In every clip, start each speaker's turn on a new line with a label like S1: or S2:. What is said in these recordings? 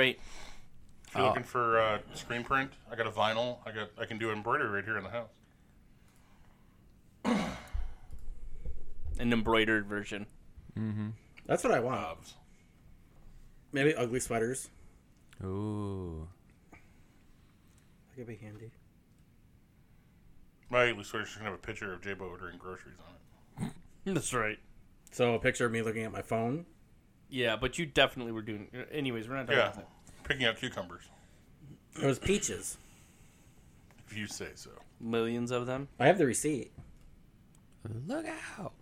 S1: Right.
S2: If you're looking for uh, screen print, I got a vinyl. I got I can do embroidery right here in the house.
S1: An embroidered version.
S3: That's what I want. Maybe ugly sweaters.
S4: Ooh.
S3: That could be handy.
S2: My ugly sweater's just gonna have a picture of J Bo ordering groceries on it.
S1: That's right.
S3: So a picture of me looking at my phone.
S1: Yeah, but you definitely were doing. Anyways, we're not talking
S2: Yeah,
S1: about that.
S2: picking out cucumbers,
S3: It was peaches.
S2: if you say so.
S1: Millions of them.
S3: I have the receipt.
S4: Look out.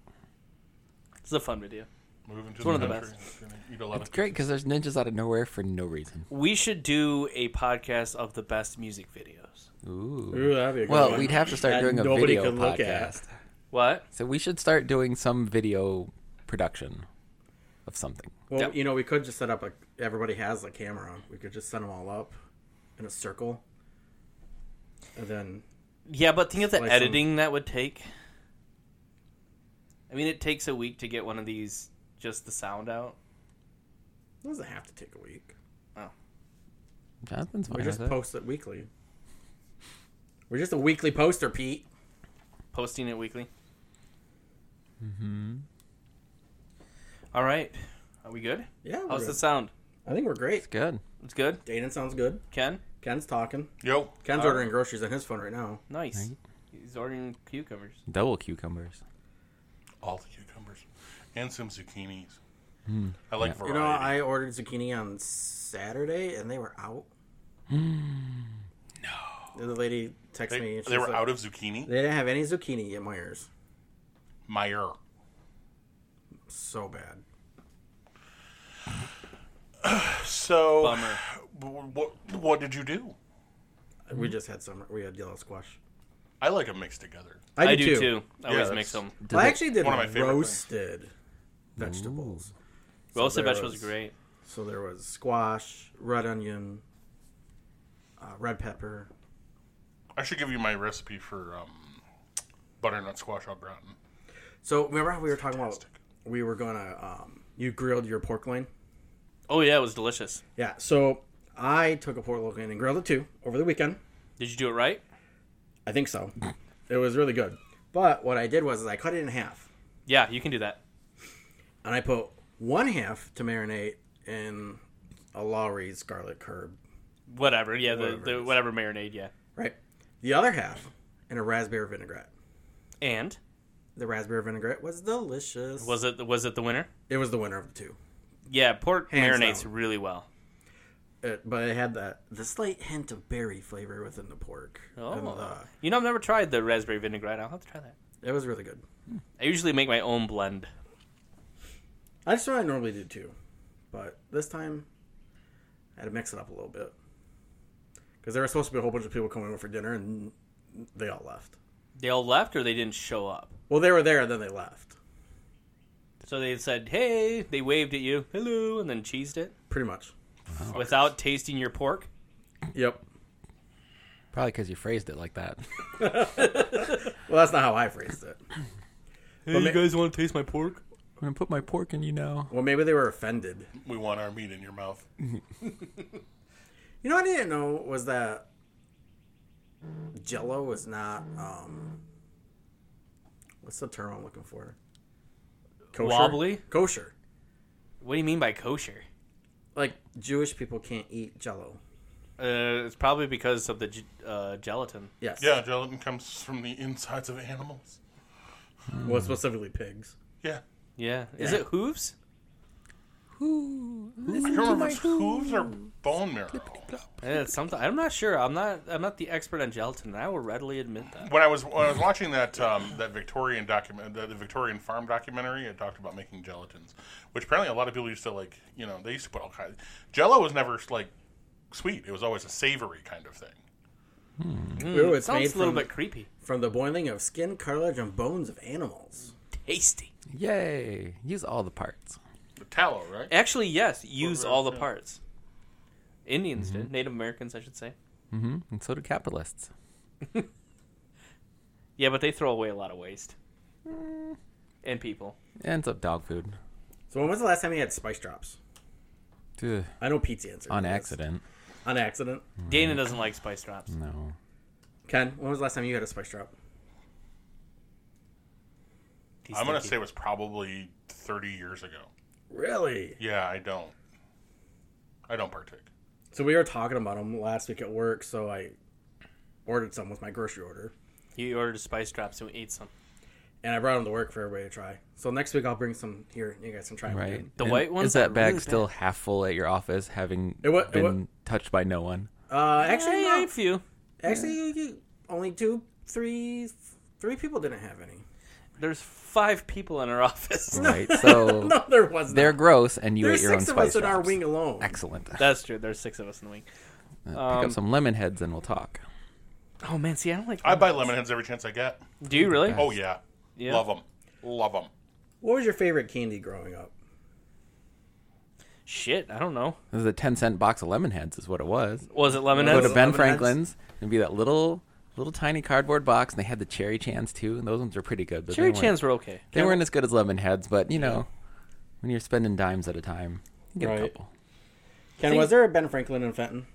S1: It's a fun video.
S2: Moving to
S1: one of the
S2: country, it's gonna Eat a lot
S4: It's
S2: of
S4: great because there's ninjas out of nowhere for no reason.
S1: We should do a podcast of the best music videos.
S4: Ooh.
S3: Ooh, that'd be a good
S4: Well,
S3: one.
S4: we'd have to start
S3: That
S4: doing a
S3: nobody
S4: video
S3: could look at.
S4: podcast.
S1: What?
S4: So we should start doing some video production of something.
S3: Well,
S1: Yep.
S3: you know, we could just set up a. Everybody has a camera. We could just set them all up in a circle, and then
S1: Yeah, but think of the
S3: Like some-
S1: editing that would take. I mean, it takes a week to get one of these, just the sound out.
S3: it doesn't have to take a week.
S4: Jonathan's fine
S3: We just
S4: with it.
S3: post it weekly. We're just a weekly poster, Pete.
S1: Posting it weekly. Mm-hmm.
S4: Mm-hmm.
S1: All right. Are we good?
S3: Yeah, we're
S1: How's
S3: good.
S1: the sound?
S3: I think we're great.
S4: Good.
S1: It's good?
S3: Dayton sounds good.
S1: Ken?
S3: Ken's talking.
S2: Yo,
S3: Ken's
S1: All right.
S3: ordering groceries on his phone right now.
S1: Nice.
S4: Right.
S1: He's ordering cucumbers.
S4: Double cucumbers.
S2: all the cucumbers, and some zucchinis. I like
S4: Yeah.
S2: variety.
S3: You know, I ordered zucchini on Saturday and they were out. no. The lady texted me.
S2: they,
S3: and
S2: they
S3: she's
S2: were
S3: like,
S2: out of zucchini.
S3: They didn't have any zucchini at Myers.
S2: Meyer.
S3: So bad.
S2: So,
S1: Bummer.
S2: w- what what did you do?
S3: We just had some. We had yellow squash.
S2: I like them mixed together.
S1: I, do too. I
S2: Yeah,
S1: always
S2: that's-
S1: mix them.
S3: I actually did
S2: one of my favorite
S3: roasted vegetables. So
S1: Roasted
S3: there
S1: vegetables
S3: was-
S1: are great.
S3: So there was squash, red onion, uh, red pepper.
S2: I should give you my recipe for um, butternut squash au gratin.
S3: So remember how we were talking about we were gonna um, you grilled your pork loin.
S1: Oh, yeah, it was delicious.
S3: Yeah. So I took a pork loin and grilled it too over the weekend.
S1: Did you do it right?
S3: I think so. It was really good. But what I did was I cut it in half
S1: Yeah, you can do that.
S3: and I put one half to marinate in a Lowry's garlic herb,
S1: Whatever. Yeah, the
S3: Whatever
S1: whatever,
S3: it
S1: the,
S3: is.
S1: whatever marinade, yeah.
S3: right? The other half in a raspberry vinaigrette.
S1: And
S3: The raspberry vinaigrette was delicious.
S1: was it was it the winner?
S3: It was the winner of the two.
S1: Yeah, pork
S3: Hands
S1: marinates
S3: down.
S1: really well.
S3: It, but it had that the slight hint of berry flavor within the pork. And
S1: Oh,
S3: the-
S1: you know, I've never tried the raspberry vinaigrette. I'll have to try that.
S3: it was really good.
S1: I usually make my own blend.
S3: That's what I normally do too, but this time I had to mix it up a little bit because there were supposed to be a whole bunch of people coming over for dinner, and they all left.
S1: They all left, or they didn't show up.
S3: Well, they were there, then they left.
S1: So they said, "Hey," they waved at you, "Hello," and then cheesed it
S3: Pretty much.
S1: without tasting your pork.
S3: Yep.
S4: Probably because you phrased it like that.
S3: Well, that's not how I phrased it.
S1: Hey,
S3: But ma-
S1: guys want to taste my pork?
S4: I'm gonna put my pork in you now.
S3: Well, maybe they were offended.
S2: We want our meat in your mouth.
S3: You know what I didn't know was that Jello was not um what's the term I'm looking for? Kosher?
S1: Wobbly?
S3: Kosher.
S1: What do you mean by kosher?
S3: Like Jewish people can't eat Jello.
S1: Uh, it's probably because of the ge- uh, gelatin.
S3: Yes.
S2: Yeah, gelatin comes from the insides of animals.
S4: Hmm.
S3: Well, specifically pigs.
S2: Yeah.
S1: Yeah. Is
S3: Yeah.
S1: it hooves?
S2: I can't remember if it's hooves or bone marrow.
S1: Eh, It's something. I'm not sure. I'm not. I'm not the expert on gelatin. and I will readily admit that.
S2: When I was when I was watching that um, that Victorian document the, the Victorian farm documentary, it talked about making gelatins, which apparently a lot of people used to like. You know, they used to put all kinds. Jello was never like sweet; it was always a savory kind of thing.
S4: Hmm.
S3: Ooh,
S1: It
S3: it's
S1: sounds
S3: made
S1: a little
S3: from,
S1: bit creepy.
S3: from the boiling of skin, cartilage, and bones of animals.
S1: Tasty.
S4: Yay! Use all the parts.
S2: The tallow, right?
S1: Actually, yes. Use
S2: Or-
S1: all the
S2: yeah.
S1: parts. Indians
S4: Mm-hmm.
S1: did. Native Americans, I should say.
S4: And so do capitalists.
S1: Yeah, but they throw away a lot of waste.
S4: Mm.
S1: And people.
S4: And some dog food.
S3: So when was the last time you had spice drops?
S4: Ugh,
S3: I know Pete's answer.
S4: on
S3: is-
S4: accident.
S3: On accident.
S1: Dana doesn't like spice drops.
S4: No.
S3: Ken, when was the last time you had a spice drop?
S1: He's
S2: I'm gonna
S1: stinky.
S2: say it was probably 30 years ago.
S3: Really?
S2: Yeah, I don't. I don't partake.
S3: So we were talking about them last week at work. So I ordered some with my grocery order,
S1: you ordered spice drops and we ate some.
S3: and I brought them to work for everybody to try. So next week I'll bring some here. and You guys can try 'em
S4: Right.
S3: again.
S1: The white ones
S4: Is that
S1: are
S4: bag
S1: really
S4: still half full at your office, having
S3: It wa- it
S4: been
S3: wa-
S4: touched by no one?
S3: Uh,
S1: Actually,
S3: actually,
S1: I ate a
S3: no.
S1: few.
S3: actually, you- you- only two, three, three people didn't have any.
S1: There's five people in our office.
S4: Right. So
S3: No, there wasn't.
S4: they're gross, and you
S3: There's
S4: ate your own
S3: six of
S4: spice
S3: us in our
S4: drops.
S3: wing alone.
S4: Excellent. Uh,
S1: That's true. There's six of us in the wing.
S4: Pick
S1: um,
S4: up some lemon heads, and we'll talk.
S1: Oh man, see, I don't like.
S2: I buy lemon heads every chance I get.
S1: Do you really?
S2: Oh yeah,
S1: Yeah.
S2: love them, love them.
S3: What was your favorite candy growing up?
S1: Shit, I don't know.
S4: This is a ten cent box of lemon heads, is what it was.
S1: Was it lemon
S3: It
S4: Go
S1: heads?
S4: to
S3: was
S4: Ben
S3: lemon heads.
S4: Franklin's and be that little, little tiny cardboard box, and they had the cherry chans too, and those ones were pretty good. But
S1: Cherry
S4: they weren't-
S1: chans were okay.
S4: They weren't as good as lemon heads, but you know, when you're spending dimes at a time, you get
S3: Right.
S4: a couple.
S3: Ken,
S1: Think-
S3: was there a Ben Franklin in Fenton?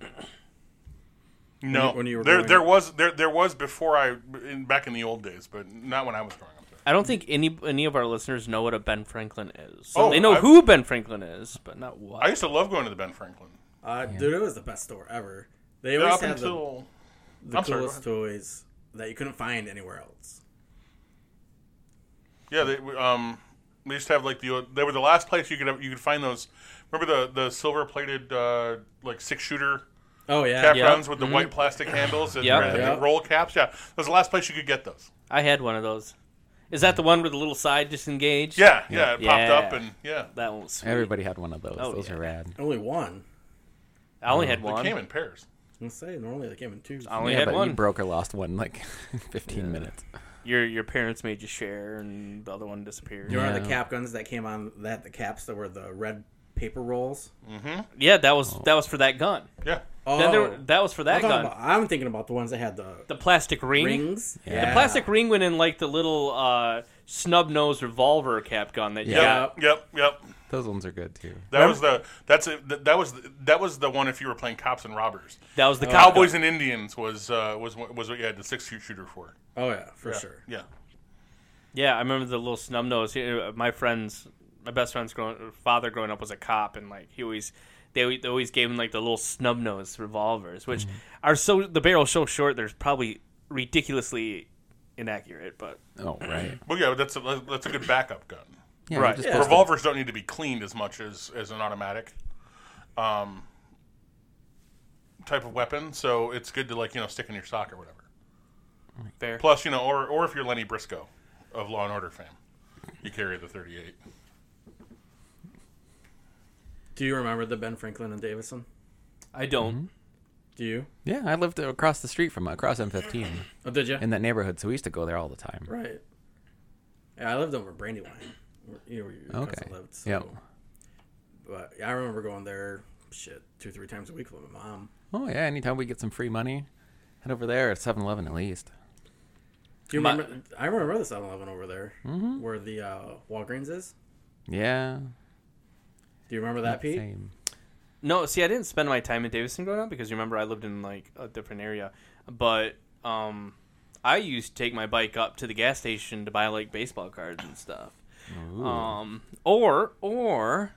S2: No,
S3: when you were
S2: there
S3: growing
S2: there
S3: up.
S2: was there there was before I in, back in the old days, but not when I was growing up.
S1: I don't think any any of our listeners know what a Ben Franklin is.
S2: Oh,
S1: they know
S2: I-
S1: who Ben Franklin is, but not what.
S2: I used to love going to the Ben Franklin
S3: Uh, Dude, it was the best store ever. They always
S2: up
S3: had the-
S2: until
S3: the,
S2: I'm sorry, go
S3: coolest toys that you couldn't find anywhere else.
S2: yeah they um they used to have like the they were the last place you could have, you could find those. Remember the the silver plated uh, like six shooter
S3: Oh yeah,
S2: cap
S1: Yeah.
S2: rounds with the white plastic handles and
S1: Yeah.
S2: the-
S3: Yeah.
S2: the roll caps. Yeah, that was the last place you could get those.
S1: I had one of those. Is that the one where the little side disengaged?
S2: Yeah, yeah, it
S1: Yeah.
S2: popped up and yeah,
S1: That one was sweet.
S4: Everybody had one of those.
S1: Oh,
S4: those
S1: yeah.
S4: are rad.
S3: only one.
S1: I only had
S2: they
S1: one.
S2: came in pairs.
S3: I'm say normally they came in twos.
S1: I only
S4: yeah,
S1: had
S4: but
S1: one.
S4: you broke or lost one like in 15 minutes.
S1: your your parents made you share, and the other one disappeared.
S3: You
S1: Yeah,
S3: remember the
S4: Yeah.
S3: cap guns that came on that the caps that were the red paper rolls?
S1: that was that was for that gun.
S2: Yeah,
S3: Oh,
S1: Then there, were- that was for
S3: I'm,
S1: that
S3: talking
S1: gun.
S3: about- I'm thinking about the ones that had the,
S1: the plastic ring.
S3: rings. Yeah.
S1: The plastic ring went in like the little uh, snub nose revolver cap gun that you
S4: Yeah.
S1: got.
S2: yep, yep, yep.
S4: Those ones are good too.
S2: That was the that's a, th- that was the, that was the one if you were playing cops and robbers.
S1: That was the cop
S2: Cowboys
S1: gun.
S2: and Indians was uh, was what- was what you had the six shoot shooter for.
S3: Oh yeah, for
S2: Yeah.
S3: sure.
S2: Yeah.
S1: Yeah, I remember the little snub nose. Uh, My friends, my best friend's growing, father growing up was a cop, and like he always, they, always- they always gave him like the little snub nose revolvers, which are so the barrel's so short. They're probably ridiculously inaccurate, but
S4: Oh, right.
S2: Well, yeah, that's a, that's a good backup gun.
S4: Yeah,
S1: Right.
S4: just
S3: Yeah.
S4: post a-
S2: Revolvers don't need to be cleaned as much as as an automatic um, type of weapon, so it's good to like you know stick in your sock or whatever.
S1: fair.
S2: Plus, you know, or or if you're Lenny Briscoe of Law and Order fame, you carry the 38.
S3: Do you remember the Ben Franklin and Davison?
S1: I don't.
S3: Do you?
S4: Yeah, I lived across the street from across M15
S3: Oh, did you?
S4: in that neighborhood, so we used to go there all the time.
S3: right. Yeah, I lived over in Brandywine. where- You know where your
S4: Okay.
S3: cousin lived. So.
S4: Yep.
S3: But yeah, I remember going there, shit, two three times a week with my mom.
S4: Oh yeah, anytime we get some free money, head over there at 7-Eleven at least.
S3: Do you
S1: My-
S3: remember? I remember the 7-Eleven over there,
S4: Mm-hmm.
S3: where the uh, Walgreens is.
S4: Yeah.
S3: Do you remember that, Pete?
S4: Same.
S1: No, see, I didn't spend my time in Davidson growing up because you remember I lived in like a different area. But um, I used to take my bike up to the gas station to buy like baseball cards and stuff. Um, or or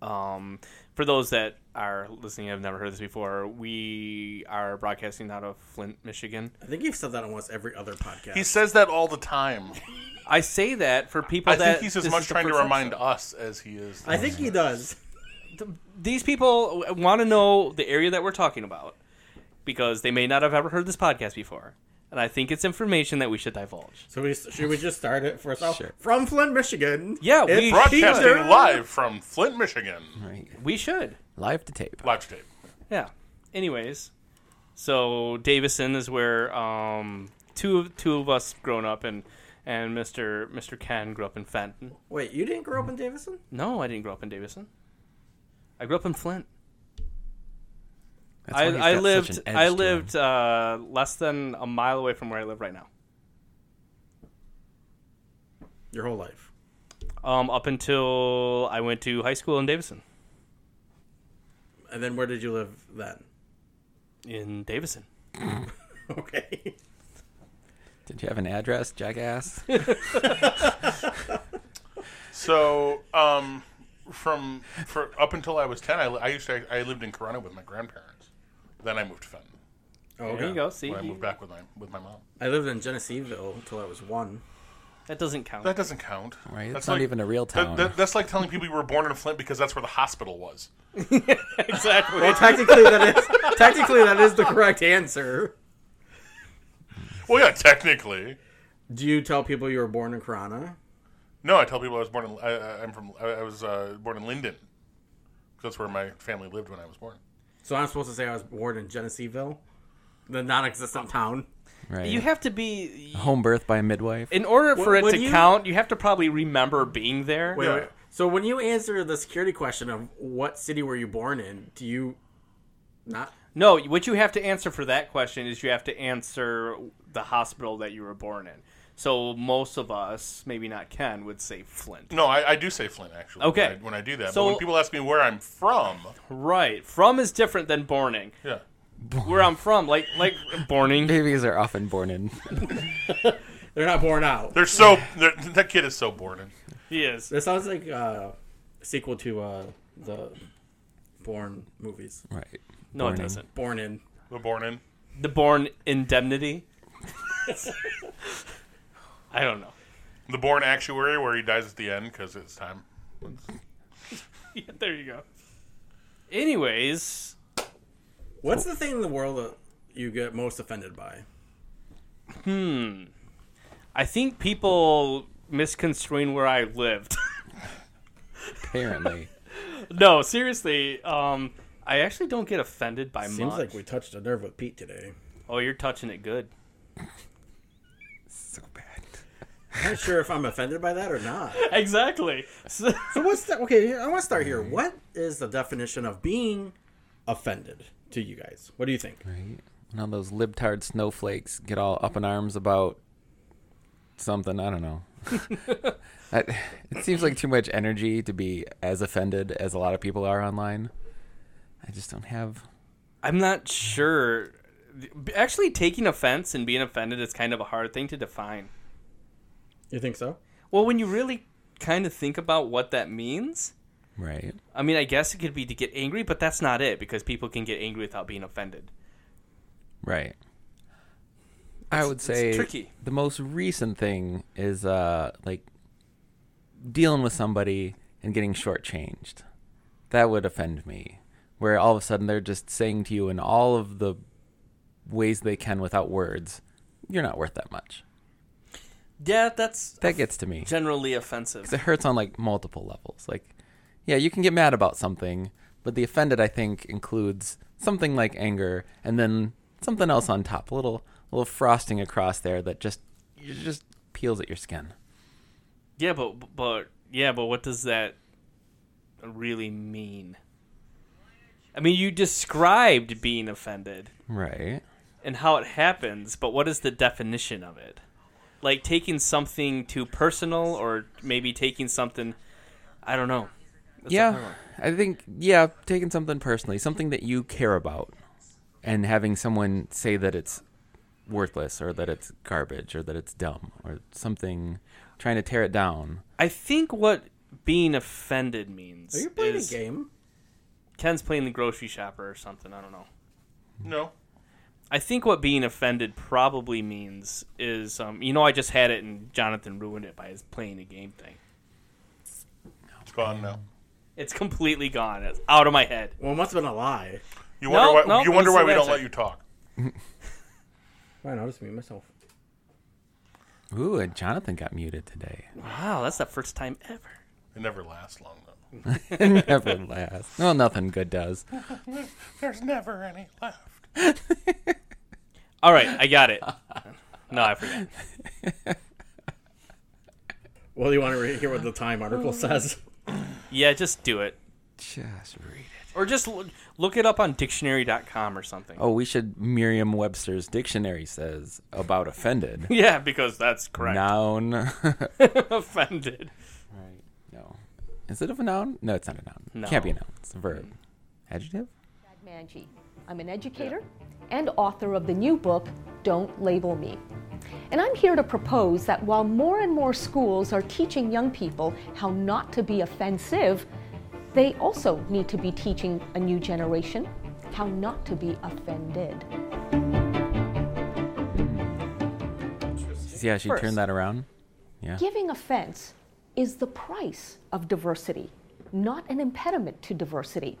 S1: um, for those that are listening, have never heard this before. We are broadcasting out of Flint, Michigan.
S3: I think you've said that on almost every other podcast.
S2: He says that all the time.
S1: I say that for people
S2: I
S1: that
S2: think he's as
S1: this
S2: much
S1: is the
S2: trying to
S1: first
S2: remind
S1: episode.
S2: us as he is.
S3: I think he does.
S1: these people want to know the area that we're talking about because they may not have ever heard this podcast before. And I think it's information that we should divulge.
S3: So we, should we just start it for ourselves
S4: Sure.
S3: from Flint, Michigan?
S1: Yeah,
S3: It's
S1: we-
S3: Peter.
S2: broadcasting live from Flint, Michigan.
S4: Right.
S1: We should.
S4: Live to tape.
S2: Live to tape.
S1: Yeah. Anyways, so Davison is where um, two of two of us grown up and and Mr. Mr. Ken grew up in Fenton.
S3: Wait, you didn't grow up in Davison?
S1: No, I didn't grow up in Davison. I grew up in Flint.
S4: That's why he's
S1: I, I
S4: got
S1: lived
S4: such an edge
S1: I
S4: to him.
S1: lived uh, less than a mile away from where I live right now.
S3: Your whole life.
S1: Um, up until I went to high school in Davison.
S3: And then where did you live then?
S1: in Davison.
S3: Okay.
S4: Did you have an address, jackass?
S2: So, um, from for up until I was ten, I, li- I used to I lived in Corona with my grandparents. Then I moved to Fenton
S3: Oh,
S1: There you go. See,
S2: when I
S1: you-
S2: moved back with my with my mom.
S3: I lived in Geneseeville until I was one.
S1: that doesn't count.
S2: That doesn't count.
S4: Right? It's
S2: That's
S4: not
S2: like-
S4: even a real
S2: that-
S4: town.
S2: that- that's like telling people you were born in Flint because that's where the hospital was.
S1: exactly.
S3: Well, technically that is technically that is the correct answer.
S2: Well, yeah, technically.
S3: Do you tell people you were born in Corona?
S2: No, I tell people I was born in. I- I, I'm from. I, I was uh, born in Linden. 'Cause That's where my family lived when I was born.
S3: So I'm supposed to say I was born in Geneseeville, the non-existent town.
S4: right.
S1: you have to be.
S4: Home birth by a midwife.
S1: In order for
S3: Wh-
S1: it
S3: when
S1: to
S3: you-
S1: count, you have to probably remember being there.
S3: Wait,
S2: Yeah.
S3: wait. So when you answer the security question of what city were you born in, do you not?
S1: No, what you have to answer for that question is you have to answer the hospital that you were born in. So most of us, maybe not Ken, would say Flint.
S2: No, I, I do say Flint actually. when
S1: Okay.
S2: I- When I, do that,
S1: So-
S2: but when people ask me where I'm from,
S1: Right. From is different than borning.
S2: yeah,
S1: Where I'm from, like like borning.
S4: Babies are often born in.
S3: They're not born out.
S2: they're so. They're, that kid is so born in.
S1: He is.
S3: That sounds like uh, a sequel to uh, the Born movies.
S4: Right.
S1: No,
S4: Borning.
S1: it doesn't.
S3: Born in.
S2: The born in.
S1: The born indemnity. I don't know.
S2: The born actuary, where he dies at the end because it's time.
S1: Yeah, there you go. Anyways,
S3: What's the thing in the world that you get most offended by?
S1: I think people misconstruing where I lived.
S4: Apparently.
S1: no, seriously. Um, I actually don't get offended by
S3: Seems
S1: much.
S3: like we touched a nerve with Pete today.
S1: Oh, you're touching it good.
S4: so bad.
S3: I'm not sure if I'm offended by that or not.
S1: Exactly. So,
S3: So what's that? Okay, I want to start here. What is the definition of being offended to you guys? What do you think?
S4: Right. When all those libtard snowflakes get all up in arms about something, I don't know. I, it seems like too much energy to be as offended as a lot of people are online. I just don't have.
S1: I'm not sure. Actually, taking offense and being offended is kind of a hard thing to define.
S3: You think so?
S1: Well, when you really kind of think about what that means,
S4: Right.
S1: I mean, I guess it could be to get angry, but that's not it because people can get angry without being offended.
S4: Right. I would say
S1: tricky.
S4: the most recent thing is uh like dealing with somebody and getting shortchanged. That would offend me. Where all of a sudden they're just saying to you in all of the ways they can without words, you're not worth that much.
S1: Yeah, that's
S4: That gets to me.
S1: generally offensive.
S4: 'Cause it hurts on like multiple levels. Like yeah, you can get mad about something, but the offended I think includes something like anger and then something else on top, a little a little frosting across there that just it just peels at your skin.
S1: Yeah, but but yeah, but what does that really mean? I mean, you described being offended
S4: Right.
S1: and how it happens, but what is the definition of it? Like taking something too personal, or maybe taking something, I don't know. That's a hard
S4: yeah.
S1: one.
S4: I think yeah, taking something personally, something that you care about and having someone say that it's worthless or that it's garbage or that it's dumb or something trying to tear it down.
S1: I think what being offended means.
S3: Are you playing
S1: is
S3: a game?
S1: Ken's playing the grocery shopper or something. I don't know.
S2: No,
S1: I think what being offended probably means is, um, you know, I just had it and Jonathan ruined it by his playing a game thing.
S2: it's gone now.
S1: It's completely gone. It's out of my head.
S3: Well, it must have been a lie.
S2: You
S1: No,
S2: wonder why.
S1: no,
S2: you wonder
S1: that's
S2: why
S1: the
S2: we don't
S1: answer.
S2: let you talk.
S3: Fine, I'll just mute myself.
S4: Ooh, and Jonathan got muted today.
S1: Wow, that's the first time ever.
S2: It never lasts long though.
S4: It never lasts. Well, nothing good does.
S2: There's never any left.
S1: All right, I got it. No, I forgot.
S3: Well, you want to re- hear what the Time article says?
S1: Yeah, just do it.
S4: Just read it.
S1: Or just l- look it up on dictionary.com or something.
S4: Oh, we should. Merriam Webster's dictionary says about offended.
S1: Yeah, because that's correct.
S4: Noun.
S1: offended.
S4: No. Is it of a noun? No, it's not a noun.
S1: No.
S4: Can't be a noun. It's a verb. Adjective?
S5: Manji. I'm an educator and author of the new book, Don't Label Me. And I'm here to propose that while more and more schools are teaching young people how not to be offensive, they also need to be teaching a new generation how not to be offended.
S4: See how she
S5: First.
S4: turned that around? Yeah.
S5: Giving offense is the price of diversity, not an impediment to diversity.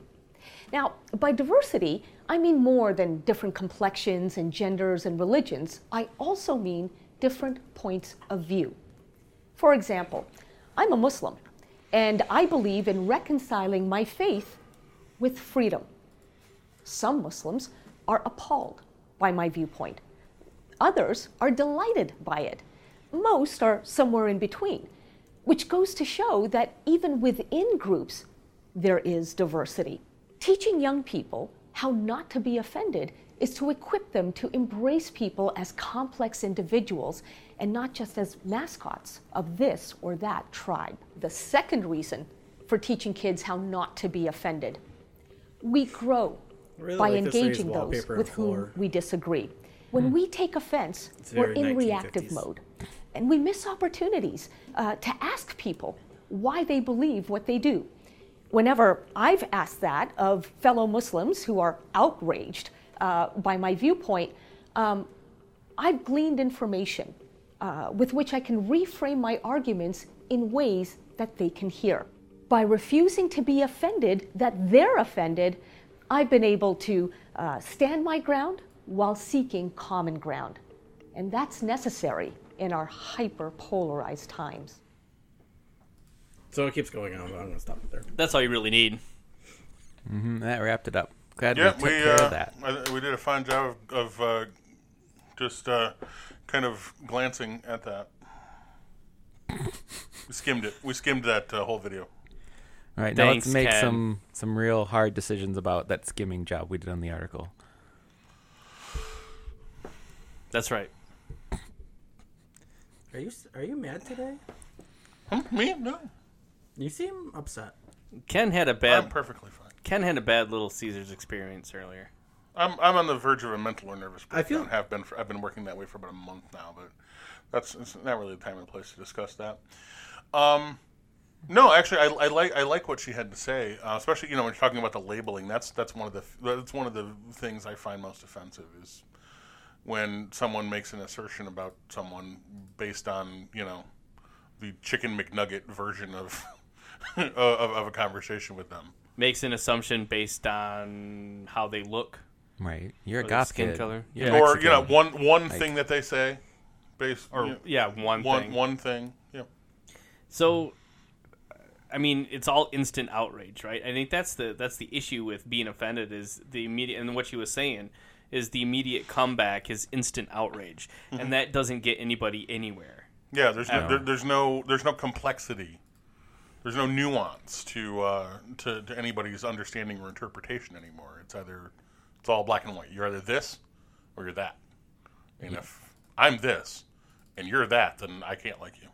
S5: Now, by diversity, I mean more than different complexions and genders and religions. I also mean different points of view. For example, I'm a Muslim, and I believe in reconciling my faith with freedom. Some Muslims are appalled by my viewpoint. Others are delighted by it. Most are somewhere in between, which goes to show that even within groups, there is diversity. Teaching young people how not to be offended is to equip them to embrace people as complex individuals and not just as mascots of this or that tribe. The second reason for teaching kids how not to be offended we grow
S3: really
S5: by
S3: like this lady's
S5: engaging those
S3: wallpaper and
S5: with whom
S3: floor.
S5: we disagree. When we take offense, we're
S3: very
S5: in reactive
S3: 1950s.
S5: mode. And we miss opportunities uh, to ask people why they believe what they do. Whenever I've asked that of fellow Muslims who are outraged uh, by my viewpoint, um, I've gleaned information uh, with which I can reframe my arguments in ways that they can hear. By refusing to be offended that they're offended, I've been able to uh, stand my ground while seeking common ground. And that's necessary in our hyper polarized times.
S3: So it keeps going on, but I'm gonna stop it there.
S1: That's all you really need.
S4: Mm, that wrapped it up. Glad
S2: Yeah,
S4: we took
S2: we
S4: care
S2: uh,
S4: of that.
S2: I th- we did a fine job of, of uh, just uh, kind of glancing at that. We skimmed it. We skimmed that uh, whole video.
S4: All right, now let's
S1: Thanks,
S4: make
S1: Ken.
S4: some some real hard decisions about that skimming job we did on the article.
S1: That's right.
S3: Are you are you mad today?
S2: Hmm, me? No,
S3: You seem upset.
S1: Ken had a
S2: I'm
S4: Um,
S1: bad
S2: perfectly fine.
S1: Ken had a bad little Caesars experience earlier.
S2: I'm I'm on the verge of a mental or nervous
S3: I
S2: breakdown.
S3: feel-
S2: have been for, I've been working that way for about a month now, but that's it's not really the time and place to discuss that. Um, no, actually, I, I like I like what she had to say, uh, especially you know when you're talking about the labeling. That's that's one of the that's one of the things I find most offensive is when someone makes an assertion about someone based on you know the chicken McNugget version of of, of a conversation with them.
S1: Makes an assumption based on how they look.
S4: Right, you're a
S1: Or the
S4: goth
S1: skin
S4: kid.
S1: color.
S4: You're
S1: Yeah.
S2: or you know
S4: Mexican.
S2: one one thing that they say based
S1: Or
S2: you know,
S1: yeah, one,
S2: one
S1: thing.
S2: one thing yeah
S1: So, I mean, it's all instant outrage, right? I think that's the that's the issue with being offended is the immediate and what she was saying is the immediate comeback is instant outrage,
S2: Mm-hmm.
S1: and that doesn't get anybody anywhere.
S2: yeah there's no,
S4: Yeah.
S2: there, there's no there's no complexity there's no nuance to, uh, to to anybody's understanding or interpretation anymore it's either it's all black and white you're either this or you're that and if i'm this and you're that then i can't like you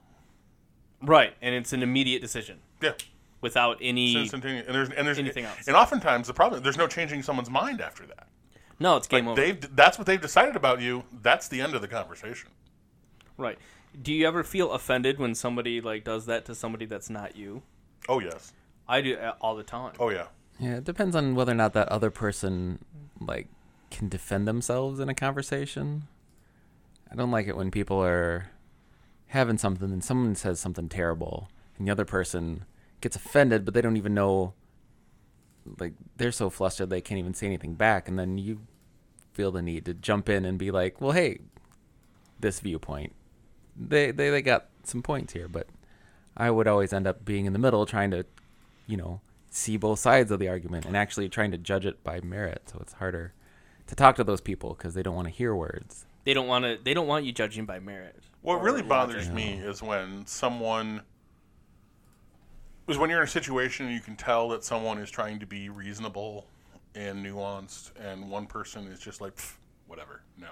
S1: Right, and it's an immediate decision
S2: yeah
S1: without any.
S2: it's instantaneous and there's and there's
S1: Anything else.
S2: and oftentimes the problem there's no changing someone's mind after that
S1: No, it's game
S2: like
S1: over.
S2: they've that's what they've decided about you that's the end of the conversation
S1: Right. Do you ever feel offended when somebody like does that to somebody that's not you?
S2: oh yes
S1: I do uh, all the time.
S2: oh yeah
S4: Yeah, it depends on whether or not that other person like can defend themselves in a conversation. I don't like it when people are having something and someone says something terrible and the other person gets offended but they don't even know like they're so flustered they can't even say anything back and then you feel the need to jump in and be like, "Well, hey, this viewpoint. They they they got some points here, but I would always end up being in the middle trying to you know, see both sides of the argument and actually trying to judge it by merit. So it's harder to talk to those people because they don't want to hear words.
S1: They don't want to. They don't want you judging by merit.
S2: What
S4: Oh,
S1: or
S2: really
S1: logic.
S2: bothers me is when someone is when you're in a situation and you can tell that someone is trying to be reasonable and nuanced, and one person is just like, "Pff, whatever, no,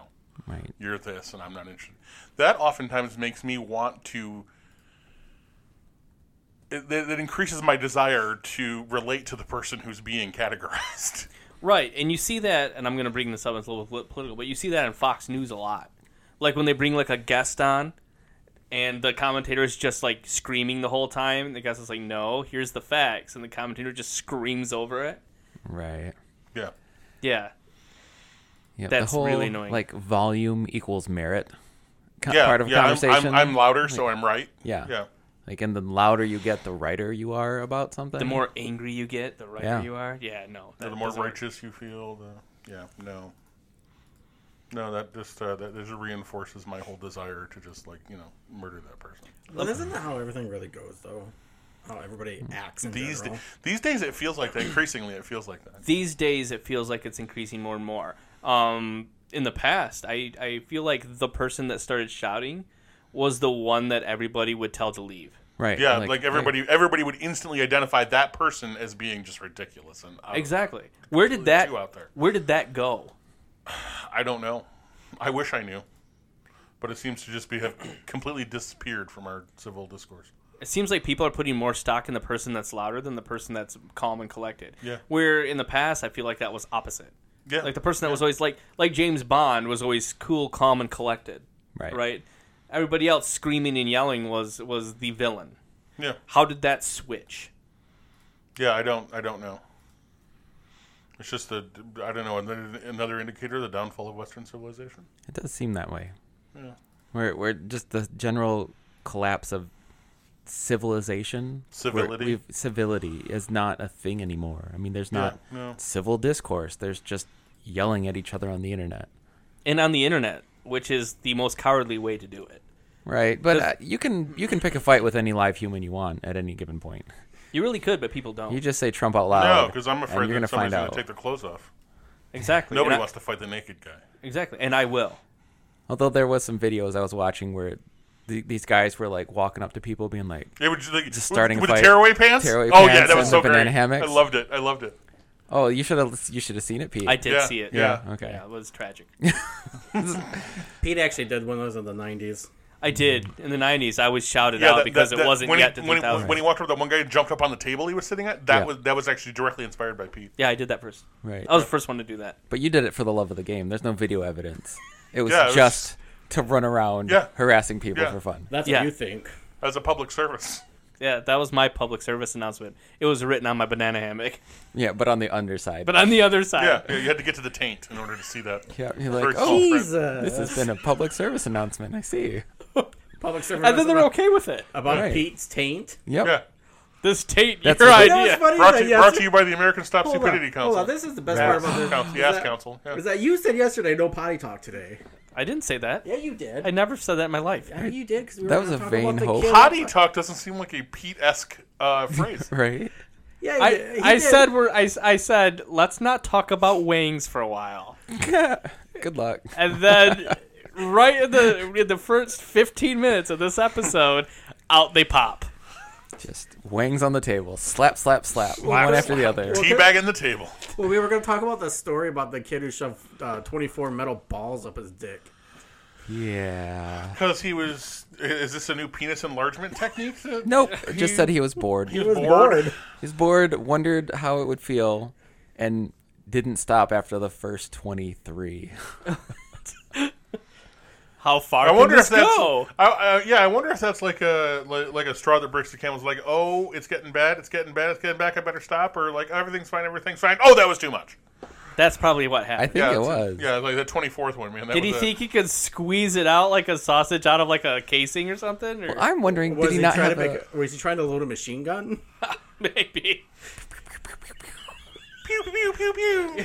S4: Right.
S2: you're this, and I'm not interested. That oftentimes makes me want to. It, it it increases my desire to relate to the person who's being categorized.
S1: Right, and you see that, and I'm going to bring this up. It's a little bit political, but you see that in Fox News a lot. Like when they bring like a guest on, and the commentator is just like screaming the whole time. And the guest is like, "No, here's the facts," and the commentator just screams over it.
S4: Right.
S2: Yeah.
S1: Yeah,
S4: Yeah.
S1: That's
S4: the whole,
S1: really annoying.
S4: Like volume equals merit. co-
S2: Yeah.
S4: part of a
S2: yeah, I'm-
S4: conversation.
S2: I'm, I'm, louder, so I'm right.
S4: Yeah.
S2: Yeah.
S4: Like, and the louder you get, the righter you are about something.
S1: the more angry you get, the righter
S4: Yeah.
S1: you are. Yeah, no, that
S2: the more
S1: doesn't work.
S2: righteous you feel, the, yeah, no, no, that just uh, that just reinforces my whole desire to just like you know murder that person.
S3: Well, isn't that how everything really goes, though? How everybody acts in
S2: These
S3: general.
S2: da- these days, it feels like that. Increasingly, it feels like that.
S1: These days, it feels like it's increasing more and more. Um, in the past, I I feel like the person that started shouting was the one that everybody would tell to leave.
S4: right.
S2: Yeah, like, everybody, everybody would instantly identify that person as being just ridiculous and uh, out of-
S1: Exactly. Where did
S2: Completely
S1: that
S2: too out there.
S1: Where did that go?
S2: I don't know. I wish I knew, but it seems to just be have completely disappeared from our civil discourse.
S1: It seems like people are putting more stock in the person that's louder than the person that's calm and collected.
S2: Yeah.
S1: Where in the past, I feel like that was opposite.
S2: Yeah.
S1: Like the person that was always like, like James Bond was always cool, calm, and collected.
S4: Right.
S1: Right. Everybody else screaming and yelling was was the villain.
S2: Yeah,
S1: How did that switch?
S2: yeah. I don't. I don't know. It's just the I don't know another, another indicator of the downfall of Western civilization.
S4: It does seem that way. Hmm.
S2: Yeah.
S4: Where where just the general collapse of civilization, where
S2: Civility.
S4: we've- civility is not a thing anymore. I mean, there's not
S2: no.
S4: civil discourse. There's just yelling at each other on the internet.
S1: And on the internet, which is the most cowardly way to do it.
S4: Right, but uh, you can you can pick a fight with any live human you want at any given point.
S1: You really could, but people don't.
S4: You just say Trump out
S2: No,
S4: loud.
S2: because I'm afraid
S4: Oh. and you're
S2: that
S4: gonna
S2: somebody's
S4: find
S2: going
S4: out.
S2: to take their clothes off.
S1: exactly.
S2: Nobody
S1: And I-
S2: wants to fight the naked guy.
S1: Exactly. And I will.
S4: Although there was some videos I was watching where the, these guys were like walking up to people, being like,
S2: They were just, like,
S4: Just starting a
S2: with
S4: fight.
S2: the tearaway pants.
S4: Tearaway
S2: oh yeah,
S4: pants
S2: that was
S4: and
S2: so
S4: the banana
S2: great.
S4: hammocks.
S2: I loved it. I loved it.
S4: "Oh, you should have you should have seen it, Pete."
S1: I did
S2: Yeah,
S1: see it.
S2: yeah.
S4: Okay.
S1: Yeah, it was tragic.
S3: Pete actually did one of those in the 90s.
S1: I did in the '90s. I always shouted
S2: Yeah,
S1: out
S2: that-
S1: because
S2: that-
S1: it
S2: that-
S1: wasn't
S2: when
S1: yet
S2: he,
S1: to
S2: when, he,
S1: 2000.
S2: when he walked over, that one guy jumped up on the table he was sitting at. That
S4: Yeah.
S2: was that was actually directly inspired by Pete.
S1: yeah, I did that first.
S4: Right.
S1: I was the first one to do that.
S4: But you did it for the love of the game. There's no video evidence. It was
S2: Yeah, it was-
S4: just to run around
S2: Yeah.
S4: harassing people
S2: Yeah.
S4: for fun.
S3: That's
S1: Yeah.
S3: what you think.
S2: As a public service.
S1: Yeah, that was my public service announcement. It was written on my banana hammock,
S4: Yeah, but on the underside.
S2: uh,
S1: but on the other side.
S2: Yeah, yeah, you had to get to the taint in order to see that.
S4: yeah, you're
S2: Very
S4: like,
S2: small
S4: oh,
S2: print.
S4: this has been a public service announcement. I see.
S3: Public service.
S1: And then they're
S3: about,
S1: okay with it.
S4: Right.
S3: Pete's taint.
S4: Yep.
S2: Yeah.
S1: This Tate,
S4: That's
S1: your
S4: what-
S3: You know what's
S1: idea.
S3: funny?
S2: Brought
S3: Is
S2: to,
S3: that
S2: brought
S3: yes-
S2: to you by the American Stop
S3: Hold
S2: Stupidity
S3: on.
S2: Council.
S3: Hold on, this is the best part
S2: Yes,
S3: about this.
S2: council.
S3: Is
S2: Yes,
S3: that-
S2: council. Yeah.
S3: Is that you said yesterday no potty talk today?
S1: I didn't say that.
S3: Yeah, you did.
S1: I never said that in my life.
S3: Yeah, you did because we were
S4: That was
S3: gonna
S4: a
S3: talk
S4: vain
S3: about the
S4: hope.
S3: kill-
S2: Potty talk doesn't seem like a Pete esque uh, phrase.
S4: Right.
S3: Yeah, he did-
S1: I,
S3: he
S1: I
S3: did.
S1: said we're I, s- I said let's not talk about wings for a while,
S4: Good luck.
S1: and then right in the in the first fifteen minutes of this episode, out they pop.
S4: Just wangs on the table. Slap, slap, slap. one after the other.
S2: Teabagging the table.
S3: Well, we were going to talk about the story about the kid who shoved uh, 24 metal balls up his dick.
S4: Yeah.
S2: Because he was. Is this a new penis enlargement technique? that-
S4: Nope. Just said he was bored.
S2: He
S4: He
S2: was bored.
S4: was bored, wondered how it would feel, and didn't stop after the first 23.
S1: How far
S2: I
S1: can
S2: wonder
S1: this
S2: if that's
S1: go?
S2: I, I, yeah. I wonder if that's like a like, like a straw that breaks the camel's like oh it's getting bad it's getting bad it's getting back I better stop or like everything's fine everything's fine oh that was too much
S1: That's probably what
S4: I
S1: happened.
S4: think it was.
S2: yeah like the twenty fourth one man that
S1: Did he
S2: was a-
S1: think he could squeeze it out like a sausage out of like a casing or something? Or
S4: I'm wondering,
S3: Was
S4: did he,
S3: he,
S4: not
S3: trying
S4: have
S3: to
S4: a...
S3: make? A, was he trying to load a machine gun?
S1: maybe.
S2: pew pew pew pew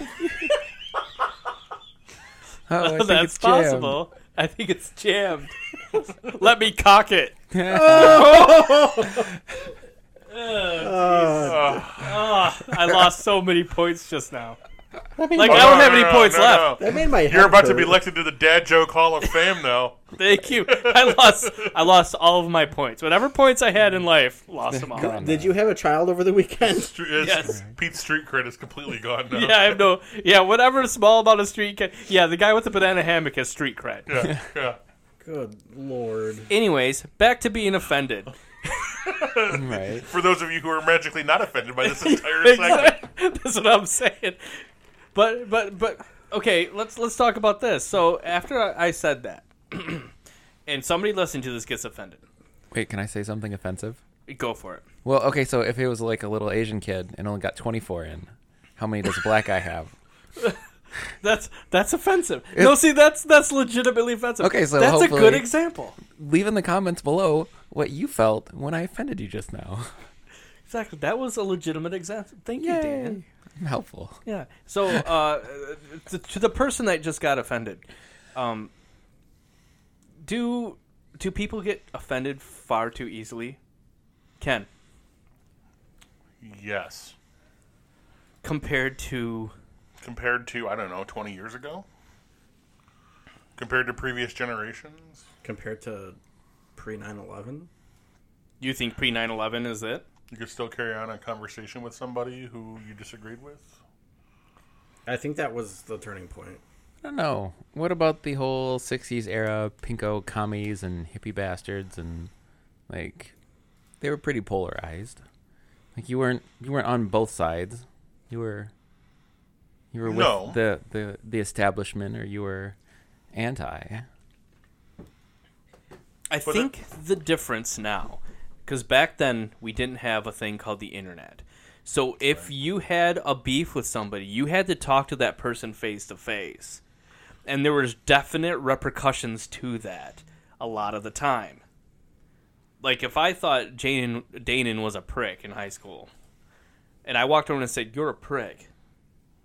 S4: Oh, I think
S1: That's
S4: it's jammed.
S1: possible. I think it's jammed. Let me cock it.
S2: Uh,
S1: Ah, I lost so many points just now. Like I don't have any points left.
S3: That made my head
S2: You're about to be
S3: hurt.
S2: elected to the Dad Joke Hall of Fame now.
S1: Thank you. I lost. I lost all of my points. Whatever points I had in life, lost them all.
S4: Gone.
S3: Did you have a child over the weekend?
S2: It's-
S1: Yes.
S2: Pete's street cred is completely gone now.
S1: Yeah, I have no. Yeah, whatever small amount of street. Ca- yeah, the guy with the banana hammock has street cred.
S2: yeah, yeah.
S3: Good lord.
S1: Anyways, back to being offended.
S4: Right.
S2: For those of you who are magically not offended by this entire segment,
S1: That's what I'm saying. but but but okay, let's let's talk about this. So after I I said that, and somebody listening to this gets offended,
S4: Wait, can I say something offensive?
S1: go for it.
S4: Well, okay, so if it was like a little Asian kid and only got 24 in, how many does a black guy have?
S1: That's that's offensive. no, see, that's that's legitimately offensive.
S4: Okay, so
S1: that's a good
S4: hopefully-
S1: example.
S4: Leave in the comments below what you felt when I offended you just now.
S1: Exactly, that was a legitimate example. Thank you, Dan.
S4: I'm helpful.
S1: Yeah. So uh, to, to the person that just got offended, um, do do people get offended far too easily? Ken,
S2: Yes.
S1: compared to
S2: Compared to, I don't know, 20 years ago? Compared to previous generations?
S3: Compared to pre 9 11,
S1: you think pre 9-11 is it?
S2: You could still carry on a conversation with somebody who you disagreed with?
S3: I think that was the turning point.
S4: I don't know. What about the whole 60s era pinko commies and hippie bastards and like they were pretty polarized. Like you weren't you weren't on both sides. You were you were with
S2: No.
S4: the, the the establishment or you were anti.
S1: I
S2: But
S1: think the difference now, because back then we didn't have a thing called the internet. So if you had a beef with somebody, you had to talk to that person face to face, and there was definite repercussions to that a lot of the time. Like if I thought Jaden Danon was a prick in high school, and I walked over and said you're a prick,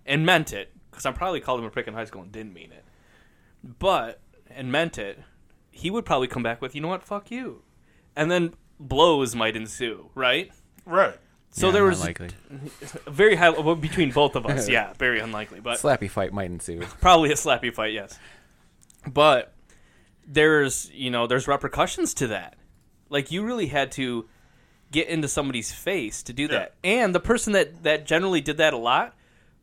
S1: and meant it because I probably called him a prick in high school and didn't mean it, but and meant it he would probably come back with, you know what, fuck you. And then blows might ensue, right?
S2: Right.
S1: So
S4: Yeah,
S1: there
S4: not
S1: was
S4: likely.
S1: a very high well, between both of us. yeah, very unlikely, but
S4: slappy fight might ensue.
S1: probably a slappy fight, yes. But there's, you know, there's repercussions to that. Like you really had to get into somebody's face to do that. And the person that that generally did that a lot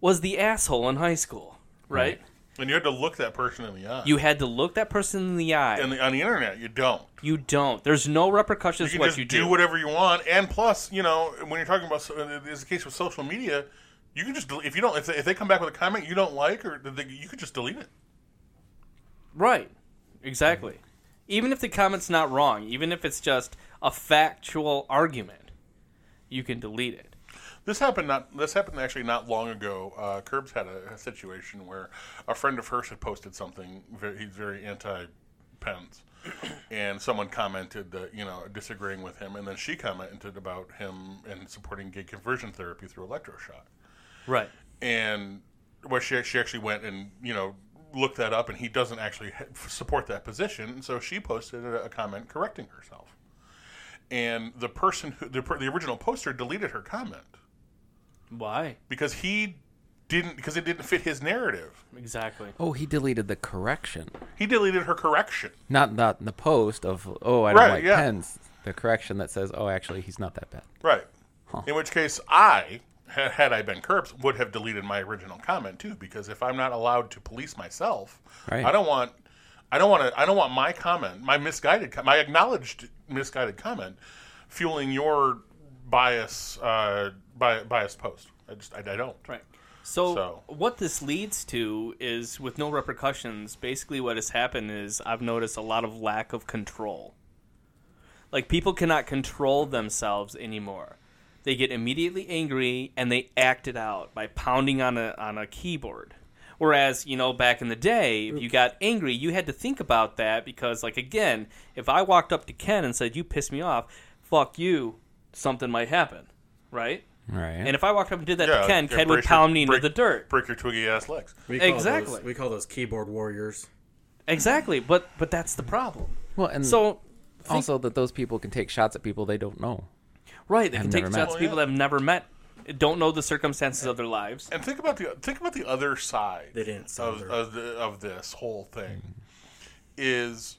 S1: was the asshole in high school, right?
S2: And you had to look that person in the eye.
S1: You had to look that person in the eye.
S2: and the, on the internet, you don't.
S1: you don't. There's no repercussions to
S2: You can
S1: what
S2: just
S1: you
S2: do. whatever you want. And plus, you know, when you're talking about, so- uh, is the case with social media, you can just, del- if you don't, if they, if they come back with a comment you don't like, or they, you could just delete it.
S1: Right. Exactly. Even if the comment's not wrong, even if it's just a factual argument, you can delete it.
S2: This happened not. This happened actually not long ago. Uh, Curbs had a, a situation where a friend of hers had posted something. Very, he's very anti Pence, and someone commented that you know disagreeing with him, and then she commented about him and supporting gay conversion therapy through electroshock.
S1: Right.
S2: And where she she actually went and you know looked that up, and he doesn't actually ha- support that position. And so she posted a, a comment correcting herself, and the person who the, per- the original poster deleted her comment
S1: Why?
S2: because he didn't because it didn't fit his narrative.
S1: Exactly.
S4: Oh, he deleted the correction.
S2: He deleted her correction.
S4: Not not the post of oh I don't
S2: Right,
S4: like
S2: yeah.
S4: pens. The correction that says, Oh actually he's not that bad.
S2: Right. In which case, I ha- had I been Curbs would have deleted my original comment too because if I'm not allowed to police myself,
S4: Right.
S2: I don't want. I don't want to. I don't want my comment, my misguided, com- my acknowledged misguided comment, fueling your bias, uh, bi- biased post. I just, I, I don't.
S1: Right. So,
S2: So-
S1: what this leads to is with no repercussions, basically what has happened is I've noticed a lot of lack of control. Like people cannot control themselves anymore. They get immediately angry and they act it out by pounding on a on a keyboard. Whereas, you know, back in the day, if you got angry, you had to think about that because like again, if I walked up to Ken and said, You pissed me off, fuck you, something might happen. Right?
S4: Right.
S1: And if I walked up and did that
S2: Yeah,
S1: to Ken,
S2: yeah,
S1: Ken would
S2: brace your-
S1: pound me into
S2: break-
S1: the dirt.
S2: Break your twiggy ass legs.
S3: We call
S1: Exactly.
S3: Those, we call those keyboard warriors.
S1: Exactly, but but that's the problem.
S4: well and
S1: So
S4: Hmm. also that those people can take shots at people they don't know.
S1: right, they can
S4: I've
S1: take
S4: never
S1: shots
S4: met-
S1: at people that have never met, don't know the circumstances of their lives.
S2: And think about the think about the other side
S3: They didn't sell
S2: of
S3: their-
S2: of, the, of this whole thing is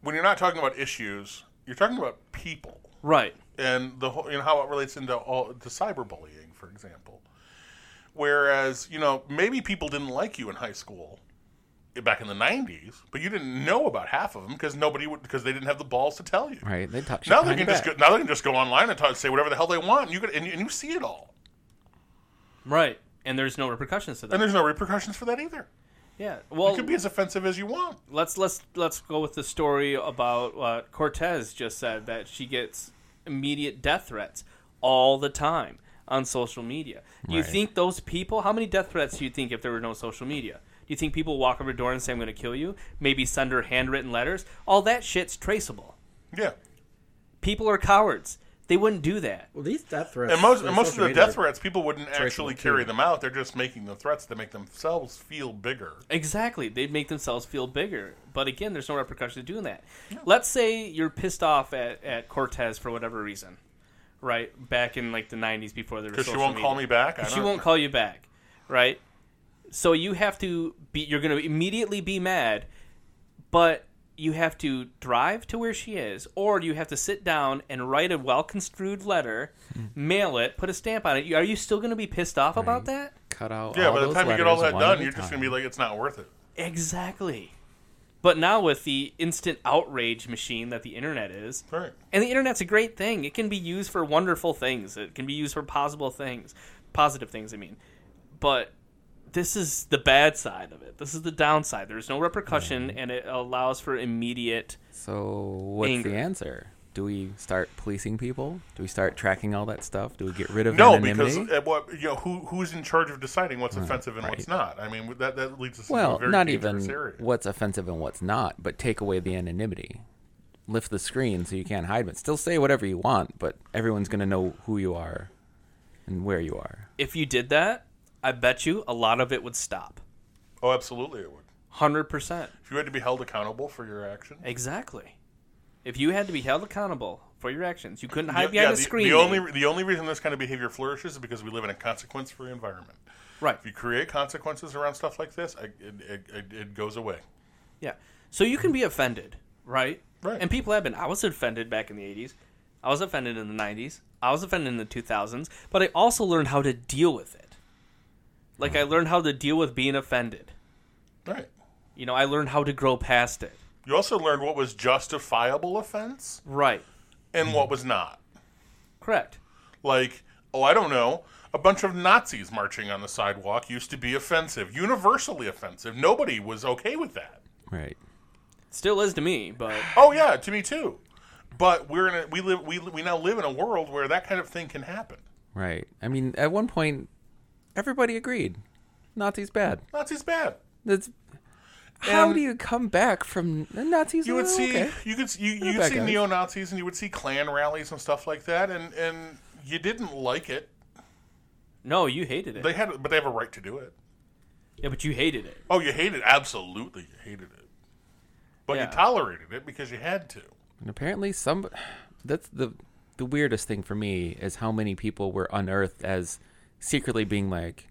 S2: when you're not talking about issues, you're talking about people
S1: Right.
S2: and the whole, you know how it relates into all to cyberbullying, for example. Whereas you know maybe people didn't like you in high school back in the '90s, but you didn't know about half of them because nobody would because they didn't have the balls to tell you.
S4: Right. They talk shit.
S2: Now they
S4: behind
S2: can
S4: your
S2: just go,
S4: back.
S2: now they can just go online and talk, say whatever the hell they want, and you can, and you, and you see it all.
S1: Right. and there's no repercussions to
S2: And
S1: that.
S2: there's no repercussions for that either.
S1: Yeah. Well,
S2: It could be as offensive as you want.
S1: let's let's let's go with the story about what Cortez just said that she gets immediate death threats all the time on social media. Do you
S4: Right.
S1: think those people? How many death threats do you think if there were no social media? Do you think people walk over to her door and say, "I'm going to kill you"? Maybe send her handwritten letters. All that shit's traceable.
S2: Yeah.
S1: People are cowards. They wouldn't do that.
S3: Well, these death threats.
S2: And most
S3: on
S2: and most of
S3: social
S2: the
S3: media
S2: death
S3: are-
S2: threats, people wouldn't actually
S3: too.
S2: carry them out. They're just making the threats to make themselves feel bigger.
S1: Exactly. They'd make themselves feel bigger. But again, there's no repercussions to doing that. Let's say you're pissed off at, at Cortez for whatever reason, right? Back in like the 90s before there was
S2: Because she
S1: social
S2: won't call me
S1: media.
S2: back. I
S1: She
S2: don't-
S1: won't call you back, right? So you have to be, you're going to immediately be mad, but you have to drive to where she is, or you have to sit down and write a well construed letter, mail it, put a stamp on it. Are you still going to be pissed off about that?
S4: Cut out.
S2: Yeah,
S4: all
S2: by the
S4: those
S2: time you get
S4: letters
S2: all that
S4: one at
S2: done,
S4: a
S2: you're just
S4: time.
S2: gonna be like, it's not worth it.
S1: Exactly. But now with the instant outrage machine that the internet is,
S2: Right.
S1: and the internet's a great thing. It can be used for wonderful things. It can be used for possible things, positive things. I mean, but this is the bad side of it. This is the downside. There's no repercussion,
S2: Mm-hmm.
S1: and it allows for immediate.
S4: So what's
S1: Anger.
S4: the answer? Do we start policing people? Do we start tracking all that stuff? Do we get rid of
S2: No, because
S4: anonymity?
S2: at what you know, who who's in charge of deciding what's offensive and what's
S4: right.
S2: not? I mean, that that leads us into
S4: well,
S2: a very
S4: not
S2: dangerous
S4: even
S2: area.
S4: what's offensive and what's not, but take away the anonymity. Lift the screen so you can't hide, but still say whatever you want. But everyone's gonna know who you are and where you are.
S1: If you did that, I bet you a lot of it would stop.
S2: Oh, absolutely, it would.
S1: Hundred percent.
S2: If you had to be held accountable for your action,
S1: Exactly. If you had to be held accountable for your actions, you couldn't hide
S2: The-
S1: behind
S2: yeah,
S1: a
S2: the-
S1: screen.
S2: The only the only reason this kind of behavior flourishes is because we live in a consequence-free environment.
S1: right.
S2: If you create consequences around stuff like this, I, it, it, it, it goes away.
S1: Yeah. So you can be offended, right?
S2: Right.
S1: And people have been. I was offended back in the 80s. I was offended in the 90s. I was offended in the 2000s. But I also learned how to deal with it. Like,
S2: Mm-hmm.
S1: I learned how to deal with being offended.
S2: Right.
S1: You know, I learned how to grow past it.
S2: You also learned what was justifiable offense
S1: Right.
S2: and what was not.
S1: Correct.
S2: Like, oh, I don't know, a bunch of Nazis marching on the sidewalk used to be offensive, universally offensive. Nobody was okay with that.
S4: Right.
S1: Still is to me, but
S2: Oh yeah, to me too. But we're in a, we live we, we now live in a world where that kind of thing can happen.
S4: Right. I mean, at one point, everybody agreed Nazis bad.
S2: Nazis bad.
S4: That's how
S2: And-
S4: do you come back from the Nazis?
S2: You would
S4: Oh,
S2: see
S4: okay.
S2: you could you, you
S4: They're
S2: could
S4: bad
S2: see
S4: guys.
S2: neo Nazis and you would see Klan rallies and stuff like that, and and you didn't like it.
S1: no, you hated it.
S2: They had but they have a right to do it.
S1: yeah, but you hated it.
S2: Oh, you hated absolutely. You hated it, but
S1: Yeah.
S2: you tolerated it because you had to.
S4: And apparently, some that's the the weirdest thing for me is how many people were unearthed as secretly being like,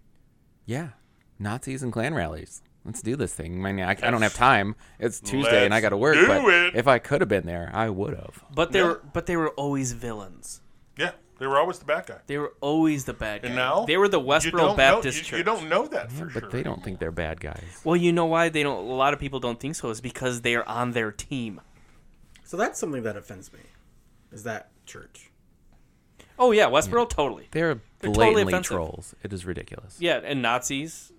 S4: yeah, Nazis and Klan rallies. Let's do this thing. I mean, I, I don't have time. It's Tuesday and I
S2: Let's
S4: got to work.
S2: do
S4: But
S2: it.
S4: if I could have been there, I would have.
S1: But they
S2: Yeah.
S1: were but they were always villains.
S2: Yeah, they were always the bad guy.
S1: They were always the bad guy.
S2: And now
S1: they were the
S2: you
S1: Westboro
S2: don't
S1: Baptist
S2: know, you,
S1: Church.
S2: You don't know that for
S4: But
S2: sure.
S4: they don't think they're bad guys.
S1: Well, you know why they don't. A lot of people don't think so is because they are on their team.
S3: So that's something that offends me. Is that church?
S1: Oh yeah, Westboro totally.
S4: They're
S1: totally
S4: blatantly
S1: offensive.
S4: trolls. It is ridiculous.
S1: Yeah, and Nazis.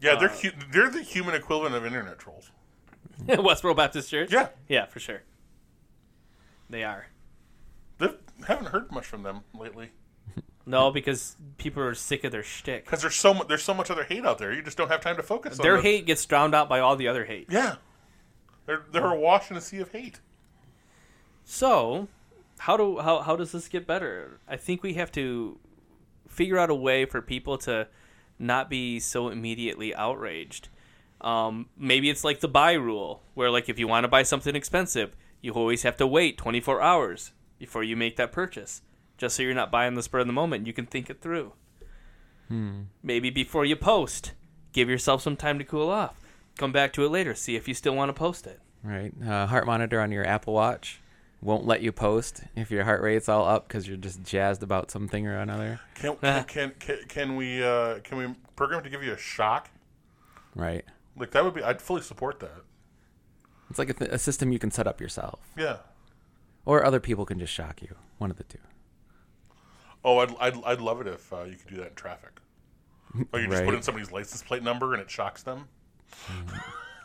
S2: Yeah, they're hu- they're the human equivalent of internet trolls.
S1: Westboro Baptist Church.
S2: Yeah.
S1: yeah, for sure. They are
S2: They haven't heard much from them lately
S1: no because people are sick of their shtick.
S2: because there's so mu- there's so much other hate out there. You just don't have time to focus on
S1: Their
S2: the-
S1: hate gets drowned out by all the other hate.
S2: Yeah, they're they're awash in a sea of hate.
S1: So, how do how how does this get better? I think we have to figure out a way for people to not be so immediately outraged. Um, maybe it's like the buy rule, where like if you want to buy something expensive, you always have to wait 24 hours before you make that purchase, just so you're not buying the spur of the moment. You can think it through. Maybe before you post, give yourself some time to cool off. Come back to it later. See if you still want to post it.
S4: Right. Uh, heart monitor on your Apple Watch won't let you post if your heart rate's all up because you're just jazzed about something or another.
S2: Can can can, can, can we uh, can we program to give you a shock?
S4: Right.
S2: Like that would be I'd fully support that.
S4: It's like a, th- a system you can set up yourself,
S2: Yeah.
S4: or other people can just shock you. One of the two.
S2: Oh, I'd I'd, I'd love it if uh, you could do that in traffic. Or you just put
S4: Right.
S2: in somebody's license plate number and it shocks them.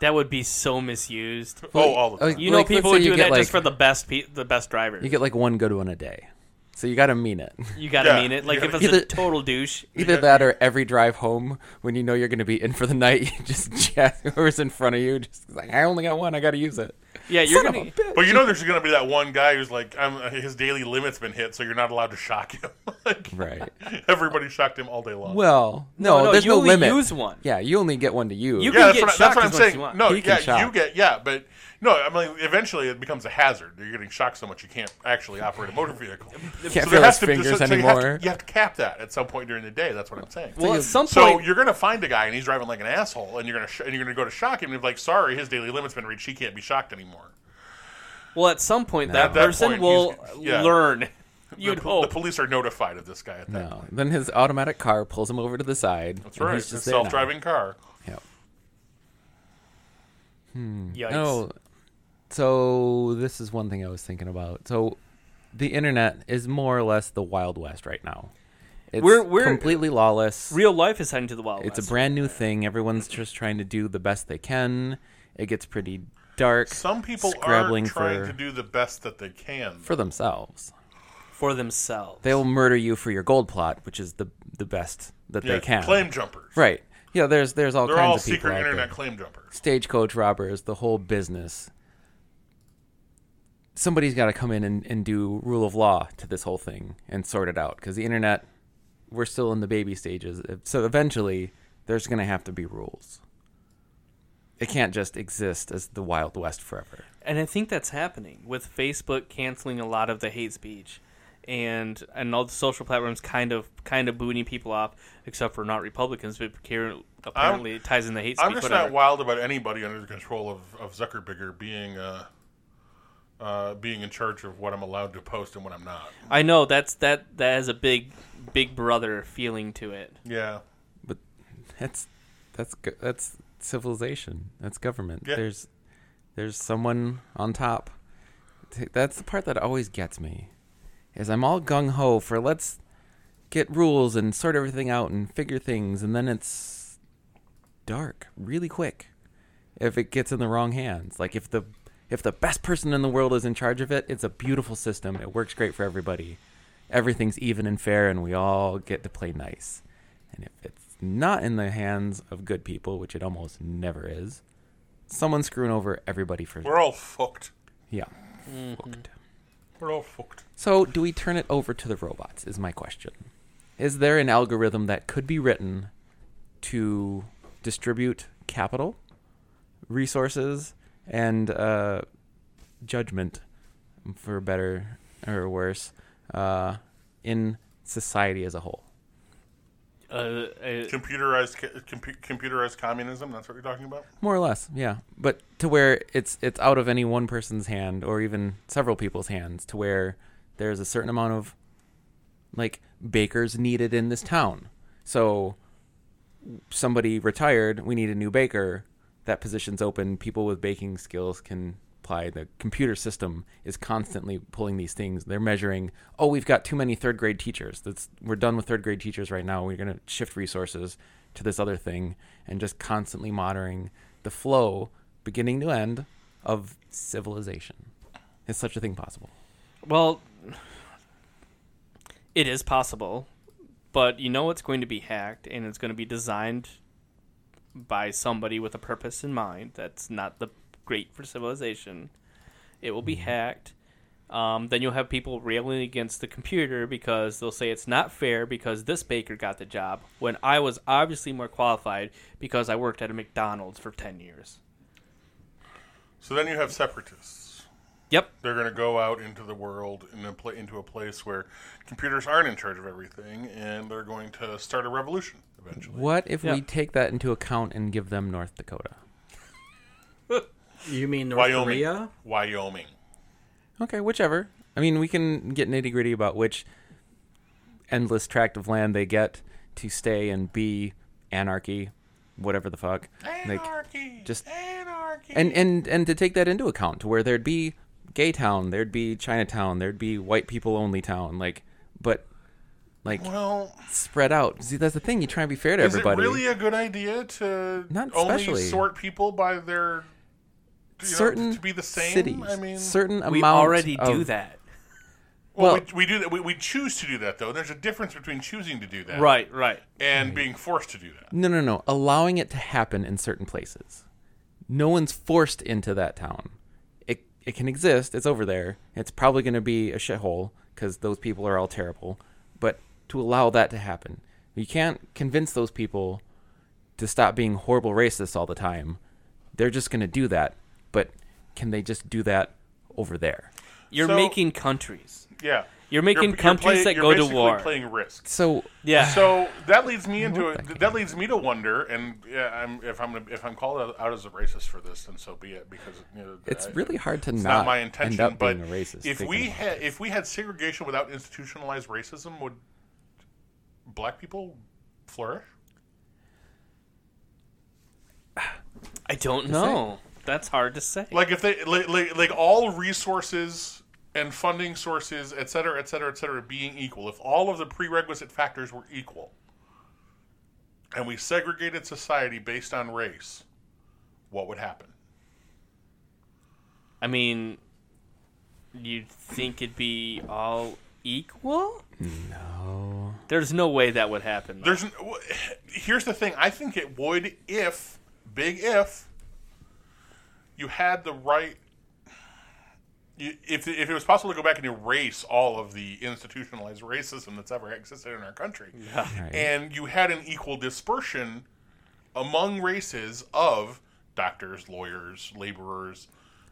S1: That would be so misused.
S2: oh, all the
S4: Oh,
S2: time.
S1: You
S4: like,
S1: know, people would
S4: let's say
S1: do
S4: you get,
S1: that just for
S4: like-
S1: the best pe- the best driver.
S4: You
S1: You,
S4: get like one good one a day, so you got to mean it.
S1: gotta
S2: Yeah,
S1: mean it.
S2: you
S1: Like
S2: gotta-
S1: if it's
S4: Either-
S1: a total douche,
S4: Either that or every drive home when you know you're going to be in for the night, you just chat whoever's in front of you, just like, I only got one, I got to use it.
S1: yeah, you're
S4: Son of
S1: gonna.
S4: a bitch.
S2: But you know, there's going to be that one guy who's like, i his daily limit's been hit, so you're not allowed to shock him. like,
S4: Right.
S2: Everybody shocked him all day long.
S4: Well, no,
S1: No, no,
S4: there's
S1: you
S4: no
S1: only
S4: limit.
S1: use one.
S4: Yeah, you only get one to use.
S1: You
S2: yeah,
S1: can
S2: that's
S1: get
S2: what, I- that's
S1: shocked
S2: what
S1: as much
S2: I'm
S1: as
S2: saying.
S1: you want.
S2: No,
S4: He can
S2: yeah, you
S4: shock.
S2: get yeah, but no, I mean, eventually it becomes a hazard. You're getting shocked so much you can't actually operate a motor vehicle.
S4: can't
S2: So there
S4: feel
S2: has
S4: his
S2: to be-
S4: fingers
S2: so- so you have to-
S4: anymore.
S2: You have to cap that at some point during the day. That's what I'm saying.
S1: Well, at some
S2: So
S1: point,
S2: you're gonna find a guy and he's driving like an asshole, and you're gonna sh- and you're gonna go to shock him and be like, "Sorry, his daily limit's been reached. He can't be shocked anymore."
S1: well, at some point, that,
S2: At that
S1: person
S2: point,
S1: will
S2: he's- yeah.
S1: learn.
S2: The,
S1: You'd
S2: po- the
S1: hope.
S2: police are notified of this guy at that.
S4: No. Then his automatic car pulls him over to the side.
S2: That's right. It's a self-driving car.
S4: Yep.
S1: Yikes.
S4: Oh, so this is one thing I was thinking about. So the internet is more or less the Wild West right now. It's
S1: We're- we're-
S4: completely lawless.
S1: Real life is heading to the wild
S4: it's a
S1: west.
S4: brand new thing. Everyone's just trying to do the best they can. It gets pretty dark.
S2: Some people are
S4: Scrabbling
S2: trying
S4: for-
S2: to do the best that they can.
S4: for themselves.
S1: for themselves.
S4: They will murder you for your gold plot, which is the the best that
S2: yeah,
S4: they can.
S2: claim jumpers.
S4: Right. Yeah, there's there's all
S2: They're
S4: kinds
S2: all
S4: of people
S2: secret
S4: out
S2: internet
S4: there.
S2: claim jumpers.
S4: stagecoach robbers, the whole business. Somebody's got to come in and, and do rule of law to this whole thing and sort it out because the internet, we're still in the baby stages. So eventually, there's going to have to be rules. It can't just exist as the Wild West forever.
S1: and I think that's happening with Facebook canceling a lot of the hate speech, and and all the social platforms kind of kind of booting people off, except for not Republicans, but apparently it ties in the hate speech.
S2: I'm just
S1: whatever.
S2: not wild about anybody under the control of, of Zuckerberg being uh, uh, being in charge of what I'm allowed to post and what I'm not.
S1: I know that's that that has a big big brother feeling to it.
S2: Yeah.
S4: But that's that's go- that's civilization. That's government.
S2: Yeah.
S4: There's there's someone on top. T- That's the part that always gets me. Is I'm all gung ho for let's get rules and sort everything out and figure things, and then it's dark really quick if it gets in the wrong hands. Like if the if the best person in the world is in charge of it, it's a beautiful system. It works great for everybody. Everything's even and fair, and we all get to play nice. And if it's not in the hands of good people, which it almost never is, someone's screwing over everybody for
S2: We're all fucked.
S4: yeah.
S2: We're all fucked.
S4: So, do we turn it over to the robots? Is my question. Is there an algorithm that could be written to distribute capital, resources, and uh, judgment, for better or worse, uh, in society as a whole?
S1: Uh, uh,
S2: Computerized ca- compu- computerized communism. That's what you're talking about.
S4: More or less, yeah. But to where it's it's out of any one person's hand or even several people's hands, to where there's a certain amount of like bakers needed in this town. So somebody retired, we need a new baker. That position's open. People with baking skills can apply. The computer system is constantly pulling these things. They're measuring. Oh, we've got too many third grade teachers. That's we're done with third grade teachers right now. We're going to shift resources to this other thing, and just constantly monitoring the flow, beginning to end, of civilization. Is such a thing possible?
S1: well, it is possible, but you know it's going to be hacked and it's going to be designed by somebody with a purpose in mind. That's not the great for civilization. It will be
S4: Mm-hmm.
S1: hacked. Um, then you'll have people railing against the computer because they'll say it's not fair because this baker got the job when I was obviously more qualified because I worked at a McDonald's for ten years.
S2: So then you have separatists.
S1: Yep,
S2: They're going to go out into the world and then pla- into a place where computers aren't in charge of everything, and they're going to start a revolution eventually.
S4: What if
S1: Yeah.
S4: we take that into account and give them North Dakota?
S3: You mean North
S2: Wyoming.
S3: Korea?
S2: Wyoming.
S4: Okay, whichever. I mean, we can get nitty gritty about which endless tract of land they get to stay and be anarchy, whatever the fuck. Like,
S2: Anarchy.
S4: just-
S2: anarchy.
S4: and and and to take that into account, to where there'd be gay town, there'd be Chinatown, there'd be white people only town, like, but like
S2: Well,
S4: spread out. See, that's the thing. You try and be fair to
S2: is
S4: everybody.
S2: it really a good idea to
S4: Not
S2: only
S4: especially.
S2: sort people by their you know,
S4: certain
S2: to be the same?
S4: cities,
S2: I mean,
S4: certain amount.
S1: We already do
S4: of-
S1: that.
S2: well,
S4: well-
S2: we, we do that. We, we choose to do that though. There's a difference between choosing to do that,
S1: Right, right.
S2: and being forced to do that.
S4: No, no, no. Allowing it to happen in certain places. No one's forced into that town. It it can exist. It's over there. It's probably going to be a shithole because those people are all terrible. But to allow that to happen, you can't convince those people to stop being horrible racists all the time. They're just going to do that. But can they just do that over there?
S1: You're
S2: So-
S1: making countries.
S2: Yeah,
S1: You're making countries that
S2: you're
S1: go to
S2: basically
S1: war.
S2: Playing risk.
S4: So
S1: Yeah.
S2: So that leads me into a, that leads me to wonder, and yeah, I'm, if I'm gonna- if I'm called out- out as a racist for this, then so be it. Because you know,
S4: It's
S2: I-
S4: really hard to
S2: Uh, it's
S4: not
S2: my
S4: end
S2: intention.
S4: up
S2: but
S4: being a racist,
S2: if
S4: thinking
S2: we
S4: about
S2: had if we had segregation without institutionalized racism, would black people flourish?
S1: I don't know. That's hard to say.
S2: Like if they like like, like all resources and funding sources, et cetera, et cetera, et cetera, being equal. If all of the prerequisite factors were equal, and we segregated society based on race, what would happen?
S1: I mean, you'd think it'd be all equal? No. There's no way that would happen.
S2: There's n- w- here's the thing. I think it would if big if you had the right. You, if if it was possible to go back and erase all of the institutionalized racism that's ever existed in our country, and you had an equal dispersion among races of doctors, lawyers, laborers,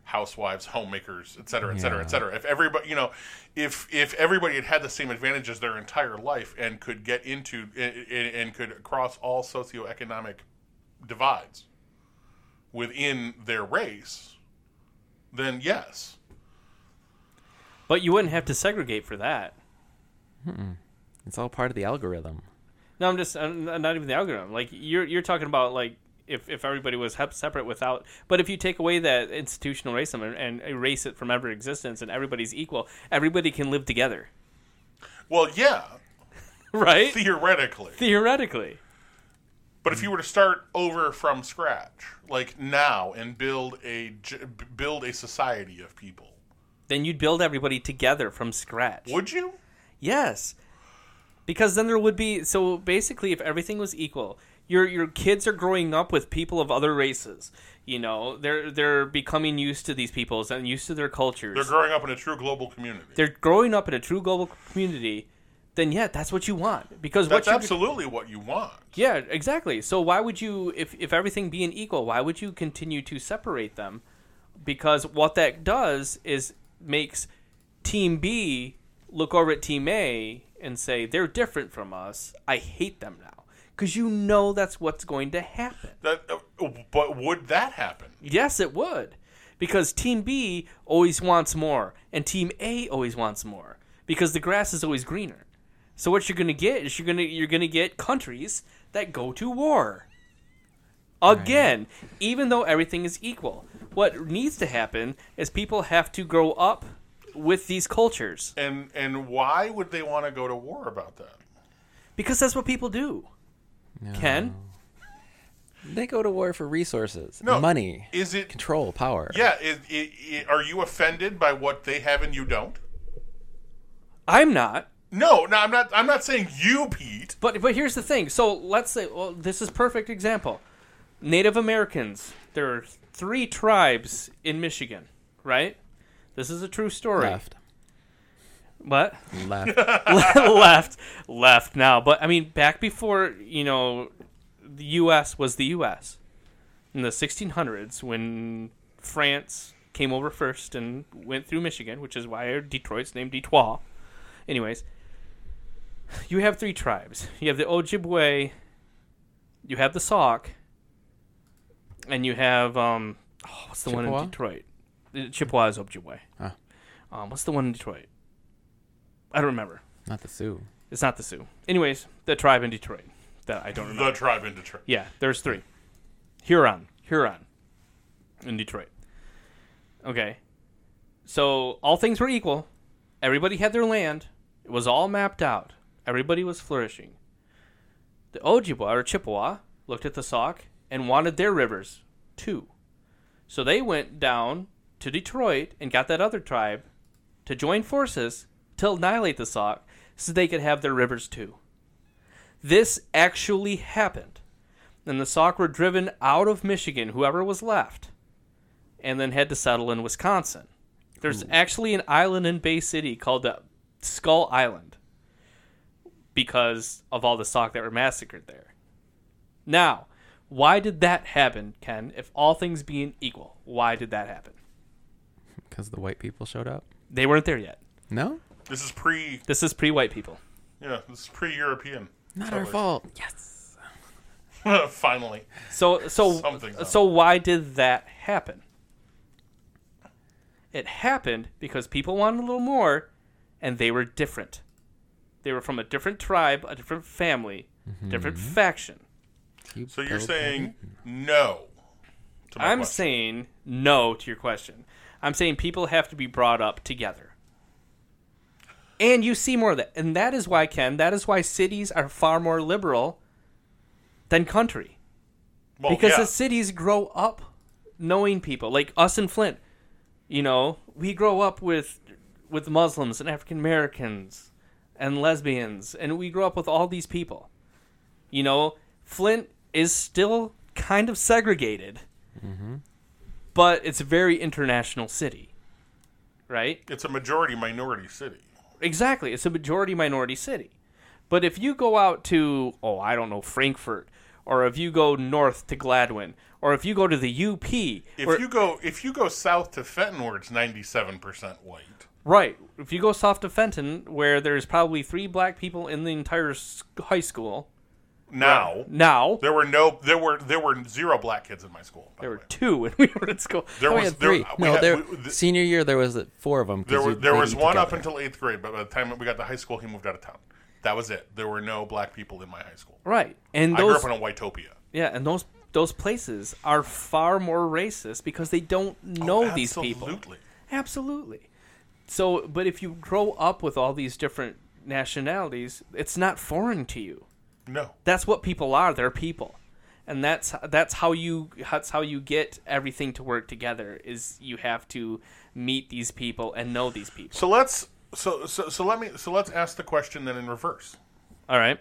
S2: housewives, homemakers, et cetera, et cetera, et cetera. If everybody, you know, if if everybody had had the same advantages their entire life and could get into and, and could cross all socioeconomic divides within their race, then yes.
S1: but you wouldn't have to segregate for that.
S4: it's all part of the algorithm.
S1: No, I'm just I'm not even the algorithm. Like you're you're talking about like if, if everybody was hep- separate without, but if you take away that institutional racism and, and erase it from every existence and everybody's equal, everybody can live together,
S2: Well, yeah,
S1: right?
S2: theoretically.
S1: Theoretically,
S2: But if you were to start over from scratch, like now, and build a j- build a society of people,
S1: then you'd build everybody together from scratch.
S2: would you?
S1: Yes. Because then there would be so basically if everything was equal, your your kids are growing up with people of other races. You know, they're they're becoming used to these peoples and used to their cultures.
S2: They're growing up in a true global community.
S1: They're growing up in a true global community. Then yeah, that's what you want because
S2: That's
S1: what you
S2: absolutely what you want.
S1: yeah exactly. So why would you if if everything being equal, why would you continue to separate them? Because what that does is makes Team B look over at Team A and say they're different from us. I hate them now because you know that's what's going to happen.
S2: That, uh, but would that happen?
S1: Yes, it would. Because Team B always wants more, and Team A always wants more. Because the grass is always greener. So what you're gonna get is you're gonna you're gonna get countries that go to war. Again, even though everything is equal. What needs to happen is people have to grow up with these cultures.
S2: And and why would they want to go to war about that?
S1: Because that's what people do. Ken?
S4: They go to war for resources,
S2: No,
S4: money,
S2: Is it?
S4: control, power.
S2: Yeah. Is, i i are you offended by what they have and you don't?
S1: I'm not.
S2: No, no, I'm not. I'm not saying you, Pete.
S1: But but here's the thing. So let's say well, this is perfect example. Native Americans. There are three tribes in Michigan, right? This is a true story.
S4: Left,
S1: What?
S4: left.
S1: left, left now. But I mean, back before you know, the U.S. was the U.S. in the 1600s when France came over first and went through Michigan, which is why Detroit's named Detroit. Anyways, you have three tribes. You have the Ojibwe, you have the Sauk, and you have um, oh, what's the one
S4: Chippewa?
S1: in Detroit? The Chippewa is Ojibwe.
S4: Ah.
S1: Um, what's the one in Detroit? I don't remember.
S4: Not the Sioux.
S1: It's not the Sioux. Anyways, the tribe in Detroit that I don't remember.
S2: The tribe in Detroit.
S1: yeah, there's three. Huron, Huron, in Detroit. Okay, so all things were equal. Everybody had their land. It was all mapped out. Everybody was flourishing. The Ojibwa or Chippewa looked at the Sauk and wanted their rivers too. So they went down to Detroit and got that other tribe to join forces to annihilate the Sauk so they could have their rivers too. This actually happened. And the Sauk were driven out of Michigan, whoever was left, and then had to settle in Wisconsin. There's actually an island in Bay City called the Skull Island because of all the Sauk that were massacred there. Now, why did that happen, Ken? If all things being equal, why did that happen?
S4: because the white people showed up.
S1: They weren't there yet.
S4: No,
S2: This is pre.
S1: This is pre-white people.
S2: Yeah, this is pre-European.
S4: not our
S2: settlers.
S4: fault. Yes.
S2: Finally,
S1: So so
S2: Something's up.
S1: so why did that happen? It happened because people wanted a little more and they were different. They were from a different tribe, a different family, different faction.
S2: so you're saying no? to my
S1: I'm
S2: question.
S1: saying no to your question. I'm saying people have to be brought up together. And you see more of that. And that is why, Ken, that is why cities are far more liberal than country.
S2: Well,
S1: because
S2: yeah.
S1: the cities grow up knowing people like us in Flint. You know, we grow up with with Muslims and African Americans and lesbians, and we grow up with all these people. You know, Flint is still kind of segregated, but it's a very international city, right?
S2: it's a majority minority city.
S1: Exactly. It's a majority minority city. But if you go out to, oh, I don't know, Frankfurt, or if you go north to Gladwin, or if you go to the UP,
S2: If
S1: or-
S2: you go if you go south to Fenton, where it's ninety-seven percent white,
S1: right, if you go south to Fenton, where there's probably three black people in the entire s- high school,
S2: now
S1: now
S2: there were no there were there were zero black kids in my school. By
S1: there
S2: the
S1: were
S2: way.
S1: two when we were in school.
S2: there
S4: Oh,
S2: was
S4: we had
S2: there,
S4: three.
S2: we
S4: no,
S2: had-
S4: there,
S2: we- th-
S4: senior year there was uh, four of them. 'cause
S2: there were
S4: you-
S2: there
S4: they
S2: was
S4: eat
S2: one up
S4: together.
S2: until eighth grade, but by the time we got to high school, he moved out of town. That was it. There were no black people in my high school.
S1: Right, and
S2: I grew
S1: those
S2: up in a whitopia.
S1: yeah, and those those places are far more racist because they don't know these people.
S2: Oh, Absolutely.
S1: Absolutely. So, but if you grow up with all these different nationalities, it's not foreign to you.
S2: No.
S1: That's what people are. They're people, and that's that's how you that's how you get everything to work together. Is you have to meet these people and know these people.
S2: So let's so so so let me so let's ask the question then in reverse.
S1: All right.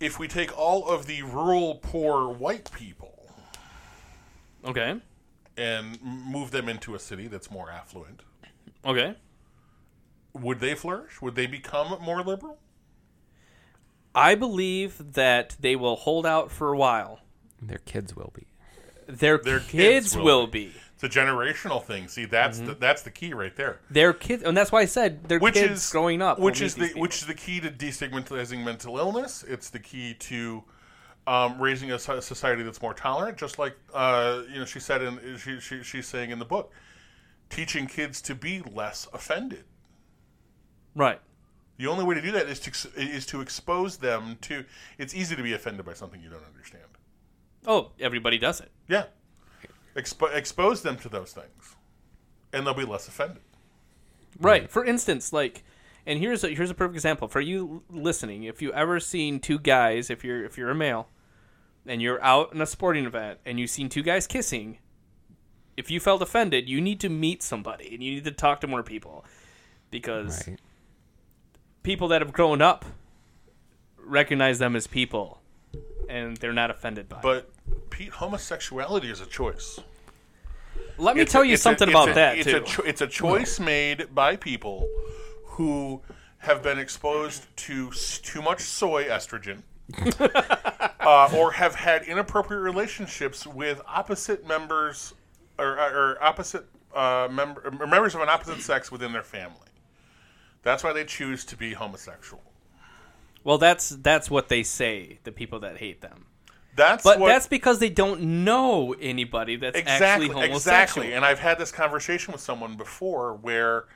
S2: If we take all of the rural poor white people
S1: Okay.
S2: and m- move them into a city that's more affluent,
S1: Okay.
S2: would they flourish? Would they become more liberal?
S1: I believe that they will hold out for a while.
S4: Their kids will be.
S1: Their,
S2: Their
S1: kids,
S2: kids will
S1: will be.
S2: It's a generational thing. See,
S1: Mm-hmm.
S2: that's the, that's the key right there.
S1: Their kids, and that's why I said their
S2: Which
S1: kids
S2: is
S1: growing up. will
S2: Which
S1: meet
S2: is the
S1: these
S2: which is the key to destigmatizing mental illness. It's the key to um, raising a so- society that's more tolerant. Just like uh, you know, she said in she, she she's saying in the book, teaching kids to be less offended.
S1: people. right.
S2: The only way to do that is to ex- is to expose them to. It's easy to be offended by something you don't understand.
S1: Oh, everybody does it.
S2: Yeah, Expo- expose them to those things, and they'll be less offended.
S1: Right. For instance, like, and here's a here's a perfect example for you l- listening. If you ever seen two guys, if you're if you're a male, and you're out in a sporting event and you've seen two guys kissing, if you felt offended, you need to meet somebody and you need to talk to more people, because
S4: Right.
S1: people that have grown up recognize them as people, and they're not offended by. it.
S2: But Pete, homosexuality is a choice.
S1: let me
S2: It's
S1: tell
S2: a-
S1: you
S2: it's a-
S1: something
S2: it's
S1: about
S2: a-
S1: that
S2: it's
S1: too.
S2: A cho- it's a choice made by people who have been exposed to s- too much soy estrogen, uh, or have had inappropriate relationships with opposite members or, or opposite uh, member, or members of an opposite sex within their family. That's why they choose to be homosexual.
S1: well, that's that's what they say. The people that hate them.
S2: That's
S1: But
S2: what,
S1: that's because they don't know anybody that's actually
S2: exactly
S1: homosexual.
S2: exactly and i've had this conversation with someone before where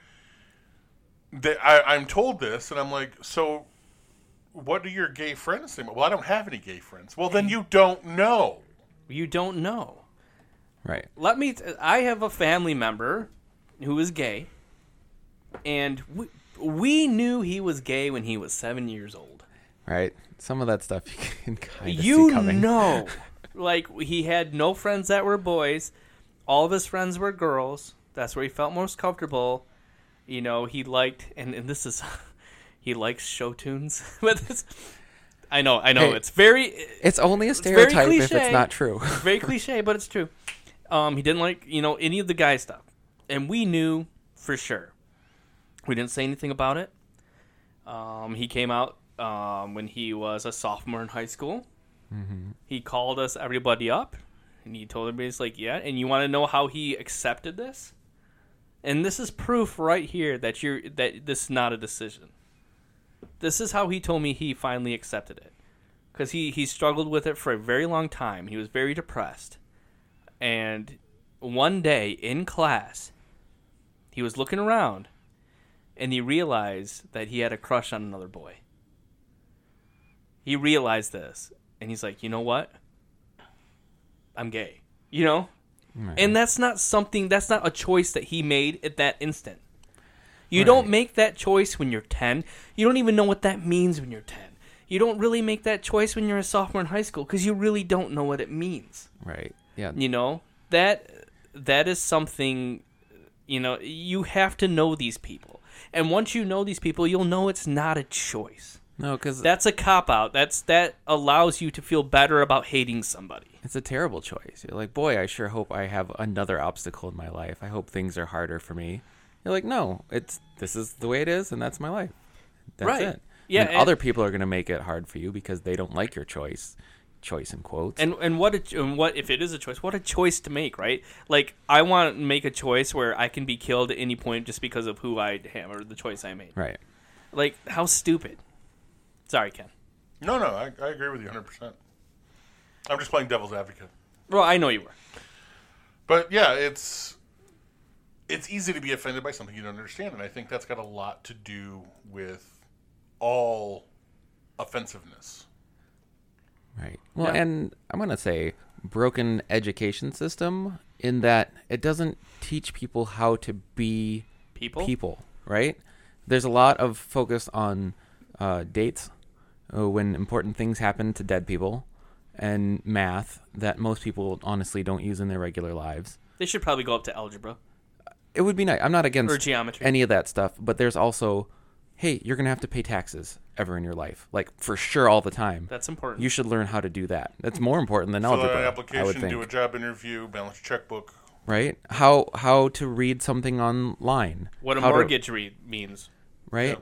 S2: they, I, i'm told this and i'm like so what do your gay friends think about well i don't have any gay friends well
S4: Mm-hmm.
S2: then you don't know
S1: You don't know.
S4: Right.
S1: Let me. T- I have a family member who is gay, and we, We knew he was gay when he was seven years old.
S4: right? Some of that stuff you can kind of see
S1: you
S4: coming.
S1: know, like he had no friends that were boys. All of his friends were girls. That's where he felt most comfortable. You know, he liked, and, and this is, he likes show tunes. but this, I know, I know,
S4: Hey.
S1: it's very,
S4: It's only a
S1: very
S4: stereotype if
S1: cliche.
S4: it's not true.
S1: very cliche, but it's true. Um, he didn't like you know any of the guy stuff, and we knew for sure. We didn't say anything about it. Um, he came out um, when he was a sophomore in high school.
S4: Mm-hmm.
S1: He called us everybody up, and he told everybody, "He's like, yeah." And you want to know how he accepted this? And this is proof right here that you're that this is not a decision. This is how he told me he finally accepted it because he he struggled with it for a very long time. He was very depressed, and one day in class, he was looking around, and he realized that he had a crush on another boy. He realized this, and he's like, you know what? I'm gay. You know. And that's not something. That's not a choice that he made at that instant. You don't make that choice when you're 10. You don't even know what that means when you're 10. You don't really make that choice when you're a sophomore in high school because you really don't know what it means.
S4: Right. Yeah.
S1: You know that that is something. You know you have to know these people, and once you know these people, you'll know it's not a choice.
S4: No, because
S1: That's a cop out. That's that allows you to feel better about hating somebody.
S4: it's a terrible choice. You're like, boy, I sure hope I have another obstacle in my life. I hope things are harder for me. You're like, no, it's this is the way it is, and that's my life. That's
S1: Right.
S4: it.
S1: Yeah,
S4: And
S1: and-
S4: other people are going to make it hard for you because they don't like your choice, choice in quotes.
S1: And and what a, ch- and what if it is a choice? What a choice to make, right? Like I want to make a choice where I can be killed at any point just because of who I am or the choice I made.
S4: right.
S1: Like how stupid. Sorry, Ken.
S2: No, no, I, I agree with you 100%. I'm just playing devil's advocate.
S1: Well, I know you were.
S2: But yeah, it's it's easy to be offended by something you don't understand, and I think that's got a lot to do with all offensiveness.
S4: Right. Well, and I'm going to say broken education system in that it doesn't teach people how to be
S1: People?
S4: right? There's a lot of focus on uh, dates uh, when important things happen to dead people and math that most people honestly don't use in their regular lives.
S1: They should probably go up to algebra.
S4: It would be nice. I'm not against
S1: Or geometry.
S4: any of that stuff, but there's also, hey, you're going to have to pay taxes ever in your life, like for sure all the time.
S1: That's important.
S4: You should learn how to do that. That's more important than
S2: Fill out
S4: algebra.
S2: an
S4: I would
S2: application,
S4: think,
S2: do a job interview, balance your checkbook.
S4: right? How how to read something online?
S1: what a
S4: How to-
S1: mortgage read means.
S4: right?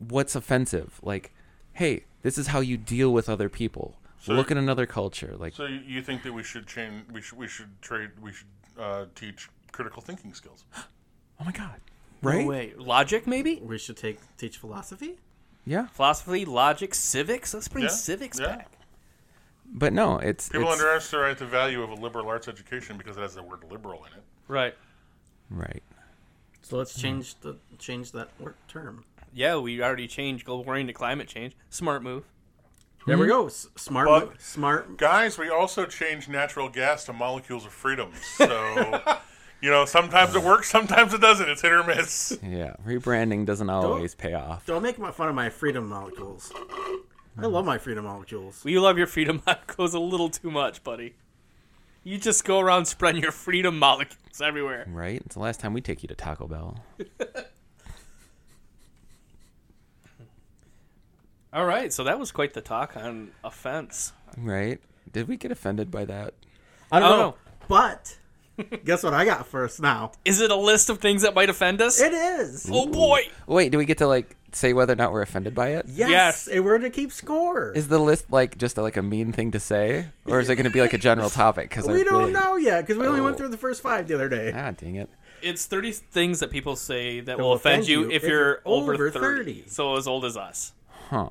S4: What's offensive? Like, hey, this is how you deal with other people. Look at another culture. Like,
S2: So you, you think that we should change? We should we should trade? We should uh, teach critical thinking skills.
S4: oh my god, right?
S1: Wait, logic maybe?
S3: We should take teach philosophy.
S4: Yeah,
S1: Philosophy, logic, civics. Let's bring
S2: Yeah,
S1: civics
S2: yeah.
S1: back.
S4: but no, it's
S2: People
S4: it's-
S2: underestimate the value of a liberal arts education because it has the word "liberal" in it.
S1: Right.
S4: right.
S3: So
S2: Mm-hmm.
S3: let's change the change that word term.
S1: Yeah, we already changed global warming to climate change. Smart move.
S2: Mm-hmm.
S3: There we go. S- smart,
S2: But-
S3: mo- smart.
S2: Guys, we also changed natural gas to molecules of freedom. So, you know, sometimes it works, sometimes it doesn't. It's hit or miss.
S4: Yeah, rebranding doesn't always pay off.
S3: Don't make my fun of my freedom molecules. I love my freedom molecules.
S1: You love your freedom molecules a little too much, buddy. You just go around spreading your freedom molecules everywhere.
S4: Right? It's the last time we take you to Taco Bell.
S1: All right, so that was quite the talk on offense.
S4: Right? Did we get offended by that?
S3: I don't
S1: Oh,
S3: know.
S1: no.
S3: But guess what I got first now?
S1: Is it a list of things that might offend us?
S3: It is.
S1: oh boy!
S4: Wait, do we get to like say whether or not we're offended by it?
S3: Yes,
S1: Yes.
S3: and we're to keep score.
S4: Is the list like just like a mean thing to say, or is it going to be like a general topic? Because
S3: we don't know yet because we only went
S4: Oh.
S3: through the first five the other day.
S4: Ah, dang it.
S1: It's 30 things that people say that will offend, you if, you're over 30. So as old as us.
S4: Huh.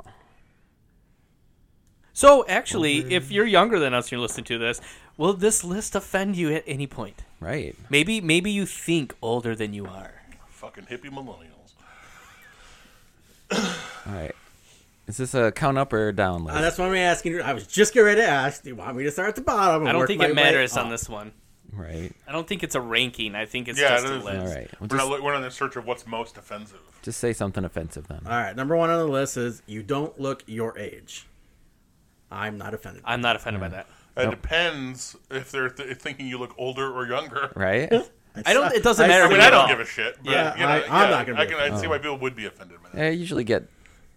S1: So actually, if you're younger than us and you're listening to this, will this list offend you at any point?
S4: Right.
S1: Maybe maybe you think older than you are.
S2: Fucking hippie millennials.
S4: All right. Is this a count up or down list?
S3: Uh, that's why I'm asking. you- I was just getting ready to ask. Do you want me to start at the bottom? and
S1: I don't
S3: work
S1: think
S3: my
S1: it
S3: way
S1: matters on
S3: up?
S1: this one.
S4: right?
S1: I don't think it's a ranking. I think it's
S2: Yeah,
S1: just
S2: it
S1: a
S2: is.
S1: list.
S4: All right. Well,
S2: We're,
S4: just,
S2: not, look- we're not in search of what's most offensive.
S4: just say something offensive then.
S3: All right, number one on the list is you don't look your age. I'm not offended.
S1: I'm not offended by that.
S2: It depends if they're th- thinking you look older or younger.
S4: Right?
S1: I don't. It doesn't
S3: I-
S1: matter.
S3: I
S2: I
S1: to
S2: mean,
S1: me
S2: I
S1: at
S2: don't
S1: all.
S2: give a shit. But,
S3: Yeah,
S2: you know,
S3: I- I'm not gonna
S2: I
S3: be Oh.
S2: can I see why people would be offended by that.
S4: I usually get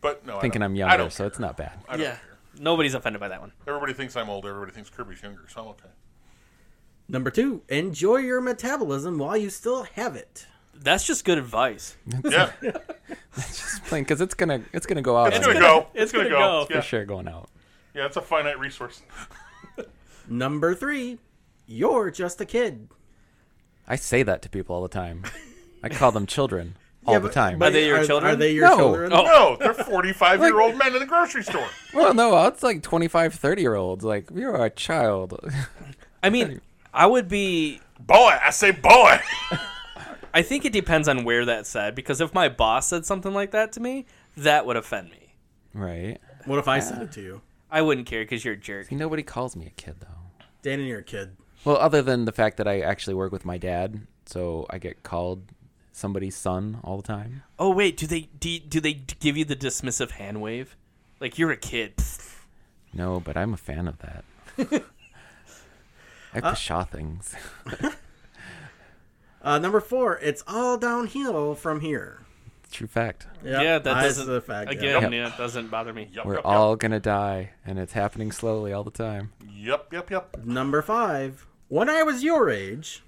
S2: But no, I
S4: thinking
S2: don't-
S4: I'm
S2: I
S4: younger,
S2: don't
S4: so
S2: care.
S4: it's not bad.
S2: I don't
S1: Yeah,
S2: care.
S1: nobody's offended by that one.
S2: Everybody thinks I'm older. Everybody thinks Kirby's younger, so I'm okay.
S3: Number two, enjoy your metabolism while you still have it.
S1: That's just good advice.
S2: Yeah,
S4: Just plain because it's gonna it's gonna go out
S2: it's
S4: on
S2: gonna go. It's,
S1: it's
S2: gonna,
S1: gonna
S2: go.
S1: go.
S4: for
S2: Yeah.
S4: sure going out.
S2: yeah, it's a finite resource.
S3: Number three, you're just a kid.
S4: I say that to people all the time. I call them children all
S3: Yeah,
S4: the
S3: but-
S4: time.
S3: but
S1: Are they your children?
S3: Are they your
S4: No.
S3: children?
S1: Oh.
S2: No, they're 45 year old men in the grocery store.
S4: well, no, it's like 25, 30 year olds. Like you're a child.
S1: I mean, I would be.
S2: Boy, I say boy.
S1: I think it depends on where that's said because if my boss said something like that to me, that would offend me.
S4: right?
S3: What if I said it to you?
S1: I wouldn't care because you're a jerk.
S4: Nobody calls me a kid though.
S3: Dan, you're a kid.
S4: Well, other than the fact that I actually work with my dad, so I get called somebody's son all the time.
S1: Oh wait, do they do, do they give you the dismissive hand wave? Like you're a kid. Pfft.
S4: No, but I'm a fan of that. I pshaw things.
S3: Uh, number four, it's all downhill from here.
S4: True fact.
S3: Yep,
S1: yeah, that
S3: that's
S1: doesn't
S3: the fact. yeah.
S1: again.
S4: Yep.
S1: Yeah, it doesn't bother me.
S2: Yep,
S4: We're
S2: yep,
S4: all gonna die, and it's happening slowly all the time.
S2: yep, yep, yep, yep.
S3: Number five, when I was your age,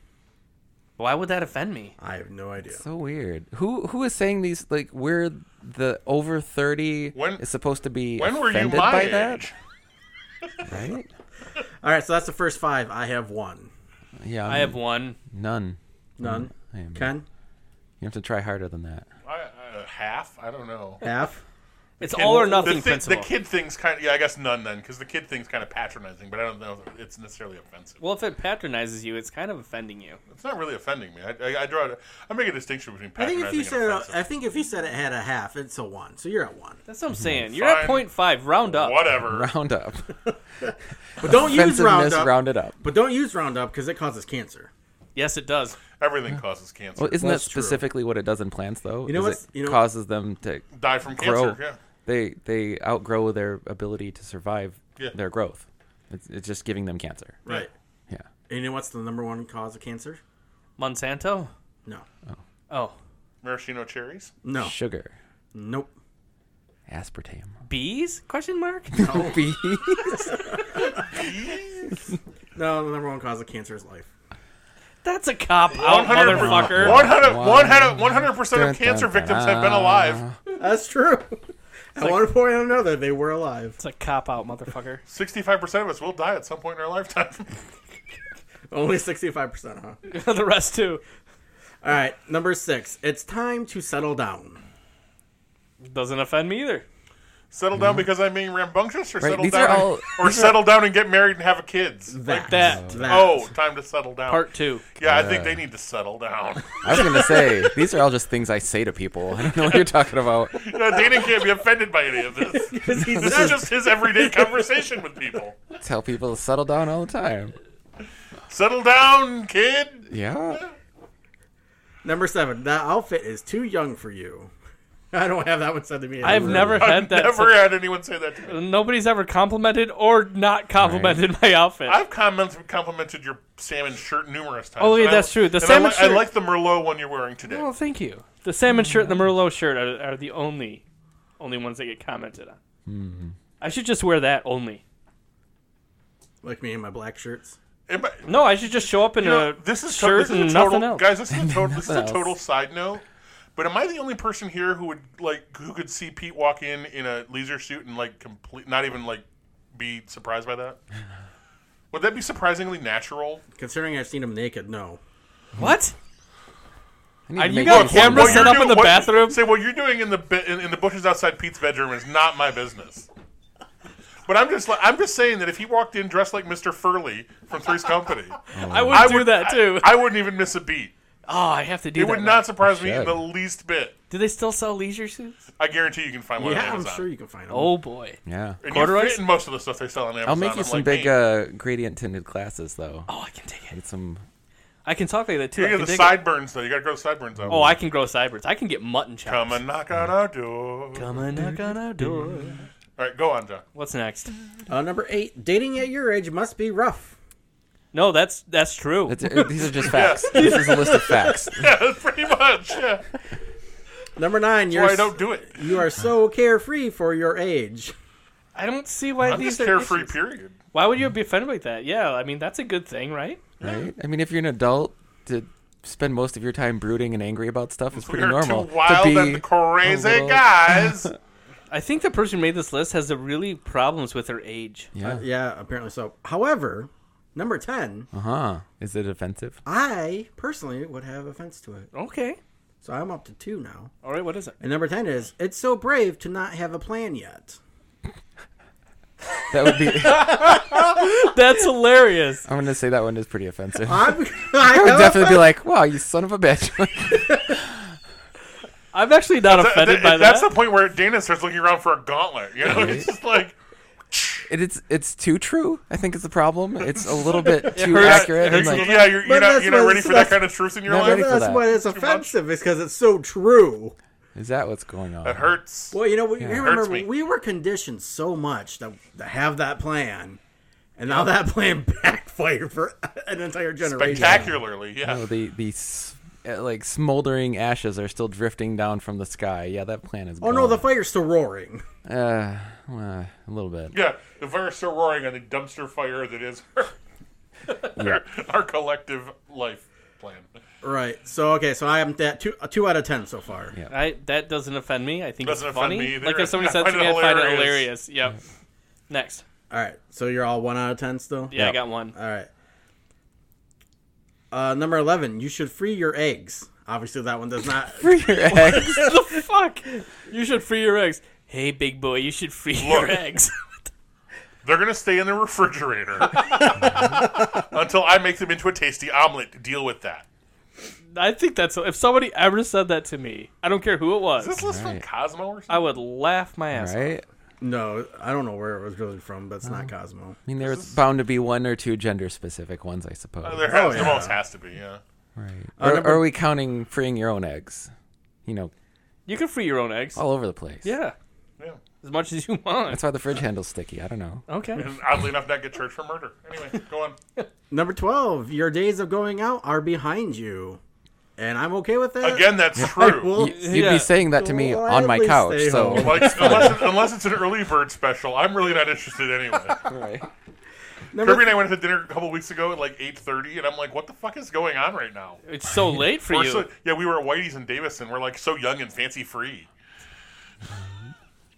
S1: Why would that offend me?
S3: I have no idea.
S4: So weird. Who who is saying these? Like we're the over thirty
S2: When-
S4: is supposed to be
S2: When were you
S4: offended
S2: my
S4: by
S2: age?
S4: that, right?
S3: All right, so that's the first five. I have one.
S4: Yeah,
S1: I have one.
S4: none.
S3: None.
S4: I am-
S3: Ken?
S4: You have to try harder than that.
S2: I, I, half? I don't know.
S3: Half?
S1: It's all or
S2: The
S1: nothing
S2: thi-
S1: principle.
S2: The kid thing's kind of yeah. I guess none then, because the kid thing's kind of patronizing, but I don't know if it's necessarily offensive.
S1: well, if it patronizes you, it's kind of offending you.
S2: It's not really offending me. I, I, I draw. a- I make a distinction between
S3: I think
S2: patronizing
S3: if you
S2: and
S3: said it,
S2: offensive.
S3: I think if you said it had a half, it's a one. So you're at one.
S1: That's what I'm saying. You're at
S2: Fine.
S1: point five. Round up.
S2: Whatever.
S4: Round up.
S3: But don't use
S4: Offensiveness
S3: Roundup.
S4: rounded up.
S3: But don't use Roundup because it causes cancer.
S1: Yes, it does.
S2: Everything causes cancer.
S4: Well, isn't
S3: That's
S4: that
S3: true.
S4: specifically what it does in plants, though?
S3: You know
S4: is
S3: what's-
S4: it
S3: you know-
S4: causes them to
S2: Die from
S4: grow.
S2: cancer. Yeah.
S4: They they outgrow their ability to survive
S2: Yeah.
S4: their growth. It's, it's just giving them cancer.
S3: Right.
S4: Yeah.
S3: And you know what's the number one cause of cancer?
S1: Monsanto.
S3: No.
S1: Oh,
S2: Maraschino cherries.
S3: No.
S4: Sugar,
S3: Nope.
S4: aspartame,
S1: bees? Question mark.
S4: bees.
S3: No, the number one cause of cancer is life.
S1: That's a cop out,
S2: 100
S1: motherfucker.
S2: 100
S4: Wow.
S2: 100 100 percent
S4: Oh, Dun,
S2: of cancer
S4: dun, dun,
S2: victims have been alive.
S3: That's true. At one point or another, they were alive.
S1: It's a cop out, motherfucker.
S2: 65 percent of us will die at some point in our lifetime.
S3: Only 65%, huh?
S1: the rest too.
S3: All right, number six. It's time to settle down.
S1: Doesn't offend me either.
S2: settle down because I'm being rambunctious, or settle
S4: Mm-hmm. these
S2: down,
S4: are all-
S2: or settle down and get married and have kids.
S3: That.
S1: that.
S2: Oh, time to settle down.
S1: Part two.
S2: yeah, I think they need to settle down.
S4: I was gonna say these are all just things I say to people. I don't know what you're talking about.
S2: Yeah, Dana can't be offended by any of this. this is just his everyday conversation with people.
S4: Tell people to settle down all the time.
S2: Settle down, kid.
S4: Yeah.
S3: Number seven. That outfit is too young for you. I don't have that one said to me.
S1: I've never had
S2: I've
S1: that.
S2: never had anyone say that to me.
S1: Nobody's ever complimented or not complimented my outfit.
S2: I've comment, complimented your salmon shirt numerous times.
S1: Oh, yeah,
S2: and I-
S1: that's true. The
S2: and I
S1: salmon
S2: li-
S1: shirt-
S2: I like the Merlot one you're wearing today.
S1: well, thank you. The salmon shirt and the merlot shirt are, are the only, only ones that get commented on. I should just wear that only.
S3: Like me in my black shirts.
S2: Am I-
S1: No, I should just show up in
S2: you know,
S1: a
S2: this is,
S1: shirt
S2: this is a
S1: and
S2: total,
S1: nothing else.
S2: guys. This is a total. this is a
S4: Nothing
S2: total
S4: else.
S2: side note. But am I the only person here who would like who could see Pete walk in in a leisure suit and like complete, not even like be surprised by that? Would that be surprisingly natural?
S3: Considering I've seen him naked, no.
S1: what?
S4: I need
S1: Are
S4: to
S1: you
S4: make
S1: got
S4: some
S1: a camera
S4: comments.
S1: set
S2: you're
S1: up in the
S2: what-
S1: bathroom?
S2: Say what you're doing in the bi- in, in the bushes outside Pete's bedroom is not my business. But I'm just like I'm just saying that if he walked in dressed like Mr. Furley from Three's Company,
S1: I would
S2: I
S1: do that too.
S2: I, I wouldn't even miss a beat.
S1: Oh, I have to do
S2: It
S1: that.
S2: would
S1: now.
S2: not surprise me in
S4: Should.
S2: the least bit.
S1: Do they still sell leisure suits?
S2: I guarantee you can find one. on
S3: Yeah, I'm
S2: Amazon.
S3: sure you can find them.
S1: Oh boy.
S4: Yeah.
S2: And you
S1: Corduroys?
S2: fit in most of the stuff they sell on Amazon.
S4: I'll make you
S2: I'm
S4: some
S2: like,
S4: big
S2: "Hey,
S4: uh, gradient tinted glasses though.
S1: Oh, I can take it.
S4: Get some.
S1: I can talk like that too.
S2: you
S1: I
S2: got
S1: can
S2: the
S1: dig it.
S2: sideburns though. You gotta grow the sideburns out.
S1: Oh, I can grow sideburns. I can get mutton chops.
S2: come and knock on our door.
S1: Come and knock on our door.
S2: All right, go on, John.
S1: What's next?
S3: Uh, number eight, dating at your age must be rough.
S1: No, that's that's true.
S4: It's, uh, these are just facts. This is a list of facts.
S2: Yeah, pretty much. Yeah.
S3: Number nine, you're
S2: Why I
S3: s-
S2: don't do it?
S3: you are so carefree for your age.
S1: I don't see why
S2: I'm
S1: these
S2: just
S1: are
S2: carefree.
S1: issues.
S2: Period.
S1: Why would you be offended by that? Yeah, I mean that's a good thing, right?
S4: Right? I mean, if you're an adult, to spend most of your time brooding and angry about stuff is pretty
S2: We're
S4: normal.
S2: too wild
S4: to be
S2: and crazy
S4: a little-
S2: guys.
S1: I think the person who made this list has a really problems with her age.
S4: Yeah.
S3: Yeah, apparently so. However, number ten,
S4: Uh huh. Is it offensive?
S3: I personally would have offense to it,
S1: Okay.
S3: so I'm up to two now.
S1: All right. What is it?
S3: And number ten is it's so brave to not have a plan yet.
S4: That would be.
S1: That's hilarious.
S4: I'm gonna say that one is pretty offensive. I
S3: I'm, I
S4: would
S3: have
S4: definitely be like, "Wow, you son of a bitch."
S1: I'm actually not
S2: Th-
S1: offended
S2: th-
S1: by
S2: that's
S1: that.
S2: the point where Dana starts looking around for a gauntlet. You know, it's just like
S4: It- it's it's too true. I think is the problem. It's a little bit too
S1: hurts-
S4: accurate.
S1: it hurts
S4: and,
S1: a
S4: like,
S2: yeah, you're, you're
S3: But
S2: not
S3: that's
S2: you're not
S3: what-
S2: ready for that
S3: that's-
S2: kind of truth in your
S4: not
S2: life.
S4: ready for
S3: That's
S4: that.
S3: why it's offensive is because it's so true.
S4: is that what's going on?
S2: That hurts.
S3: Well, you know, we, you
S2: Hurts
S3: remember
S2: me.
S3: we were conditioned so much to, to have that plan, and now that plan backfired for an entire generation.
S2: Spectacularly, yeah.
S4: Oh, the the s- uh, like smoldering ashes are still drifting down from the sky. Yeah, that plan is.
S3: Oh no, the fire's still roaring.
S4: uh, well, a little bit.
S2: Yeah, the fire's still roaring on the dumpster fire that is our, our collective life plan.
S3: Right. So okay, so I am that two a two out of ten so far.
S4: Yeah.
S1: I, that doesn't offend me. I think
S2: Doesn't
S1: it's
S2: offend
S1: funny.
S2: me either.
S1: like if somebody
S2: I
S1: said
S2: find
S1: to
S2: it
S1: me, I find it hilarious.
S2: hilarious.
S1: Yep. Next.
S3: All right. So you're all one out of ten still.
S1: Yeah, I
S4: Yep.
S1: got one.
S3: All right. Uh, number eleven, you should free your eggs. Obviously, that one does not.
S4: Free your eggs.
S1: the fuck? You should free your eggs. Hey, big boy, you should free your eggs.
S2: They're gonna stay in the refrigerator until I make them into a tasty omelet. Deal with that.
S1: I think that's if somebody ever said that to me, I don't care who it
S2: Is this
S1: was,
S2: list from Cosmo or something?
S1: I would laugh my ass. off.
S4: right.
S3: no, I don't know where it was really from, but it's not
S4: Oh.
S3: Cosmo.
S4: I mean, there's bound to be one or two gender specific ones, I suppose.
S2: there has,
S3: Oh,
S2: there
S3: yeah.
S2: almost has to be. Yeah.
S4: right. Or,
S3: number-
S4: or are we counting freeing your own eggs? You know,
S1: You can free your own eggs.
S4: all over the place.
S1: Yeah,
S2: Yeah.
S1: as much as you want.
S4: That's why the fridge handle's sticky. I don't know.
S1: Okay.
S2: And oddly enough, not get charged for murder. Anyway, go on.
S3: Number twelve, your days of going out are behind you, and I'm okay with that.
S2: Again, that's true.
S3: Well,
S4: You, would
S1: yeah.
S4: be saying that to me on my
S3: Gladly
S4: couch.
S3: stay
S4: So,
S2: Like, unless, it, unless it's an early bird special, I'm really not interested anyway.
S4: right.
S3: number
S2: Kirby and I went to dinner a couple weeks ago at like 8:30, and I'm like, "What the fuck is going on right now?"
S1: It's so late for
S2: We're
S1: you.
S2: so- yeah, we were at Whitey's in Davison. We're like so young and fancy free.
S4: and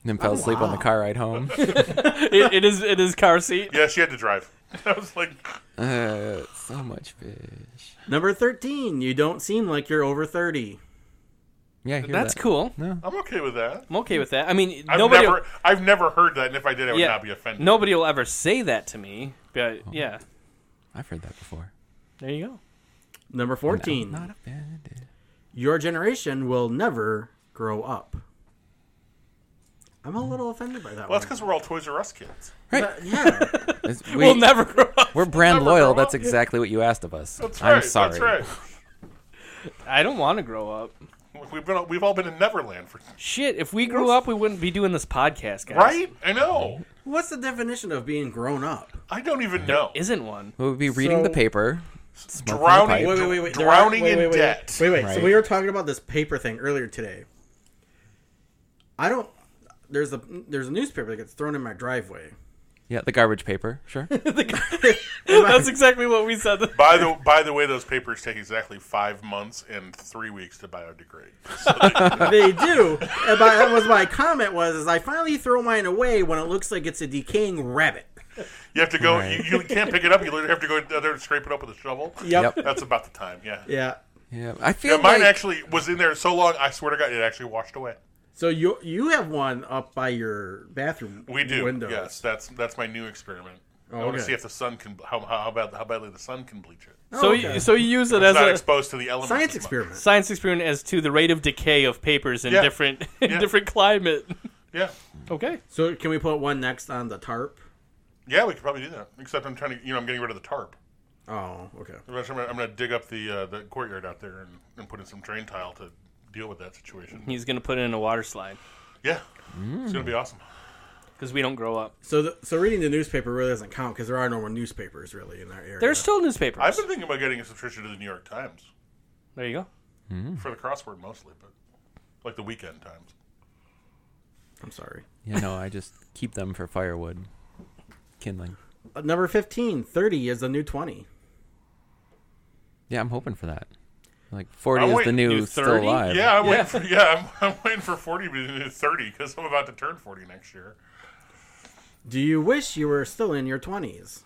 S4: then fell asleep on the car ride home.
S1: It, it is it is car seat.
S2: Yeah, she had to drive. I was like,
S4: uh, so much fish.
S3: number thirteen, you don't seem like you're over thirty.
S4: Yeah, I hear
S1: That's
S4: that.
S1: cool.
S2: I'm okay with that.
S1: I'm okay with that. I mean,
S2: I've
S1: nobody
S2: never, I've never heard that, and if I did, I would
S1: yeah,
S2: not be offended.
S1: nobody will ever say that to me. But yeah,
S4: I've heard that before.
S1: there you go.
S3: Number fourteen,
S4: Not offended.
S3: your generation will never grow up. I'm a little offended by that
S2: Well, that's
S3: one.
S2: because we're all Toys R Us kids.
S3: But, yeah.
S4: It's- We,
S1: We, will never grow up.
S4: are brand
S2: never
S4: loyal.
S2: grow
S4: That's
S2: up.
S4: exactly what you asked of us.
S2: That's
S4: I'm
S2: right.
S4: sorry.
S2: That's right.
S1: I don't want to grow up.
S2: Look, We've been, we've all been in Neverland for
S1: Shit, if we grew up, we wouldn't be doing this podcast, guys.
S2: right. I know.
S3: What's the definition of being grown up?
S2: I don't even know.
S1: Isn't one.
S4: We'll be reading the
S3: So-
S4: paper. smoking the
S2: Drowning-
S4: pipe.
S2: Wait, wait,
S3: there are-
S2: Drowning in
S3: wait, wait.
S2: debt.
S3: Wait, wait. So
S4: Right.
S3: we were talking about this paper thing earlier today. I don't. There's a there's a newspaper that gets thrown in my driveway.
S4: Yeah, the garbage paper. Sure.
S1: That's exactly what we said.
S2: By the by the way, those papers take exactly five months and three weeks to biodegrade. So
S3: They do. and my, that was my comment was is I finally throw mine away when it looks like it's a decaying rabbit.
S2: you have to go. You, you can't pick it up. You literally have to go down there and scrape it up with a shovel.
S3: Yep.
S2: That's about the time. Yeah.
S3: Yeah.
S4: Yeah, I feel
S2: Yeah, mine
S4: like
S2: actually was in there so long. I swear to God, it actually washed away.
S3: So you you have one up by your bathroom.
S2: We do.
S3: windows.
S2: Yes, that's that's my new experiment. I want
S3: okay.
S2: to see if the sun can how, how bad how badly the sun can bleach it.
S3: Oh,
S1: So
S3: okay.
S1: you, so you use it
S2: It's
S1: as
S2: not
S1: a
S2: exposed to the elements. as
S3: science
S2: much.
S3: experiment.
S1: science experiment as to the rate of decay of papers in
S2: Yeah.
S1: different in
S2: Yeah.
S1: different climate.
S2: Yeah,
S1: Okay.
S3: So can we put one next on the tarp?
S2: yeah, we could probably do that. Except I'm trying to, you know, I'm getting rid of the tarp.
S3: Oh, okay.
S2: I'm gonna, I'm gonna dig up the uh, the courtyard out there and, and put in some drain tile to deal with that situation.
S1: He's gonna put it in a water slide
S2: Yeah, it's gonna be awesome.
S1: because we don't grow up.
S3: So the, so reading the newspaper really doesn't count because there are no more newspapers really in our area.
S1: There's still newspapers.
S2: I've been thinking about getting a subscription to the New York Times
S1: There you go.
S2: for the crossword mostly, but like the weekend times.
S3: I'm sorry.
S4: You know, I just keep them for firewood, kindling.
S3: Uh, number 15, 30 is the new 20.
S4: Yeah, I'm hoping for that. Like 40
S2: I'm
S4: is the
S2: waiting-
S4: new,
S1: new
S4: still
S1: 30?
S4: alive.
S2: Yeah, I'm
S1: Yeah.
S2: waiting for yeah, I'm, I'm waiting for forty to thirty because I'm about to turn forty next year.
S3: Do you wish you were still in your 20s?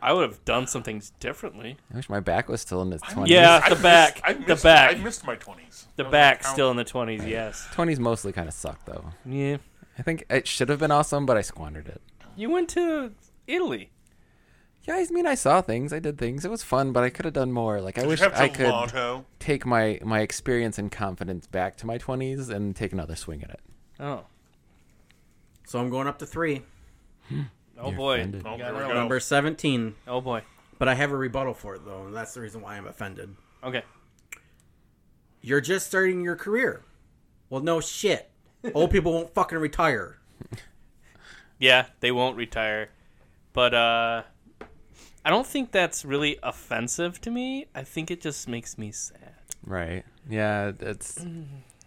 S1: I would have done some things differently.
S4: I wish my back was still in its 20s.
S1: Yeah. The
S2: missed-
S1: back,
S2: I
S1: the
S2: missed,
S1: back.
S2: I missed my twenties.
S1: The back still in the twenties. Yes.
S4: 20s mostly kind of sucked though.
S1: Yeah.
S4: I think it should have been awesome, but I squandered it.
S1: You went to Italy.
S4: Yeah, I mean, I saw things, I did things. It was fun, but I could have done more. Like I
S2: Did
S4: wish
S2: you have
S4: I could
S2: gelato?
S4: take my my experience and confidence back to my 20s and take another swing at it.
S1: Oh.
S3: So I'm going up to 3.
S1: Oh
S4: You're
S1: boy.
S4: offended.
S2: Oh,
S1: You
S2: there
S1: got
S2: we
S1: it
S2: go.
S1: all.
S3: Number 17,
S1: Oh boy.
S3: but I have a rebuttal for it though, and that's the reason why I'm offended.
S1: Okay.
S3: You're just starting your career. Well, no shit. Old people won't fucking retire.
S1: Yeah, they won't retire. But uh I don't think that's really offensive to me. I think it just makes me sad.
S4: Right. Yeah, it's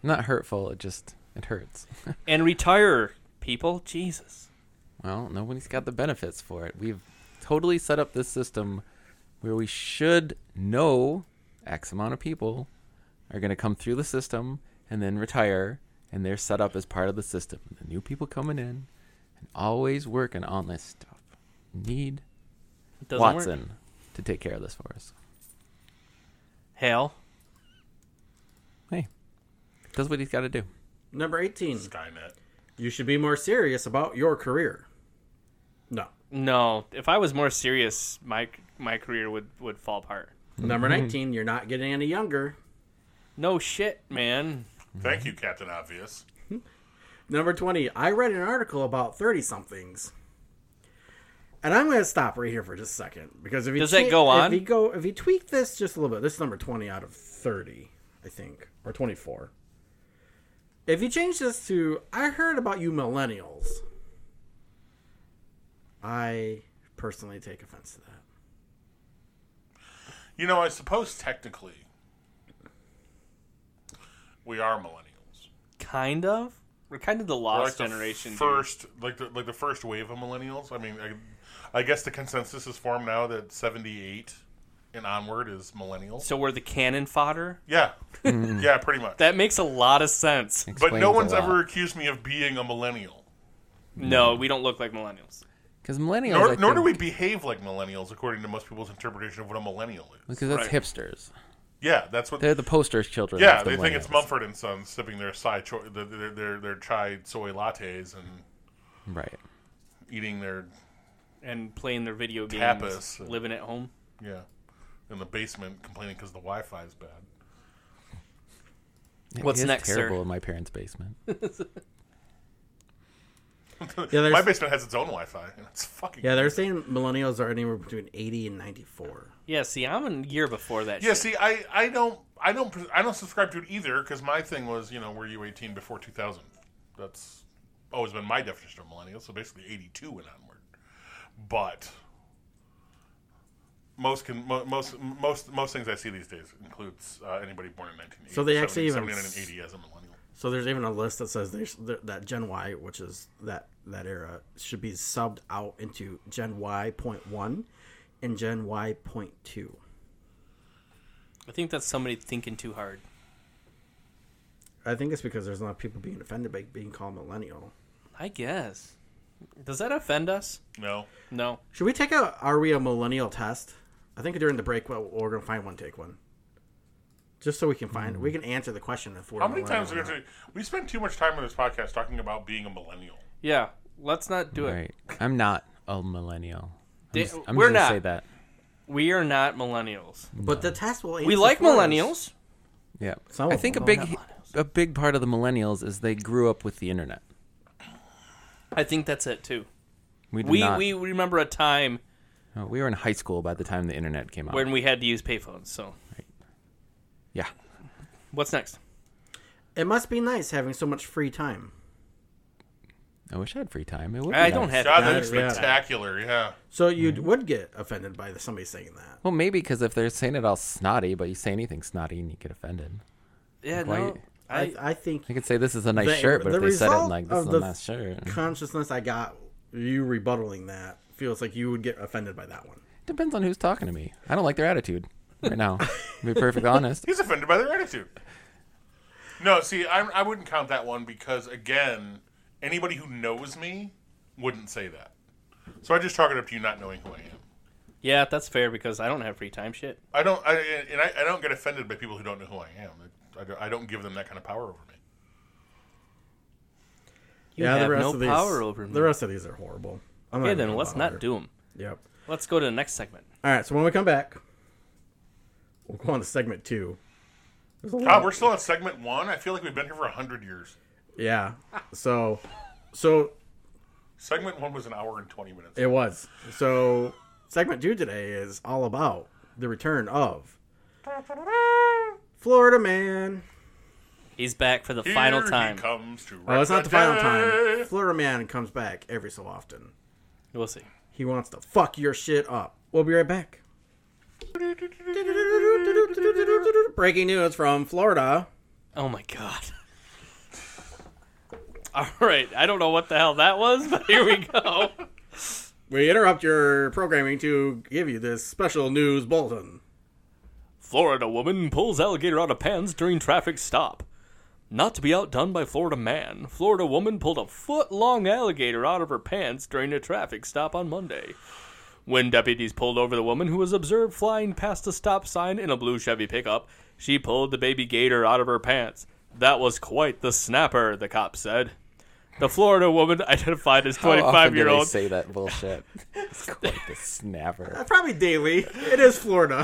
S4: not hurtful, it just it hurts.
S1: And retire people, Jesus.
S4: Well, nobody's got the benefits for it. We've totally set up this system where we should know X amount of people are going to come through the system and then retire, and they're set up as part of the system. The new people coming in and always working on this stuff. Need
S1: It doesn't
S4: Watson
S1: work.
S4: to take care of this for us.
S1: Hale.
S4: Hey, does what he's got to do.
S3: Number 18,
S2: Skynet.
S3: you should be more serious about your career. No.
S1: No, if I was more serious, my my career would would fall apart.
S3: Number 19, you're not getting any younger.
S1: No shit, man.
S2: Thank you, Captain Obvious.
S3: Number 20, I read an article about 30 somethings. And I'm going to stop right here for just a second because if you
S1: Does that
S3: tweak-
S1: go on?
S3: If you go if you tweak this just a little bit, this is number 20 out of 30, I think, or 24. If you change this to I heard about you millennials. I personally take offense to that.
S2: You know, I suppose technically we are millennials.
S1: Kind of. We're kind of the
S2: We're
S1: lost
S2: like the
S1: generation. dude.
S2: first, like the like the first wave of millennials. I mean, I, I guess the consensus is formed now that seventy-eight and onward is millennials.
S1: So we're the cannon fodder.
S2: Yeah,
S4: Mm.
S2: yeah, pretty much.
S1: That makes a lot of sense.
S2: but no one's ever
S4: ever
S2: accused me of being a millennial.
S4: Mm-hmm.
S1: No, we don't look like millennials.
S4: because millennials.
S2: Nor,
S4: I
S2: nor do we
S4: think-
S2: behave like millennials, according to most people's interpretation of what a millennial is.
S4: because that's
S1: Right.
S4: hipsters.
S2: Yeah, that's what.
S4: They're the posters children.
S2: yeah,
S4: of the
S2: they think it's
S4: millennials.
S2: Mumford and Sons sipping their chai, cho- their, their, their, their chai soy lattes and
S4: Right.
S2: eating their
S1: And playing their video games,
S2: Tapas.
S1: living at home.
S2: yeah in the basement, complaining because the Wi-Fi is bad.
S4: It
S1: What's
S4: is
S1: next, sir?
S4: terrible in my parents' basement.
S3: Yeah,
S2: My
S3: they're,
S2: basement has its own Wi-Fi, and it's fucking.
S3: yeah, they're saying millennials are anywhere between 80 and 94.
S1: Yeah, see, I'm a year before that.
S2: Yeah,
S1: shit.
S2: see, I, I don't I don't pres- I don't subscribe to it either because my thing was you know were you eighteen before two thousand? That's always been my definition of millennial. So basically eighty two and onward. But most can mo- most most most things I see these days includes uh, anybody born in nineteen eighty.
S3: So they actually even-
S2: and eighty as a millennial.
S3: So there's even a list that says there's th- that Gen Y, which is that that era, should be subbed out into Gen Y point one and Gen Y point two.
S1: I think that's somebody thinking too hard.
S3: I think it's because there's a lot of people being offended by being called millennial.
S1: I guess. Does that offend us?
S2: No,
S1: No.
S3: Should we take a Are we a millennial test? I think during the break well, we're gonna find one, take one, just so we can find we can answer the question if we're.
S2: how many
S3: millennial
S2: times
S3: or
S2: we have
S3: not.
S2: to? We spend too much time on this podcast talking about being a millennial.
S1: Yeah, let's not do it.
S4: Right. I'm not. a millennial. I'm
S1: They-
S4: just, I'm just
S1: we're
S4: gonna
S1: not.
S4: say that.
S1: We are not millennials.
S3: But the test will. aim
S1: We
S3: for
S1: like
S3: fours.
S1: millennials.
S4: Yeah,
S3: Some
S4: I
S3: of
S4: think a
S3: them
S4: big
S3: don't
S4: a big part of the millennials is they grew up with the internet.
S1: I think that's it too.
S4: We did
S1: We
S4: not,
S1: we remember a time
S4: uh, we were in high school by the time the internet came out.
S1: when we had to use payphones. So
S4: yeah,
S1: what's next?
S3: It must be nice having so much free time.
S4: I wish I had free time. It would. Be
S1: I don't
S4: nice.
S1: have.
S2: God,
S1: that.
S2: that is
S3: Yeah.
S2: spectacular. Yeah.
S3: So you
S1: Mm-hmm.
S3: would get offended by somebody saying that.
S4: Well, maybe because if they're saying it all snotty, but you say anything snotty and you get offended.
S1: Yeah,
S4: Why-
S1: no.
S3: I,
S1: I,
S3: I think
S4: I could say this is a nice
S3: The-
S4: shirt, but
S3: the
S4: if they said it
S3: result
S4: like this
S3: of
S4: is a
S3: the-
S4: nice shirt,
S3: consciousness I got you rebuttaling that feels like you would get offended by that one.
S4: depends on who's talking to me. I don't like their attitude right now. to be perfectly honest.
S2: He's offended by their attitude. No, see, I, I wouldn't count that one because, again, anybody who knows me wouldn't say that. So I just chalk it up to you not knowing who I am.
S1: yeah, that's fair because I don't have free time. Shit.
S2: I don't, I, and I, I don't get offended by people who don't know who I am. I don't, I don't give them that kind of power over me.
S1: You have no power over me.
S3: The rest of these are horrible. I'm not
S1: Okay,
S3: even
S1: then
S3: gonna
S1: let's
S3: bother.
S1: not do them.
S3: Yep.
S1: Let's go to the next segment.
S3: All right. So when we come back, we'll go on to segment two. There's a lot.
S2: God, we're still on segment one. I feel like we've been here for hundred years.
S3: yeah. So, so
S2: Segment one was an hour and twenty minutes.
S3: It was. So, segment two today is all about the return of Florida Man.
S1: He's back for the
S2: Here
S1: final
S2: he
S1: time.
S2: comes to
S3: Oh, it's not the final time.
S2: represent-
S3: Florida Man comes back every so often.
S1: We'll see.
S3: He wants to fuck your shit up. We'll be right back. Breaking news from Florida.
S1: Oh my god. All right, I don't know what the hell that was, but here we go.
S3: We interrupt your programming to give you this special news bulletin.
S1: Florida woman pulls alligator out of pants during traffic stop. Not to be outdone by Florida man, Florida woman pulled a foot long alligator out of her pants during a traffic stop on Monday. When deputies pulled over the woman who was observed flying past a stop sign in a blue Chevy pickup, she pulled the baby gator out of her pants. That was quite the snapper, the cop said. The Florida woman identified as
S4: How often
S1: 25
S4: do
S1: year
S4: they
S1: old
S4: say that bullshit. It's quite the snapper.
S3: Probably daily. It is Florida.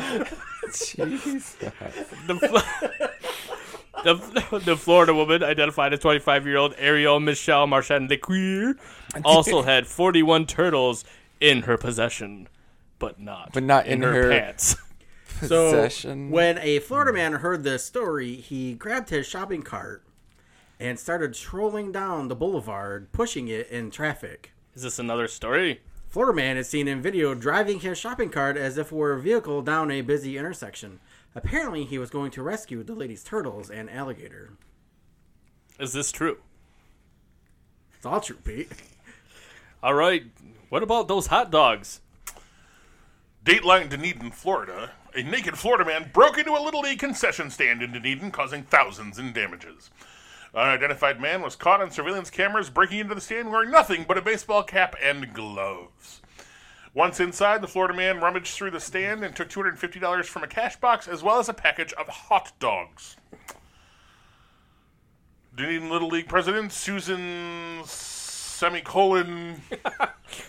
S4: Jesus.
S1: the, Fl- the, the Florida woman, identified as 25 year old Ariel Michelle Marchand Lequeur, also had 41 turtles in her possession, but not,
S4: But not in her-
S1: pants.
S3: So
S4: Possession.
S3: when a Florida man heard this story, he grabbed his shopping cart and started strolling down the boulevard, pushing it in traffic.
S1: Is this another story?
S3: Florida man is seen in video driving his shopping cart as if it were a vehicle down a busy intersection. Apparently, he was going to rescue the lady's turtles and alligator.
S1: Is this true?
S3: It's all true, Pete.
S1: All right, what about those hot dogs?
S2: Dateline Dunedin, Florida. A naked Florida man broke into a Little League concession stand in Dunedin, causing thousands in damages. An Unidentified man was caught on surveillance cameras breaking into the stand wearing nothing but a baseball cap and gloves. Once inside, the Florida man rummaged through the stand and took $250 from a cash box as well as a package of hot dogs. Dunedin Little League president Susan semicolon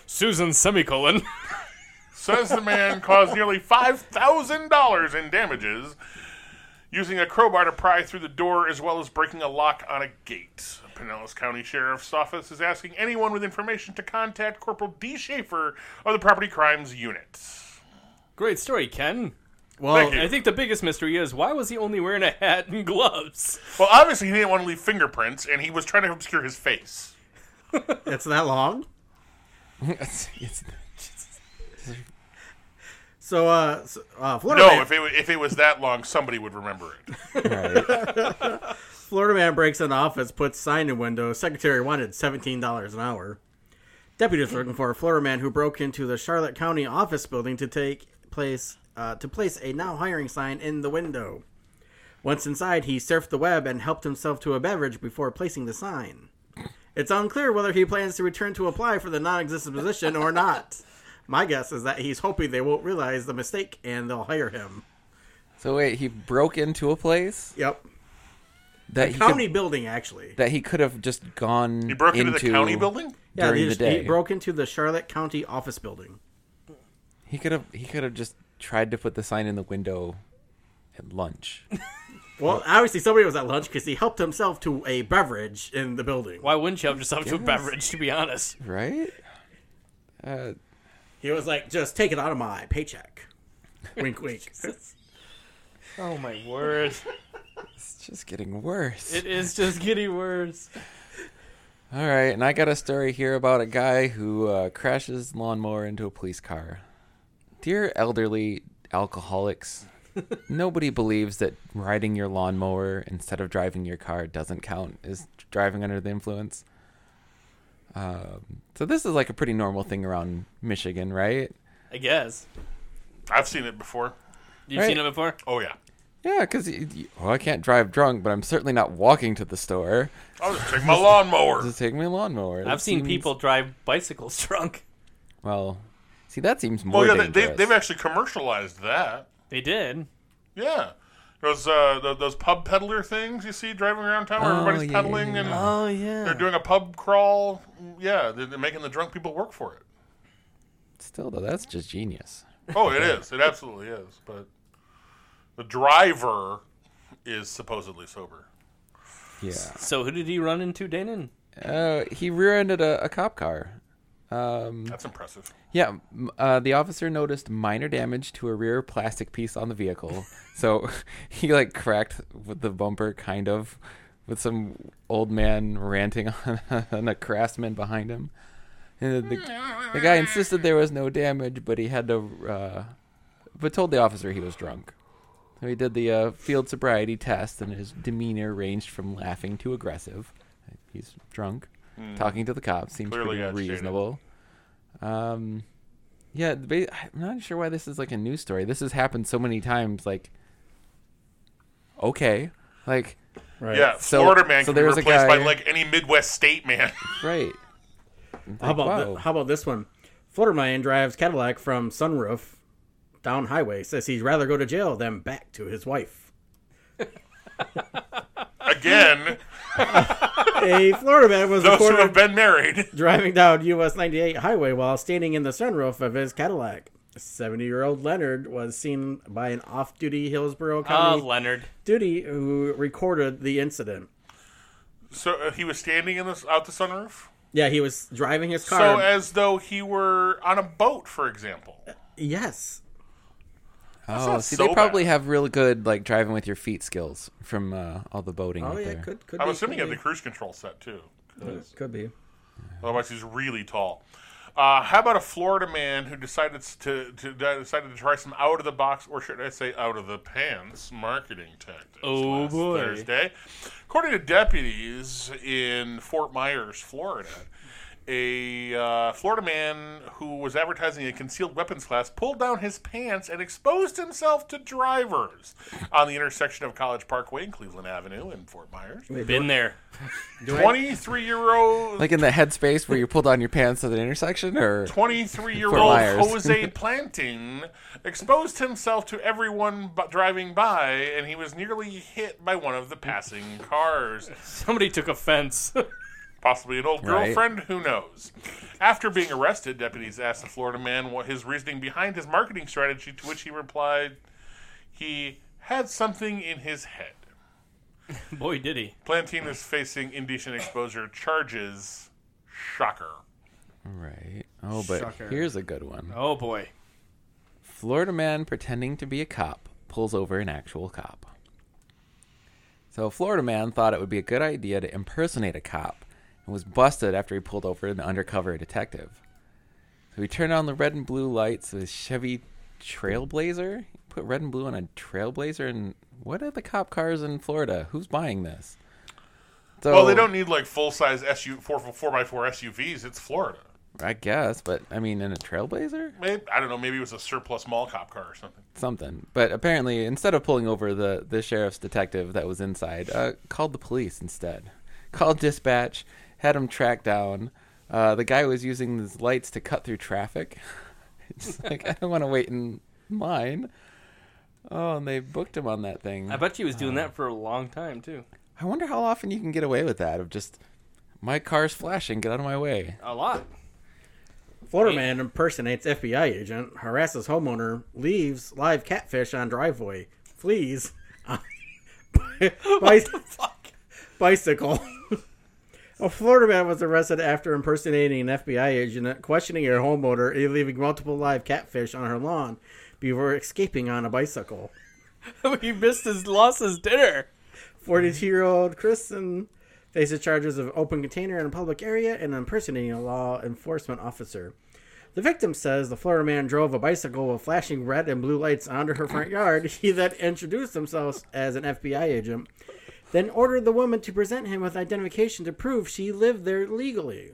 S1: Susan semicolon.
S2: says the man caused nearly $5,000 in damages using a crowbar to pry through the door as well as breaking a lock on a gate. Pinellas County Sheriff's Office is asking anyone with information to contact Corporal D. Schaefer of the Property Crimes Unit.
S1: Great story, Ken.
S3: Well,
S2: Thank you.
S1: I think the biggest mystery is why was he only wearing a hat and gloves?
S2: Well, obviously, he didn't want to leave fingerprints and he was trying to obscure his face.
S3: it's that long.
S4: It's- it's-
S3: So, uh, so, uh Florida
S2: No,
S3: man,
S2: if it, wa- if it was that long, somebody would remember it.
S4: right.
S3: Florida man breaks into office, puts sign in window. Secretary wanted seventeen dollars an hour. Deputies looking for a Florida man who broke into the Charlotte County office building to take place uh, to place a now hiring sign in the window. Once inside, he surfed the web and helped himself to a beverage before placing the sign. It's unclear whether he plans to return to apply for the non-existent position or not. My guess is that he's hoping they won't realize the mistake and they'll hire him.
S4: So wait, he broke into a place.
S3: Yep.
S4: that he
S3: County
S4: could,
S3: building, actually.
S4: that he could have just gone
S2: He broke into,
S4: into
S2: the county building.
S3: Yeah,
S4: during
S3: he,
S4: the
S3: just-
S4: day.
S3: he broke into the Charlotte County office building.
S4: He could have he could have just tried to put the sign in the window at lunch.
S3: Well, obviously somebody was at lunch because he helped himself to a beverage in the building.
S1: Why wouldn't you have yourself to a beverage? To be honest,
S4: right? Uh,
S3: He was like, "Just take it out of my paycheck." wink, wink.
S1: oh my word,
S4: it's just getting worse.
S1: it is just getting worse.
S4: All right, and I got a story here about a guy who uh, crashes lawnmower into a police car. Dear elderly alcoholics, nobody believes that riding your lawnmower instead of driving your car doesn't count as driving under the influence. Um, so this is like a pretty normal thing around Michigan, right?
S1: I guess
S2: I've seen it before.
S1: you've
S4: Right.
S1: seen it before.
S2: Oh yeah.
S4: Yeah, because well, I can't drive drunk, but I'm certainly not walking to the store.
S2: I'll just take my lawnmower.
S4: Just take my lawnmower. That
S1: I've seen
S4: seems-
S1: people drive bicycles drunk.
S4: Well, see, that seems more
S2: Well, yeah, they,
S4: dangerous.
S2: they, they've actually commercialized that.
S1: They did.
S2: Yeah. Those uh, tho- those pub peddler things you see driving around town where
S4: Oh,
S2: everybody's
S4: yeah,
S2: peddling
S4: yeah,
S2: and
S1: Oh yeah.
S2: they're doing a pub crawl. Yeah, they're, they're making the drunk people work for it.
S4: Still, though, that's just genius.
S2: Oh, it is. It absolutely is. But the driver is supposedly sober.
S4: Yeah.
S1: so who did he run into, Danon?
S4: Uh, he rear-ended a, a cop car. Um,
S2: That's impressive.
S4: yeah, m- uh, the officer noticed minor damage to a rear plastic piece on the vehicle, so he like cracked with the bumper, kind of, with some old man ranting on, on a craftsman behind him. And the, the guy insisted there was no damage, but he had to, uh, but told the officer he was drunk. So he did the uh, field sobriety test, and his demeanor ranged from laughing to aggressive. He's drunk. Talking to the cops seems
S2: Hmm. Clearly
S4: pretty
S2: agitated.
S4: reasonable. Um, yeah, the ba- I'm not sure why this is like a news story. This has happened so many times. Like, okay, like
S3: Right.
S2: Yeah,
S4: So-
S2: Florida man
S4: so
S2: can be
S4: there's a
S2: replaced by
S4: guy-
S2: like any Midwest state man.
S4: right.
S3: How about
S4: Wow.
S3: th- how about this one? Florida man drives Cadillac from sunroof down highway. Says he'd rather go to jail than back to his wife.
S2: Again,
S3: A Florida man was
S2: those who
S3: recorded
S2: have been married.
S3: driving down US 98 highway while standing in the sunroof of his Cadillac. 70 year old Leonard was seen by an off duty Hillsborough
S1: Ah,
S4: Oh,
S3: County
S1: Leonard.
S3: duty who recorded the incident.
S2: So uh, he was standing in this out the sunroof.
S3: Yeah, he was driving his car.
S2: So uh, as though he were on a boat, for example.
S3: yes.
S4: Oh,
S2: not
S4: see,
S2: so
S4: they probably
S2: bad.
S4: have really good like driving with your feet skills from uh, all the boating.
S3: Oh,
S4: out
S3: yeah,
S4: there.
S3: could, could
S2: I'm
S3: be.
S2: assuming he had
S3: could
S2: the cruise control set too.
S3: be. Could be.
S2: Otherwise, he's really tall. Uh, how about a Florida man who decided to, to decided to try some out of the box, or should I say, out of the pants marketing tactics?
S1: Oh,
S2: last
S1: boy.
S2: Thursday, according to deputies in Fort Myers, Florida, a uh, Florida man who was advertising a concealed weapons class pulled down his pants and exposed himself to drivers on the intersection of College Parkway and Cleveland Avenue in Fort Myers.
S1: Been there.
S2: Twenty-three year old
S4: Like in the headspace where you pull down your pants at an intersection, or
S2: 23 year
S4: For
S2: old
S4: liars.
S2: Jose Planting exposed himself to everyone b- driving by, and he was nearly hit by one of the passing cars.
S1: Somebody took offense.
S2: Possibly an old
S4: Right.
S2: girlfriend, who knows? After being arrested, deputies asked the Florida man what his reasoning behind his marketing strategy, to which he replied, he had something in his head.
S1: Boy, did he.
S2: Planting is facing indecent exposure charges. Shocker.
S4: right? Oh, but here's a good one.
S1: Oh boy.
S4: Florida man pretending to be a cop pulls over an actual cop. So, a Florida man thought it would be a good idea to impersonate a cop and was busted after he pulled over an undercover detective. So, he turned on the red and blue lights of his Chevy Trailblazer. He put red and blue on a Trailblazer, and what are the cop cars in Florida? Who's buying this? So,
S2: Well, they don't need like full size SU 4x4 SUVs. It's Florida.
S4: I guess, but I mean, in a Trailblazer?
S2: Maybe, I don't know. Maybe it was a surplus mall cop car or something.
S4: something. But apparently, instead of pulling over the, the sheriff's detective that was inside, uh, called the police instead. Called dispatch, had him tracked down. Uh, the guy was using his lights to cut through traffic. It's like, I don't want to wait in line. Oh, and they booked him on that thing. Uh.
S1: I bet he was doing that for a long time too.
S4: I wonder how often you can get away with that of just my car's flashing, get out of my way.
S1: A lot.
S3: Florida man impersonates FBI agent, harasses homeowner, leaves live catfish on driveway, flees on bic- bicycle. A Florida man was arrested after impersonating an FBI agent, questioning a homeowner, and leaving multiple live catfish on her lawn before escaping on a bicycle.
S1: he missed his lost his dinner.
S3: 42 year old Kristen faces charges of open container in a public area and impersonating a law enforcement officer. The victim says the Florida man drove a bicycle with flashing red and blue lights onto her front yard. He then introduced himself as an FBI agent, then ordered the woman to present him with identification to prove she lived there legally.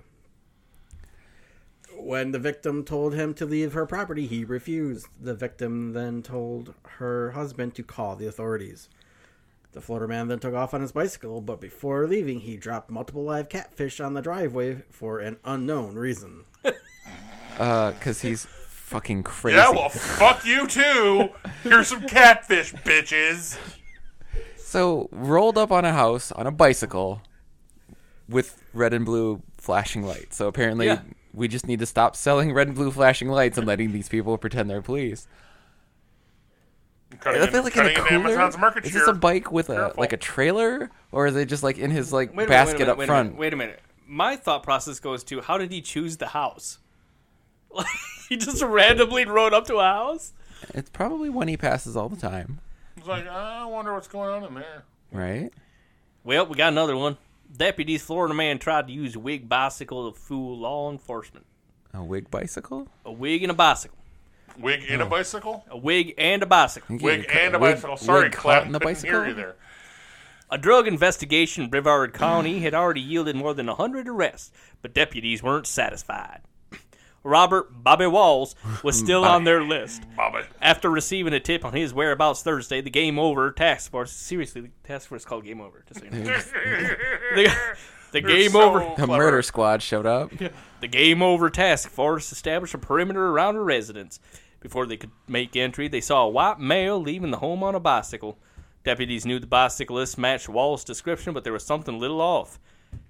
S3: When the victim told him to leave her property, he refused. The victim then told her husband to call the authorities. The Florida man then took off on his bicycle, but before leaving, he dropped multiple live catfish on the driveway for an unknown reason.
S4: Uh, cause he's fucking crazy.
S2: Yeah, well, fuck you too. Here's some catfish, bitches.
S4: So rolled up on a house on a bicycle with red and blue flashing lights. So apparently
S1: Yeah.
S4: we just need to stop selling red and blue flashing lights and letting these people pretend they're police.
S2: Cutting,
S4: I feel
S2: in,
S4: like in a
S2: cutting into
S4: cooler.
S2: Amazon's market
S4: is
S2: share.
S4: this a bike with a
S2: Careful.
S4: like a trailer, or is it just like in his like
S1: Wait a minute,
S4: basket
S1: wait a minute,
S4: up
S1: wait
S4: front?
S1: A minute, wait a minute. My thought process goes to how did he choose the house? Like he just randomly rode up to a house?
S4: It's probably one he passes all the time,
S2: It's like, I wonder what's going on in there.
S4: right?
S1: Well, we got another one. Deputies Florida man tried to use a wig bicycle to fool law enforcement.
S4: A wig bicycle.
S1: A wig and a bicycle.
S2: Wig and a bicycle?
S1: A wig and a bicycle.
S4: You
S2: Wig
S4: get
S2: and a
S4: wig-
S2: bicycle. Sorry,
S4: wig caught
S2: Clem.
S4: in the
S2: couldn't hear
S4: bicycle?
S2: you there.
S1: A drug investigation in Brevard County had already yielded more than 100 arrests, but deputies weren't satisfied. Robert Bobby Walls was still on their list.
S2: Bobby.
S1: After receiving a tip on his whereabouts Thursday, the Game Over Task Force, seriously, the task force called Game Over. Just so you know. the, the Game
S2: so
S1: Over
S4: A
S2: clever.
S4: murder squad showed up.
S1: the Game Over Task Force established a perimeter around her residence. Before they could make entry, they saw a white male leaving the home on a bicycle. Deputies knew the bicyclist matched Wall's description, but there was something a little off.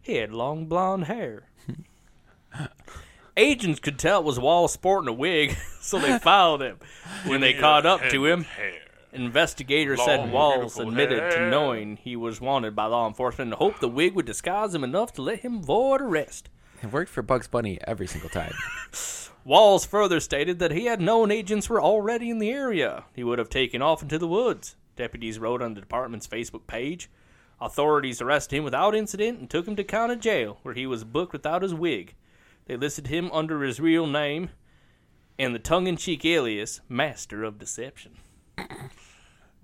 S1: He had long blonde hair. Agents could tell it was Wall sporting a wig, so they followed him. When they caught up to him,
S2: Hair.
S1: Investigators
S2: Long,
S1: said Walls
S2: beautiful
S1: admitted
S2: hair.
S1: to knowing he was wanted by law enforcement and hoped the wig would disguise him enough to let him avoid arrest.
S4: It worked for Bugs Bunny every single time.
S1: Walls further stated that he had known agents were already in the area. He would have taken off into the woods. Deputies wrote on the department's Facebook page. Authorities arrested him without incident and took him to county jail, where he was booked without his wig. They listed him under his real name and the tongue in cheek alias, Master of Deception.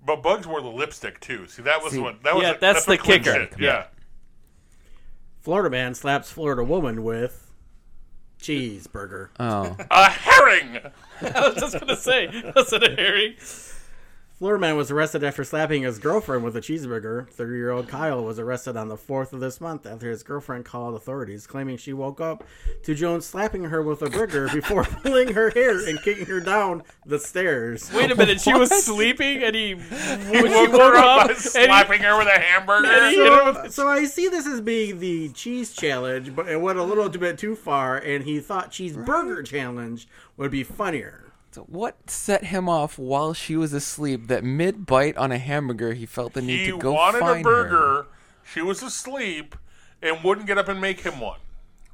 S2: But Bugs wore the lipstick too. See, that was what that was.
S1: Yeah,
S2: a-
S1: that's
S2: a
S1: the
S2: clean
S1: kicker.
S2: shit. Yeah.
S3: Florida man slaps Florida woman with cheeseburger.
S4: Oh,
S2: a herring.
S1: I was just going to say, that's an herring.
S3: Florida man was arrested after slapping his girlfriend with a cheeseburger. 30 year old Kyle was arrested on the 4th of this month after his girlfriend called authorities, claiming she woke up to Jones slapping her with a burger before pulling her hair and kicking her down the stairs.
S1: Wait a minute, she was sleeping and he, she
S2: Woke her up by slapping her with a
S1: and he-
S2: hamburger.
S3: So, so I see this as being the cheese challenge, but it went a little bit too far, and he thought cheeseburger challenge would be funnier.
S4: so what set him off while she was asleep? That mid bite on a hamburger, he felt the need
S2: He
S4: to go
S2: wanted
S4: find
S2: a
S4: her.
S2: burger. She was asleep and wouldn't get up and make him one.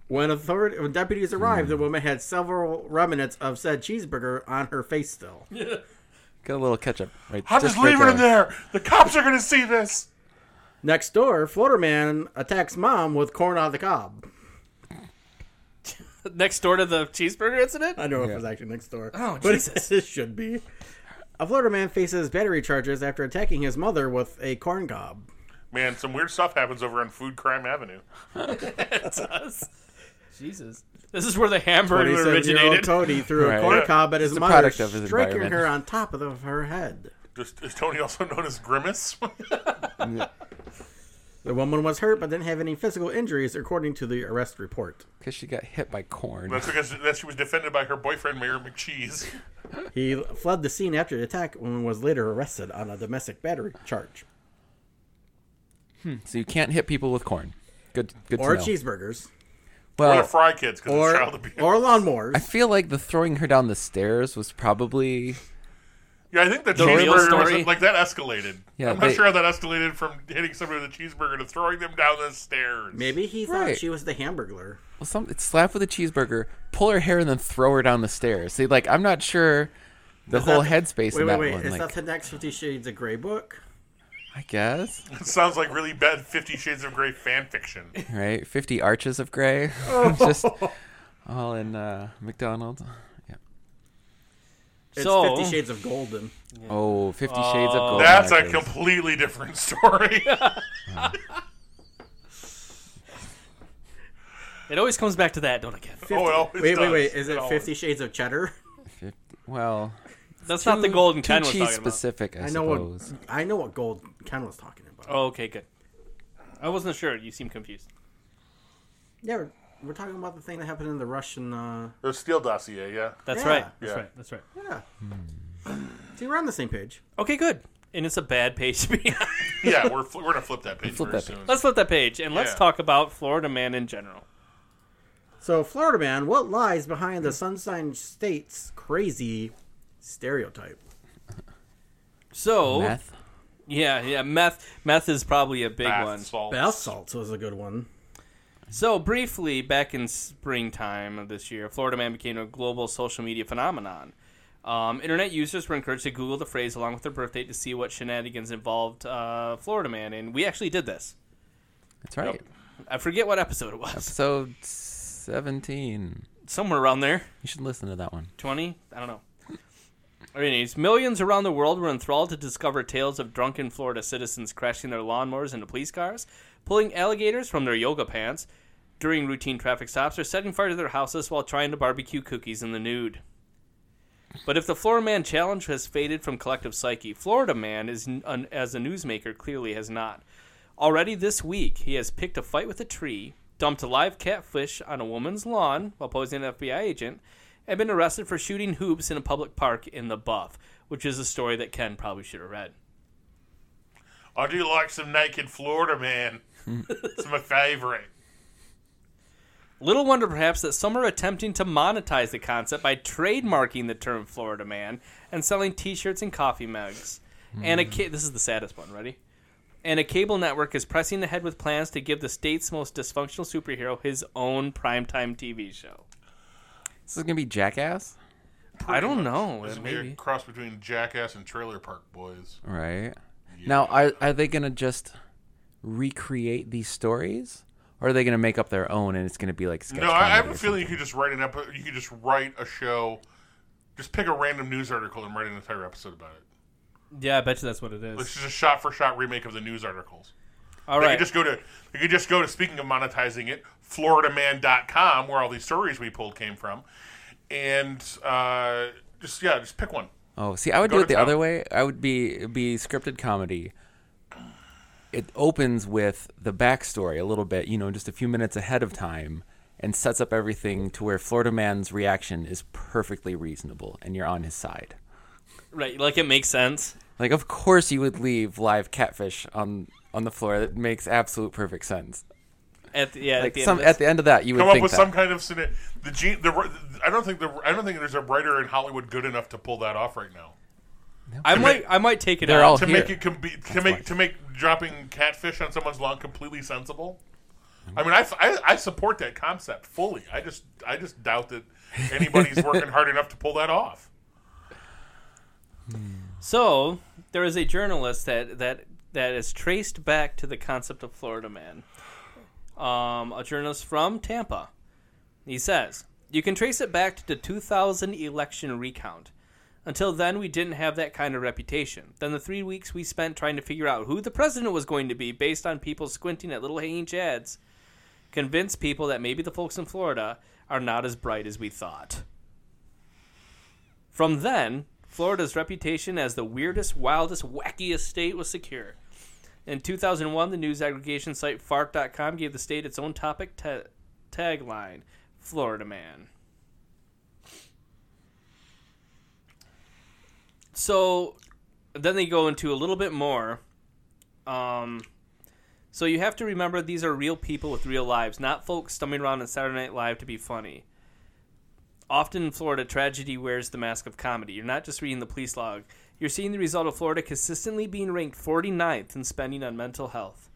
S3: When authority when deputies arrived, the woman had several remnants of said cheeseburger on her face still.
S4: Got a little ketchup. Right,
S2: I'm just,
S4: right
S2: leaving
S4: there.
S2: him there. The cops are gonna see this.
S3: Next door, Florida man attacks mom with corn on the cob.
S1: next door to the cheeseburger incident?
S3: I know if it was actually next door.
S1: Oh,
S3: but
S1: Jesus.
S3: this should be. A Florida man faces battery charges after attacking his mother with a corn cob.
S2: Man, some weird stuff happens over on Food Crime Avenue.
S1: Jesus. This is where the hamburger
S3: 27-year-old
S1: originated.
S3: Tony threw a
S4: Right.
S3: corn
S2: Yeah.
S3: cob at his
S4: a
S3: mother,
S4: product of his
S3: striking
S4: environment.
S3: her on top of the- her head.
S2: Just is Tony also known as Grimace?
S3: The woman was hurt but didn't have any physical injuries, according to the arrest report.
S4: because she got hit by corn.
S2: That's because that she was defended by her boyfriend Mayor McCheese.
S3: He fled the scene after the attack and was later arrested on a domestic battery charge.
S4: So you can't hit people with corn. Good, good
S3: or
S4: to know.
S3: cheeseburgers,
S2: We're gonna
S4: Well,
S2: fry kids because
S3: or
S2: it's
S3: or
S2: child abuse.
S4: I
S3: lawnmowers.
S4: feel like the throwing her down the stairs was probably
S2: yeah, I think the,
S1: real
S2: cheeseburger was
S1: story-
S2: like that escalated.
S4: Yeah,
S2: I'm
S4: they-
S2: not sure how that escalated from hitting somebody with a cheeseburger to throwing them down the stairs.
S3: Maybe he thought
S4: Right.
S3: she was the Hamburglar.
S4: well, some it's slap with a cheeseburger, pull her hair, and then throw her down the stairs. See, like I'm not sure the whole
S3: that-
S4: headspace
S3: Wait, wait,
S4: in that
S3: wait!
S4: one.
S3: Is
S4: Like,
S3: that the next Fifty Shades of Grey book?
S4: I guess
S2: It sounds like really bad Fifty Shades of Grey fan fiction.
S4: right. Fifty arches of gray, just all in uh, McDonald's. Yeah.
S3: It's
S1: So-
S3: Fifty Shades of Golden.
S4: Oh, Fifty Shades of Gold.
S2: That's a
S4: actors.
S2: completely different story.
S1: It always comes back to that, don't I? Kev?
S2: oh, it always
S3: Wait, wait,
S2: does.
S3: wait! Is it
S2: always-
S3: Fifty Shades of Cheddar?
S4: Fif- Well,
S1: That's not
S2: Hmm.
S1: the golden
S4: too
S1: Ken was
S4: cheese
S1: talking about.
S4: specific, I,
S3: I know what
S4: suppose.
S3: I know what Gold Ken was talking about.
S1: Oh, okay, good. I wasn't sure. You seem confused.
S3: Yeah, we're, we're talking about the thing that happened in the Russian. Uh,
S2: The Steele dossier, yeah.
S1: That's
S3: Yeah.
S1: right. That's
S2: Yeah.
S1: right. That's right.
S3: yeah. See, we're on the same page.
S1: Okay, good. And it's a bad page to be on.
S2: Yeah, we're, fl- we're gonna flip that page
S4: Flip
S2: very
S4: that
S2: soon.
S1: Let's flip that page and let's
S2: Yeah.
S1: talk about Florida Man in general.
S3: So, Florida man, what lies behind the Sunshine State's crazy stereotype?
S1: So
S4: Meth.
S1: yeah, yeah, meth. Meth is probably a big
S2: Bath
S1: one.
S2: salts.
S3: Bath salts was a good one.
S1: So briefly, back in springtime of this year, Florida Man became a global social media phenomenon. Um, internet users were encouraged to Google the phrase along with their birth date to see what shenanigans involved uh, Florida Man, and we actually did this.
S4: That's right.
S2: Yep.
S1: I forget what episode it was.
S4: Episode seventeen.
S1: Somewhere around there.
S4: You should listen to that one.
S1: 20? I don't know. Anyways, millions around the world were enthralled to discover tales of drunken Florida citizens crashing their lawnmowers into police cars, pulling alligators from their yoga pants during routine traffic stops, or setting fire to their houses while trying to barbecue cookies in the nude. But if the Florida Man challenge has faded from collective psyche, Florida Man, is, n- as a newsmaker, clearly has not. Already this week, he has picked a fight with a tree, dumped a live catfish on a woman's lawn while posing as an FBI agent, and been arrested for shooting hoops in a public park in the Buff, which is a story that Ken probably should have read.
S2: I do like some naked Florida man. it's my favorite.
S1: Little wonder, perhaps, that some are attempting to monetize the concept by trademarking the term Florida Man and selling t shirts and coffee mugs. And a
S4: Hmm.
S1: ca- this is the saddest one, ready? And a cable network is pressing ahead with plans to give the state's most dysfunctional superhero his own primetime TV show.
S4: This is gonna be Jackass,
S1: I don't know.
S2: This is gonna be a
S1: Maybe.
S2: cross between Jackass and Trailer Park Boys.
S4: right? Now, are are they gonna just recreate these stories, or are they gonna make up their own and it's gonna be like sketch
S2: no, I, I have
S4: comedy
S2: a
S4: or
S2: feeling you could just write an episode. You could just write a show. Just pick a random news article and write an entire episode about it.
S1: Yeah, I bet you that's what it is.
S2: This is a shot-for-shot remake of the news articles.
S1: All
S2: They
S1: right.
S2: could just go to. They could just go to. Speaking of monetizing it, FloridaMan.com, where all these stories we pulled came from, and uh, just yeah, just pick one.
S4: Oh, see, I would
S2: Go
S4: do
S2: to
S4: it the
S2: town.
S4: other way. I would be it'd be scripted comedy. It opens with the backstory a little bit, you know, just a few minutes ahead of time, and sets up everything to where Florida Man's reaction is perfectly reasonable, and you're on his side.
S1: Right. Like it makes sense.
S4: Like, of course, you would leave live catfish on on the floor. That makes absolute perfect sense.
S1: At the, yeah,
S4: Like
S1: at the
S4: some
S1: end of
S4: at the end of that, you would
S2: Come up
S4: think
S2: with
S4: that.
S2: some kind of scena- the gene. The, I don't think the I don't think there's a writer in Hollywood good enough to pull that off right now.
S1: this. I might, I might take it
S4: They're
S1: out.
S4: all
S2: to
S4: Oh, here.
S2: make it com- be- to make to make dropping catfish on someone's lawn completely sensible.
S4: Mm-hmm.
S2: I mean, I, f- I- I support that concept fully. I just I just doubt that anybody's working hard enough to pull that off.
S1: So there is a journalist that that that is traced back to the concept of Florida Man. Um, a journalist from Tampa. He says you can trace it back to the 2000 election recount. Until then, we didn't have that kind of reputation. Then the three weeks we spent trying to figure out who the president was going to be based on people squinting at little hanging chads convinced people that maybe the folks in Florida are not as bright as we thought. From then, Florida's reputation as the weirdest, wildest, wackiest state was secure. In 2001, the news aggregation site FARC.com gave the state its own topic ta- tagline Florida Man. So then they go into a little bit more. Um, So you have to remember these are real people with real lives, not folks stumbling around on Saturday Night Live to be funny. Often in Florida, tragedy wears the mask of comedy. You're not just reading the police log, you're seeing the result of Florida consistently being ranked 49th in spending on mental health.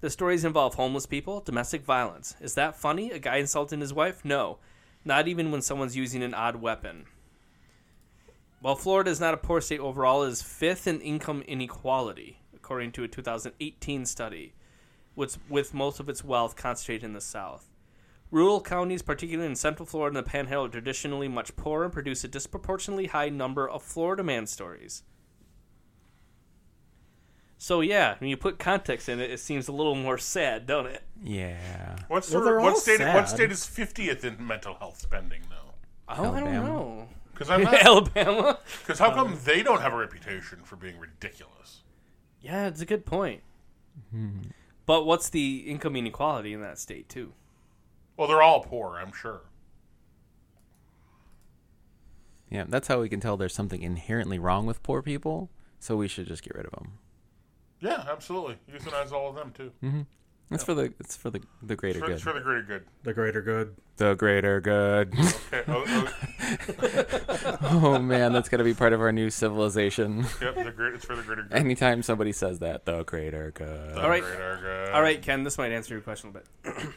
S1: The stories involve homeless people, domestic violence. Is that funny? A guy insulting his wife? No. Not even when someone's using an odd weapon. While Florida is not a poor state overall, it is fifth in income inequality, according to a 2018 study, with, with most of its wealth concentrated in the South. Rural counties, particularly in Central Florida and the Panhandle, are traditionally much poorer and produce a disproportionately high number of Florida man stories. So yeah, when you put context in it, it seems a little more sad, don't it?
S4: Yeah.
S2: What's
S3: Well,
S2: the-
S3: they're all
S2: what state? What
S3: sad.
S2: state is fiftieth in mental health spending though?
S1: Oh, I don't
S4: Alabama.
S1: know.
S2: Because I'm not.
S1: Alabama.
S2: Because how come they don't have a reputation for being ridiculous?
S1: Yeah, it's a good point. Hmm. But what's the income inequality in that state too?
S2: Well, they're all poor, I'm sure.
S4: Yeah, that's how we can tell there's something inherently wrong with poor people, so we should just get rid of them.
S2: Yeah, absolutely. Euthanize all of them too.
S4: It's for the it's for the the greater
S2: For,
S4: good.
S2: for the greater good.
S3: The greater good.
S4: the greater good.
S2: Okay. Oh, oh,
S4: oh man, that's gonna be part of our new civilization.
S2: yep, the great, it's for the greater good.
S4: Anytime somebody says that, the greater good.
S2: The
S1: All right.
S2: greater good.
S1: All right, Ken, this might answer your question a bit.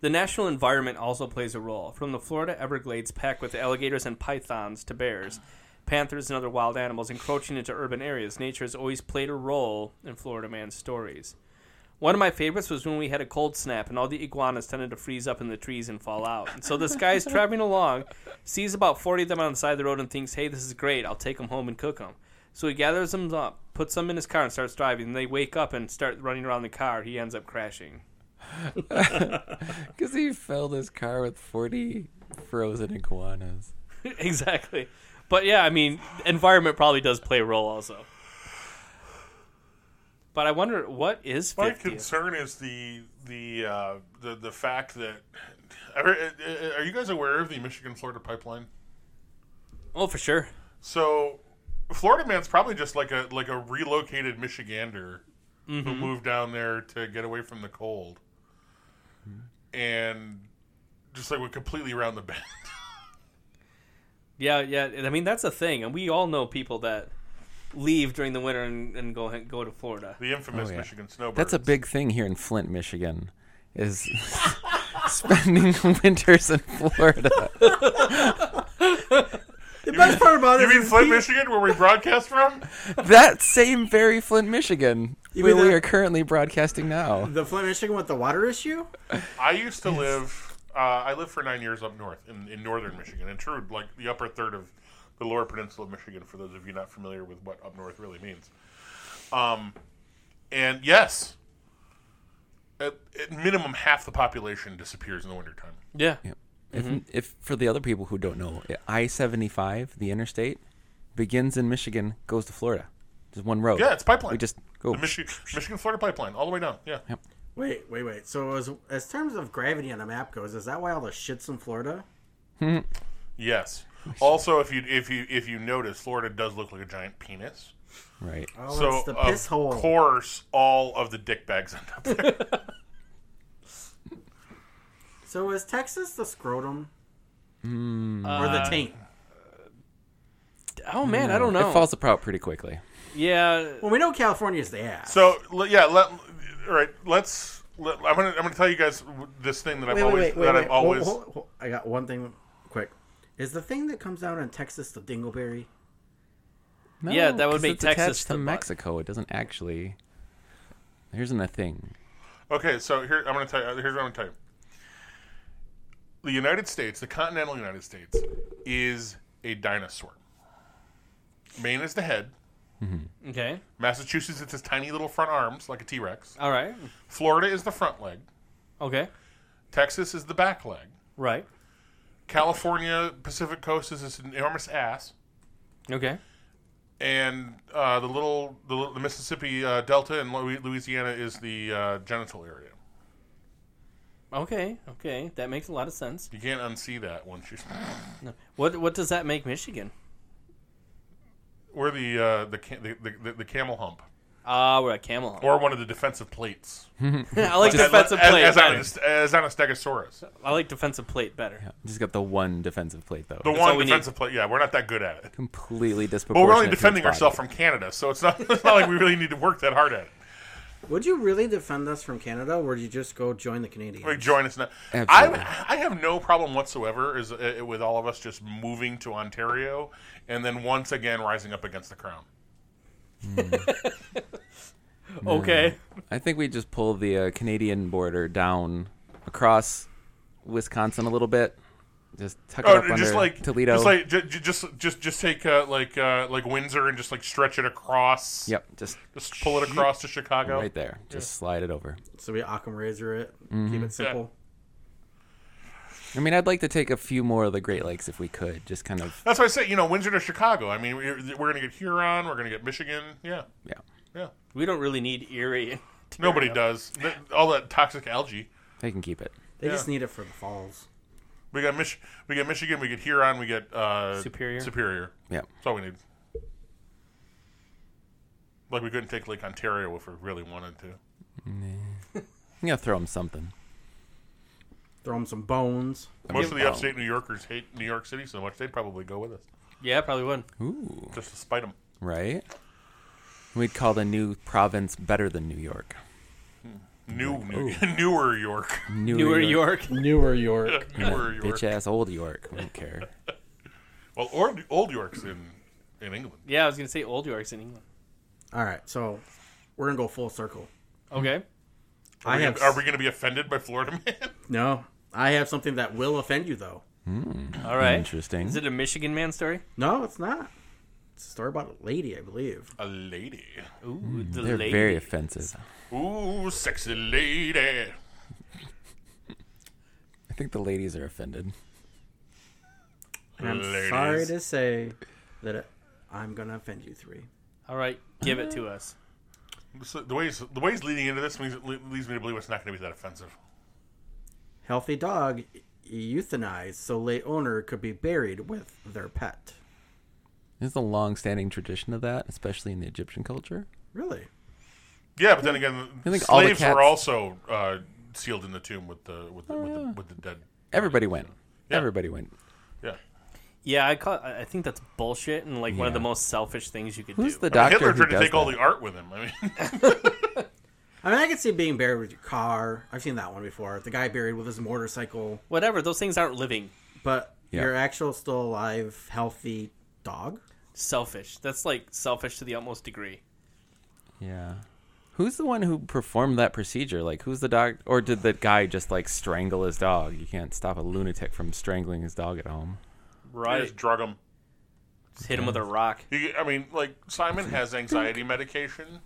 S1: the national environment also plays a role. From the Florida Everglades packed with alligators and pythons to bears, panthers, and other wild animals encroaching into urban areas, nature has always played a role in Florida man's stories. One of my favorites was when we had a cold snap and all the iguanas tended to freeze up in the trees and fall out. And so this guy's traveling along, sees about 40 of them on the side of the road and thinks, hey, this is great. I'll take them home and cook them. So he gathers them up, puts them in his car, and starts driving. They wake up and start running around the car. He ends up crashing.
S4: Because he filled his car with forty frozen iguanas.
S1: exactly. But yeah, I mean, environment probably does play a role also. But I wonder what is
S2: My
S1: 50th?
S2: concern is the the uh, the the fact that are, are you guys aware of the Michigan Florida pipeline?
S1: Oh, for sure.
S2: So, Florida man's probably just like a like a relocated Michigander
S4: Mm-hmm.
S2: who moved down there to get away from the cold, and just like we're completely around the bend.
S1: Yeah, yeah. I mean, that's a thing, and we all know people that leave during the winter and, and go go to Florida.
S2: the infamous
S4: Oh, yeah.
S2: Michigan snowbird.
S4: That's a big thing here in Flint, Michigan, is spending winters in Florida.
S3: The best part about
S2: You
S3: this
S2: mean
S3: is
S2: Flint,
S3: he-
S2: Michigan, where we broadcast from?
S4: that same very Flint, Michigan, where
S3: mean
S4: we
S3: the-
S4: are currently broadcasting now.
S3: the Flint, Michigan with the water issue.
S2: I used to live. Uh, I lived for nine years up north in, in northern Michigan, and true, like the upper third of the lower peninsula of Michigan. For those of you not familiar with what up north really means, um, and yes, at, at minimum half the population disappears in the wintertime.
S1: Yeah.
S4: If, if for the other people who don't know, I seventy five, the interstate, begins in Michigan, goes to Florida. Just one road.
S2: Yeah, it's pipeline.
S4: We just oh, go.
S2: the Michi- Michigan Florida pipeline all the way down. Yeah,
S4: Yep.
S3: Wait, wait, wait. So as as terms of gravity on a map goes, is that why all the shits in Florida?
S2: yes. Also, if you if you if you notice, Florida does look like a giant penis.
S4: Right.
S3: Oh,
S2: so
S3: it's the
S2: of
S3: piss hole.
S2: course, all of the dick bags end up there.
S3: so is Texas the scrotum or the taint?
S1: Oh man, I don't know.
S4: It falls apart pretty quickly.
S1: Yeah.
S3: Well, we know California is the ass.
S2: So l- yeah, let, all right. Let's. Let, I'm gonna. I'm gonna tell you guys w- this thing that I've always. that I've
S3: Hold-
S2: always.
S3: hold- hold- I got one thing quick. Is the thing that comes out in Texas the dingleberry?
S4: No,
S1: Yeah, that would
S4: 'cause
S1: make
S4: it's
S1: Texas
S4: attached
S1: the
S4: to
S1: butt.
S4: Mexico. It doesn't actually. There isn't a thing.
S2: Okay, so here I'm gonna tell you. Here's what I'm gonna tell you. The United States, the continental United States, is a dinosaur. Maine is the head.
S1: Okay.
S2: Massachusetts, it's his tiny little front arms like a T-Rex.
S1: All right.
S2: Florida is the front leg.
S1: Okay.
S2: Texas is the back leg.
S1: Right.
S2: California Pacific Coast is this enormous ass.
S1: Okay.
S2: and uh, the little the, little- the Mississippi uh, Delta and Lou- Louisiana is the uh, genital area.
S1: Okay. Okay. That makes a lot of sense.
S2: You can't unsee that once you.
S1: What What does that make Michigan?
S2: We're the uh, the, ca- the, the the camel hump.
S1: Ah, we're at Camelot.
S2: or one of the defensive plates.
S1: I like
S2: As-
S1: defensive
S2: as,
S1: plate.
S2: as, on
S1: better.
S2: a, as on a Stegosaurus.
S1: I like defensive plate better.
S4: Just got the one defensive plate though.
S2: The
S1: all
S2: one
S1: we need.
S2: defensive plate. Yeah, we're not that good at it.
S4: completely
S2: But
S4: disproportionate.
S2: we're only
S4: to its
S2: defending
S4: body.
S2: ourselves from Canada, so it's not, it's not like we really need to work that hard at it.
S3: Would you really defend us from Canada, or would you just go join the Canadians?
S2: Like join us now.
S4: Absolutely.
S2: I I have no problem whatsoever is uh, with all of us just moving to Ontario and then once again rising up against the crown.
S1: Okay.
S4: I think we just pull the uh, Canadian border down across Wisconsin a little bit. Just tuck it
S2: Or
S4: up under
S2: Oh, just like
S4: Toledo.
S2: just like ju- ju- just just just take uh, like uh, like Windsor and just like stretch it across.
S4: yep, just
S2: Just pull it across to Chicago.
S4: right there. Just slide it over.
S3: so we Occam razor it, keep it simple.
S4: I mean, I'd like to take a few more of the Great Lakes if we could. Just kind of
S2: That's why I say you know Windsor to Chicago. I mean we're, we're gonna get Huron. We're gonna get Michigan. Yeah,
S4: yeah.
S2: yeah.
S1: We don't really need Erie.
S2: Nobody does Th- all that toxic algae.
S4: They can keep it.
S3: They just
S2: Yeah.
S3: need it for the falls.
S2: We got Mich- we got Michigan. We get Huron. We get uh,
S1: Superior.
S2: Superior.
S4: Yeah.
S2: That's all we need. Like we couldn't take Lake Ontario if we really wanted to.
S4: I'm gonna throw them something.
S3: Throw them some bones.
S2: Most of the
S4: Wow.
S2: upstate New Yorkers hate New York City so much they'd probably go with us
S1: Yeah, probably would.
S4: Ooh,
S2: just to spite them.
S4: right. We'd call the new province better than New York.
S2: New, new newer York,
S1: Newer York.
S3: Newer York.
S2: newer York.
S4: Bitch ass old York. We don't care.
S2: Well, or old York's in in England.
S1: Yeah, I was gonna say Old York's in England.
S3: All right, so we're gonna go full circle.
S1: Okay.
S2: Are
S3: I
S2: we,
S3: have
S2: gonna- are we going to be offended by Florida man?
S3: no. I have something that will offend you, though.
S1: All right.
S4: Interesting.
S1: Is it a Michigan man story?
S3: No, it's not. It's a story about a lady, I believe.
S2: A lady.
S1: Ooh, the
S4: Mm, They're
S1: lady.
S4: very offensive.
S2: Ooh, sexy lady.
S4: I think the ladies are offended.
S3: And I'm
S2: Ladies.
S3: sorry to say that it, I'm gonna offend you three.
S1: All right, give it to us.
S2: So the ways the ways leading into this means le- leads me to believe it's not going to be that offensive.
S3: Healthy dog euthanized so late owner could be buried with their pet.
S4: There's a long-standing tradition of that, especially in the Egyptian culture.
S3: Really?
S2: Yeah, but then again,
S4: I think all the
S2: slaves were
S4: cats-
S2: also uh, sealed in the tomb with the with the, with,
S4: Oh,
S2: the, with the dead.
S4: Everybody went.
S2: Yeah.
S4: Everybody went.
S2: Yeah,
S1: Yeah, I call, I I think that's bullshit and like one of the
S4: Yeah.
S1: most selfish things you could
S4: Who's
S1: do.
S4: the doctor
S2: Hitler
S4: who
S2: tried to
S4: does
S2: take all
S4: that?
S2: the art with him. I mean,
S3: I mean, I could see being buried with your car. I've seen that one before. The guy buried with his motorcycle,
S1: Whatever. Those things aren't living.
S3: but
S4: Yeah.
S3: your actual still alive, healthy dog.
S1: Selfish. That's like selfish to the utmost degree.
S4: Yeah. Who's the one who performed that procedure? Like, who's the doc? Or did the guy just like strangle his dog? You can't stop a lunatic from strangling his dog at home.
S2: I
S1: Right.
S2: just drug him.
S1: Just hit him with a rock.
S2: You, I mean, like Simon has anxiety medication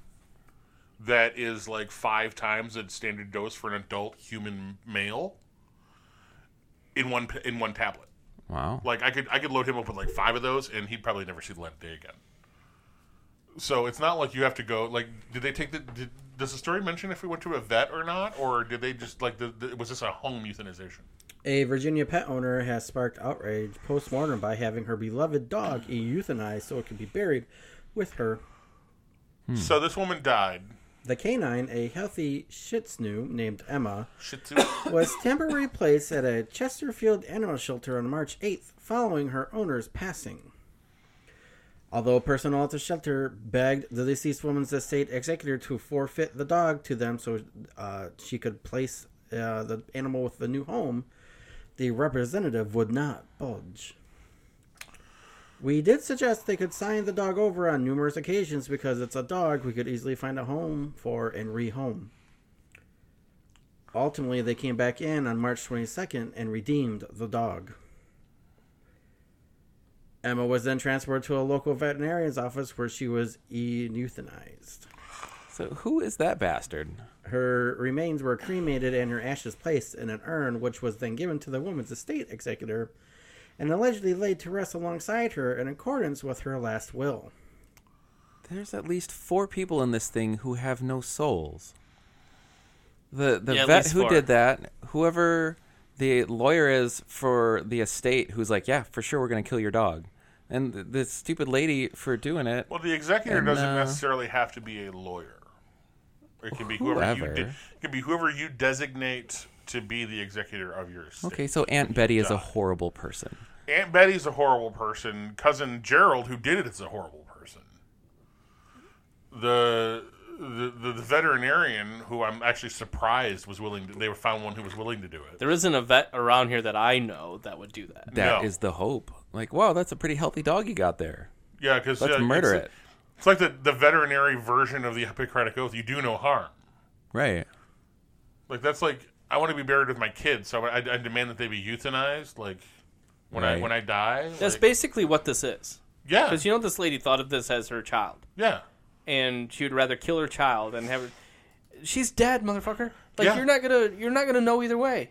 S2: that is like five times the standard dose for an adult human male in one p- in one tablet.
S4: Wow.
S2: Like I could I could load him up with like five of those, and he'd probably never see the light of day again. So it's not like you have to go. Like, did they take the? Did, does the story mention if we went to a vet or not, or did they just like? The, the, was this a home euthanization?
S3: A Virginia pet owner has sparked outrage postmortem by having her beloved dog euthanized so it could be buried with her.
S2: So this woman died.
S3: The canine, a healthy Shih Tzu named Emma,
S2: Shih Tzu.
S3: was temporarily placed at a Chesterfield animal shelter on March 8th following her owner's passing. Although personnel at the shelter begged the deceased woman's estate executor to forfeit the dog to them so uh, she could place uh, the animal with the new home, the representative would not budge. We did suggest they could sign the dog over on numerous occasions because it's a dog we could easily find a home for and rehome. Ultimately, they came back in on March 22nd and redeemed the dog. Emma was then transferred to a local veterinarian's office where she was euthanized.
S4: So who is that bastard?
S3: Her remains were cremated and her ashes placed in an urn, which was then given to the woman's estate executor and allegedly laid to rest alongside her in accordance with her last will.
S4: There's at least four people in this thing who have no souls. The the
S1: Yeah, at
S4: vet
S1: least
S4: who
S1: four.
S4: did that, whoever the lawyer is for the estate, who's like, yeah, for sure we're gonna kill your dog. and th- this stupid lady for doing it.
S2: Well, the executor
S4: And,
S2: doesn't
S4: uh,
S2: necessarily have to be a lawyer. It can be whoever, you
S4: Whoever.
S2: de- it can be whoever you designate to be the executor of your estate.
S4: Okay, so Aunt Betty is a horrible person.
S2: Aunt Betty's a horrible person. Cousin Gerald, who did it, is a horrible person. The the, the, the veterinarian, who I'm actually surprised was willing, to, they found one who was willing to do it.
S1: There isn't a vet around here that I know that would do that.
S4: That is
S2: No.
S4: the hope. Like, wow, that's a pretty healthy dog you got there.
S2: Yeah, because
S4: Let's murder
S2: it's,
S4: it.
S2: It's like the, the veterinary version of the Hippocratic Oath. You do no harm.
S4: Right.
S2: Like that's like I want to be buried with my kids, so I, I demand that they be euthanized. Like when I
S4: Right.
S2: when I die.
S1: That's
S2: like-
S1: basically what this is.
S2: yeah,
S1: Because you know this lady thought of this as her child,
S2: yeah.
S1: and she would rather kill her child than have her. She's dead, motherfucker. Like
S2: Yeah.
S1: you're not gonna you're not gonna know either way.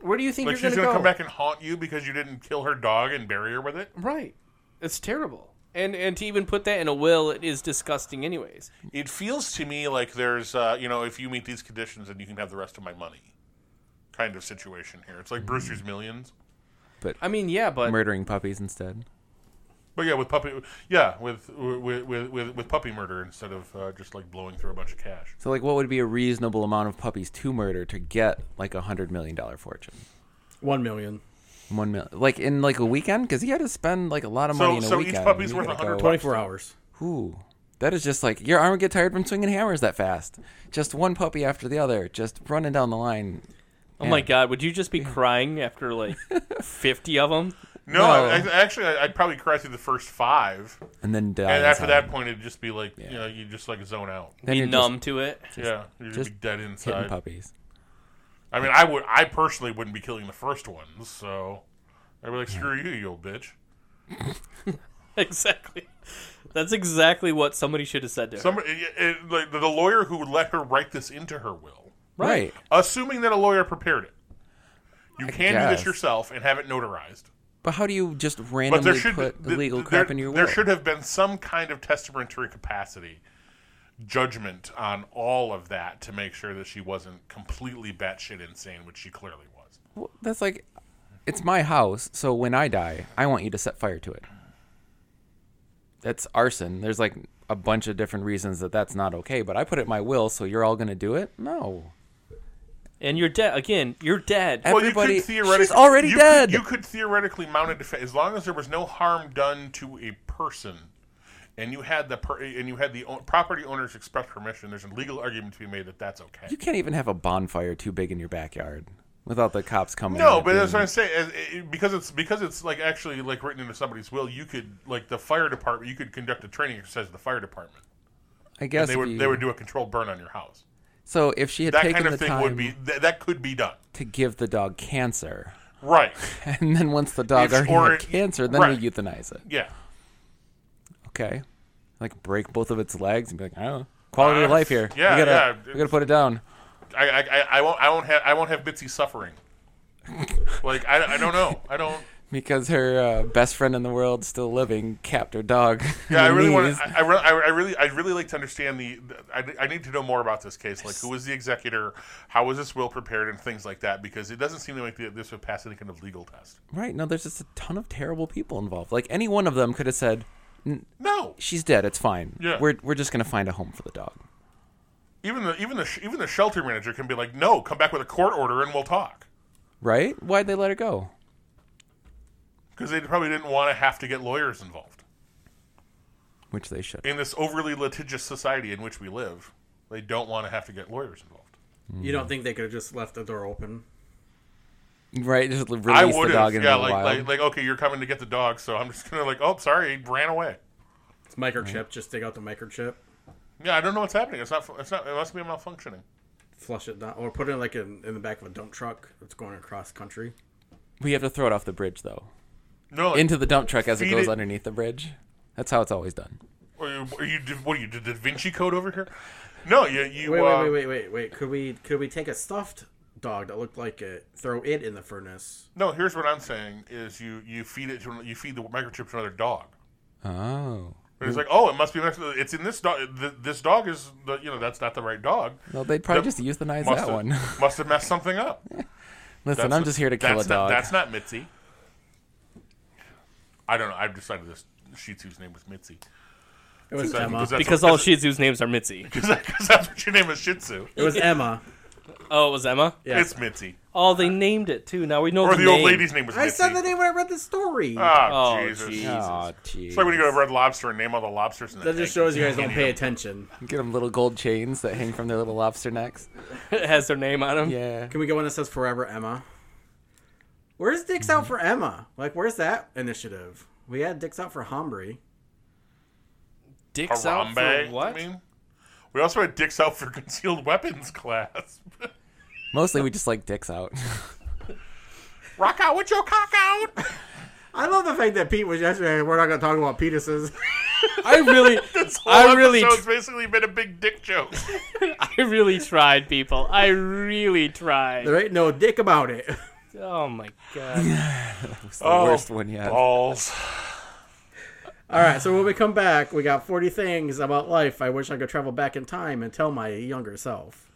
S1: Where do you think
S2: Like
S1: you're
S2: she's
S1: gonna,
S2: gonna
S1: go?
S2: come back and haunt you because you didn't kill her dog and bury her with it.
S1: Right. It's terrible. And and to even put that in a will, it is disgusting. Anyways,
S2: It feels to me like there's uh, you know if you meet these conditions then you can have the rest of my money, kind of situation here. It's like Brewster's Millions,
S1: I mean, yeah, but
S4: Murdering puppies instead.
S2: but yeah with puppy yeah with with with with, with puppy murder instead of uh, just like blowing through a bunch of cash.
S4: So, like, what would be a reasonable amount of puppies to murder to get like a hundred million dollar fortune?
S3: One million.
S4: One mil, like in like a weekend, because he had to spend like a lot of
S2: So-
S4: money in a
S2: so each
S4: weekend.
S2: puppy's
S4: You
S2: worth
S4: gotta go-
S2: 120
S3: Twenty-four hours.
S4: Ooh, that is just like your arm would get tired from swinging hammers that fast. Just one puppy after the other, just running down the line.
S1: oh my god, would you just be crying after like fifty of them?
S2: No, I,
S4: No.
S2: I, actually I, I'd probably cry through the first five.
S4: and then die.
S2: and after
S4: inside.
S2: that point, it'd just be like you know, you just like zone out.
S4: then
S1: be
S4: you're
S1: numb to it.
S2: yeah, you'd
S4: just
S2: be dead
S4: just hitting
S2: inside.
S4: puppies.
S2: I mean, I would, I personally wouldn't be killing the first ones, so I'd be like, "Screw you, you old bitch."
S1: exactly. That's exactly what somebody should have said to her.
S2: Somebody, it, it, like the lawyer who would let her write this into her will,
S4: Right.
S2: assuming that a lawyer prepared it. You can do
S4: guess.
S2: this yourself and have it notarized,
S4: But how do you just
S2: but there
S4: randomly
S2: should
S4: put
S2: th-
S4: illegal
S2: th-
S4: crap
S2: there,
S4: in your will?
S2: There should have been some kind of testamentary capacity judgment on all of that to make sure that she wasn't completely batshit insane, which she clearly was.
S4: Well, That's like, it's my house, so when I die, I want you to set fire to it. That's arson. There's like a bunch of different reasons that that's not okay, but I put it in my will, so you're all going to do it? No.
S1: and you're dead again. You're dead.
S4: Ev- Everybody-
S2: theoretic-
S4: she's already
S2: you could-
S4: dead!
S2: you could theoretically mount a defense as long as there was no harm done to a person, and you had the per- and you had the o- property owner's express permission. There's a legal argument to be made that that's okay.
S4: You can't even have a bonfire too big in your backyard without the cops coming.
S2: no,
S4: and
S2: but that's
S4: being-
S2: what I'm saying. as- it- Because it's because it's like actually like written into somebody's will. You could like the fire department. You could conduct a training exercise. With the fire department.
S4: I guess
S2: They
S4: if
S2: would
S4: you-
S2: they would do a controlled burn on your house.
S4: So if she had
S2: That
S4: taken
S2: kind
S4: the
S2: of thing
S4: time
S2: would be th- that could be done.
S4: to give the dog cancer,
S2: Right.
S4: and then once the dog
S2: If-
S4: already
S2: or
S4: had
S2: it-
S4: cancer, then
S2: right.
S4: we euthanize it.
S2: Yeah.
S4: Okay, like break both of its legs and be like, I don't know, quality of
S2: Uh,
S4: life here.
S2: yeah,
S4: we gotta,
S2: yeah,
S4: we gotta put it down.
S2: I, I, I- I won't I won't have I won't have Bitsy suffering. like I, I don't know I don't
S4: because her uh, best friend in the world still living capped her dog.
S2: yeah I really want
S4: want.
S2: I, I, re- I I really I'd really like to understand the I, I need to know more about this case like who was the executor how was this will prepared and things like that because it doesn't seem to make the, this would pass any kind of legal test
S4: Right? No, there's just a ton of terrible people involved. Like any one of them could have said,
S2: no
S4: "She's dead. It's fine.
S2: Yeah.
S4: We're we're just gonna find a home for the dog."
S2: even the even the sh- even the shelter manager can be like no come back with a court order and we'll talk
S4: Right? Why'd they let her go?
S2: because they probably didn't want to have to get lawyers involved
S4: Which they should.
S2: in this overly litigious society in which we live they don't want to have to get lawyers involved.
S3: You don't think they could have just left the door open?
S4: Right? Just release
S2: I
S4: the
S2: would have.
S4: dog in
S2: Yeah,
S4: the
S2: like,
S4: wild.
S2: like like okay, you're coming to get the dog, so I'm just gonna like, oh, sorry, he ran away.
S3: It's microchip. Just take out the microchip,
S2: Yeah, I don't know what's happening. It's not. It's not. It must be malfunctioning.
S3: flush it down, or put it like in, in the back of a dump truck that's going across country.
S4: we have to throw it off the bridge though,
S2: No, like,
S4: into the dump truck as it
S2: Feed
S4: goes
S2: it-
S4: underneath the bridge. That's how it's always done.
S2: are you, are you what are you the Da Vinci Code over here? No, you you
S3: Wait,
S2: uh,
S3: wait, wait, wait, wait, wait. Could we could we take a stuffed dog that looked like it, throw it in the furnace?
S2: no. Here's what I'm saying: is you you feed it to an- you feed the microchip to another dog.
S4: Oh.
S2: And it's like, oh, it must be. It's in this dog. th- This dog is the you know that's not the right dog.
S4: Well, they'd probably
S2: The-
S4: just euthanize
S2: must
S4: that
S2: have-
S4: one.
S2: must have messed something up.
S4: Listen,
S2: That's
S4: I'm
S2: not-
S4: just here to kill a
S2: that's not-
S4: dog.
S2: that's not Mitzi. I don't know. I've decided this Shih Tzu's name was Mitzi.
S3: It was
S2: So I think
S3: Emma.
S2: that's
S1: Because
S2: what-
S1: all Shih Tzus' names are Mitzi.
S2: Because that- 'cause that's what your name is, Shih Tzu.
S3: It was Emma.
S1: Oh, it was Emma?
S3: Yeah.
S2: It's Mitzi.
S1: Oh, they named it too. Now we know
S2: Or the
S1: name.
S2: old lady's name was
S3: I
S2: Mitzi.
S3: said the name when I read the story.
S2: Oh,
S1: Oh,
S2: Jesus.
S1: geez.
S4: Aw,
S2: It's like when you go
S4: jeez.
S2: to Red Lobster and name all the lobsters in the
S3: that just
S2: tank.
S3: shows you guys don't
S2: Can't
S3: pay
S2: eat 'em.
S3: attention.
S4: Get them little gold chains that hang from their little lobster necks.
S1: it has their name on them.
S4: Yeah.
S3: Can we go one that says "Forever Emma"? Where's dicks out for Emma? Like, where's that initiative? We had dicks out for Hombry.
S1: Dicks out
S2: Harambe.
S1: for what?
S2: I mean, we also had dicks out for concealed weapons class.
S4: Mostly we just like dicks out.
S2: Rock out with your cock out.
S3: I love the fact that Pete was yesterday. We're not going to talk about penises.
S1: I really,
S2: This whole
S1: I really,
S2: episode's basically been a big dick joke.
S1: I really tried, people. I really tried.
S3: there ain't no dick about it.
S1: Oh my god.
S4: It's
S2: oh.
S4: the worst one yet.
S2: Balls.
S3: All right, so when we come back, we got 40 things about life I wish I could travel back in time and tell my younger self.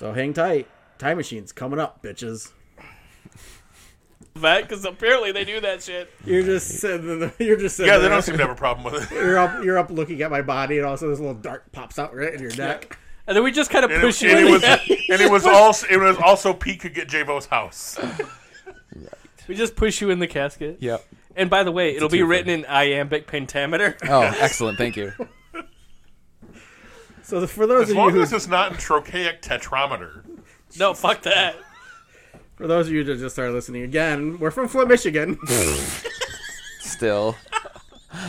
S3: So hang tight. Time machine's coming up, bitches.
S1: Because apparently they do that shit.
S3: You're just sitting. In the, you're just sitting
S2: Yeah, they don't
S3: there.
S2: seem to have a problem with it.
S3: You're up. You're up looking at my body, and also this little dart pops out right in your neck.
S1: And then we just kind of
S2: And
S1: push
S2: it,
S1: you in.
S2: and it was, and it was also it was also Pete could get Javo's house.
S1: we just push you in the casket.
S4: Yep.
S1: And by the way, it'll be
S4: twofer.
S1: written in iambic pentameter.
S4: Oh, excellent. Thank you.
S3: So the, for those
S2: As
S3: of you
S2: long
S3: who
S2: as it's not in trochaic tetrameter.
S1: no, fuck that.
S3: For those of you that just started listening again, we're from Flint, Michigan.
S4: Still.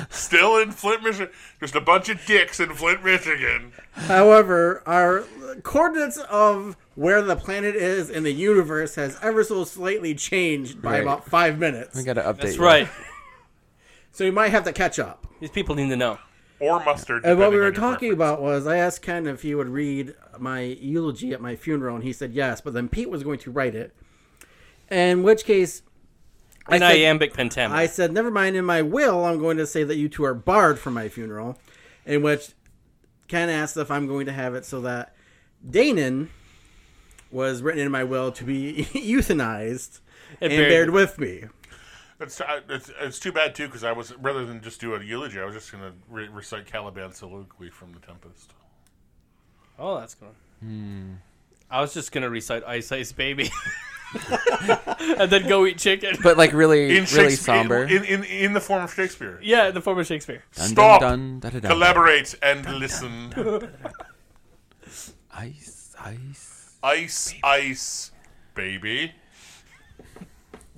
S2: Still in Flint, Michigan. Just a bunch of dicks in Flint, Michigan.
S3: However, our coordinates of where the planet is in the universe has ever so slightly changed by
S4: Right.
S3: about five minutes.
S4: We got to update.
S1: That's
S4: you.
S1: right.
S3: so you might have to catch up.
S1: These people need to know.
S2: Or mustard.
S3: And what we
S2: depending
S3: were
S2: on your
S3: talking
S2: preference.
S3: about was I asked Ken if he would read my eulogy at my funeral, and he said yes, but then Pete was going to write it. In which case,
S1: In
S3: said-
S1: iambic
S3: I
S1: pentameter.
S3: said, never mind, in my will, I'm going to say that you two are barred from my funeral. In which Ken asked if I'm going to have it so that Danon was written in my will to be euthanized and,
S1: buried
S3: buried with me.
S2: It's, I- it's, it's too bad too because I was rather than just do a eulogy, I was just going to re- recite Caliban's soliloquy from The Tempest.
S1: oh, that's gone. Hmm. I was just gonna recite Ice Ice Baby, and then go eat chicken.
S4: But like really,
S2: In
S4: really
S2: Shakespeare-
S4: somber.
S2: In, in in the form of Shakespeare.
S1: yeah, in the form of Shakespeare.
S2: Stop.
S4: Dun, dun, dun, dun, dun.
S2: Collaborate and listen.
S4: Ice, ice.
S2: Ice, ice, baby.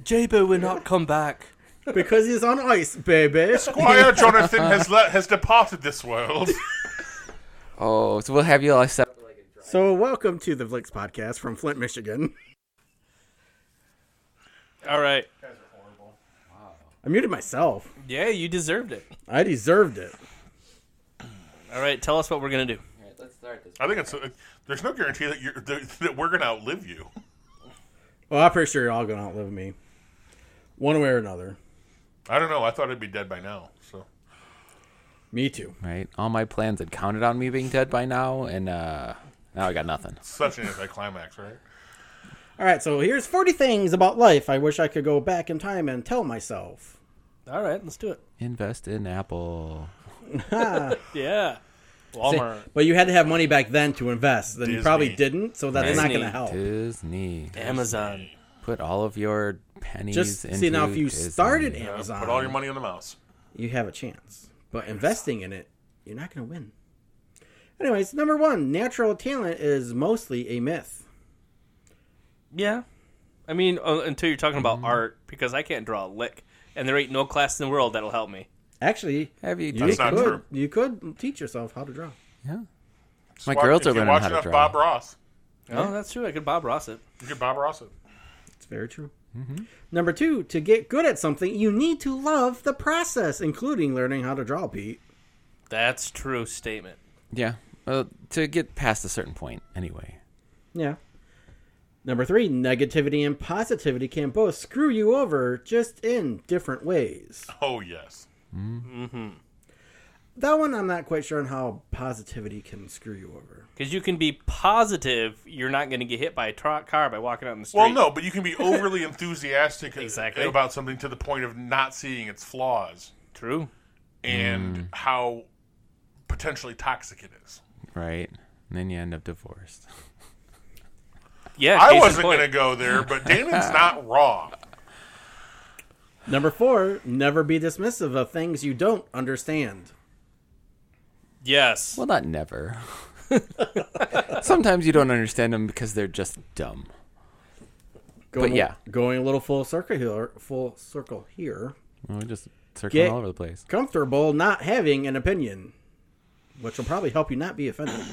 S1: Jabo will not come back.
S3: Because he's on ice, baby.
S2: Squire uh, Jonathan has le- has departed this world.
S4: Oh, so we'll have you all accept.
S3: so, welcome to the Flicks podcast from Flint, Michigan.
S1: All right.
S3: I muted myself.
S1: Yeah, you deserved it.
S3: I deserved it.
S1: All right, tell us what we're gonna do.
S4: Let's start this.
S2: I think it's there's no guarantee that you're that, that we're going to outlive you.
S3: Well, I'm pretty sure you're all going to outlive me. One way or another.
S2: I don't know. I thought I'd be dead by now. So
S3: Me too.
S4: Right. All my plans had counted on me being dead by now, and uh, now I got nothing.
S2: such an anticlimax, right?
S3: All right, so here's 40 things about life I wish I could go back in time and tell myself.
S1: All right, let's do it.
S4: Invest in Apple.
S1: Yeah. Walmart.
S3: But you had to have money back then to invest. Then you
S2: Disney.
S3: probably didn't, so that's not
S1: Disney.
S3: going to help.
S4: Disney.
S1: Amazon.
S4: Put all of your pennies
S3: Just
S4: into
S3: see now, if you
S4: Disney.
S3: started
S2: You know,
S3: Amazon,
S2: Put all your money on the mouse.
S3: you have a chance. But investing in it, you're not going to win. Anyways, number one, natural talent is mostly a myth.
S1: Yeah. I mean, uh, until you're talking about art, because I can't draw a lick, and there ain't no class in the world that'll help me.
S3: Actually,
S4: Have you?
S3: you
S2: That's not
S3: could
S2: true.
S3: you could teach yourself how to draw.
S4: Yeah. My
S2: Watch-
S4: girls
S2: if
S4: are
S2: you
S4: learning
S2: watch
S4: how to
S2: enough
S4: draw.
S2: Bob Ross.
S1: Oh, that's true. I could Bob Ross it.
S2: You could Bob Ross it.
S3: It's very true.
S4: Mm-hmm.
S3: Number two, to get good at something, you need to love the process, including learning how to draw. Pete.
S1: That's true statement.
S4: Yeah. Well, to get past a certain point, anyway.
S3: Yeah. Number three, negativity and positivity can both screw you over just in different ways.
S2: Oh yes.
S3: That one, I'm not quite sure on how positivity can screw you over.
S1: Because you can be positive you're not going to get hit by a truck car by walking out in the street.
S2: Well, no, but you can be overly enthusiastic
S1: Exactly.
S2: about something to the point of not seeing its flaws
S1: True.
S2: and
S4: Mm.
S2: how potentially toxic it is.
S4: right? And then you end up divorced.
S1: Yeah.
S2: I
S1: case in
S2: wasn't
S1: point.
S2: going to go there, but Damon's not wrong.
S3: Number four, never be dismissive of things you don't understand.
S1: Yes.
S4: Well, not never. Sometimes you don't understand them because they're just dumb.
S3: Going,
S4: But yeah.
S3: going a little full circle here. Full circle here.
S4: Well, we just circling
S3: Get-
S4: all over the place.
S3: Comfortable not having an opinion, which will probably help you not be offended.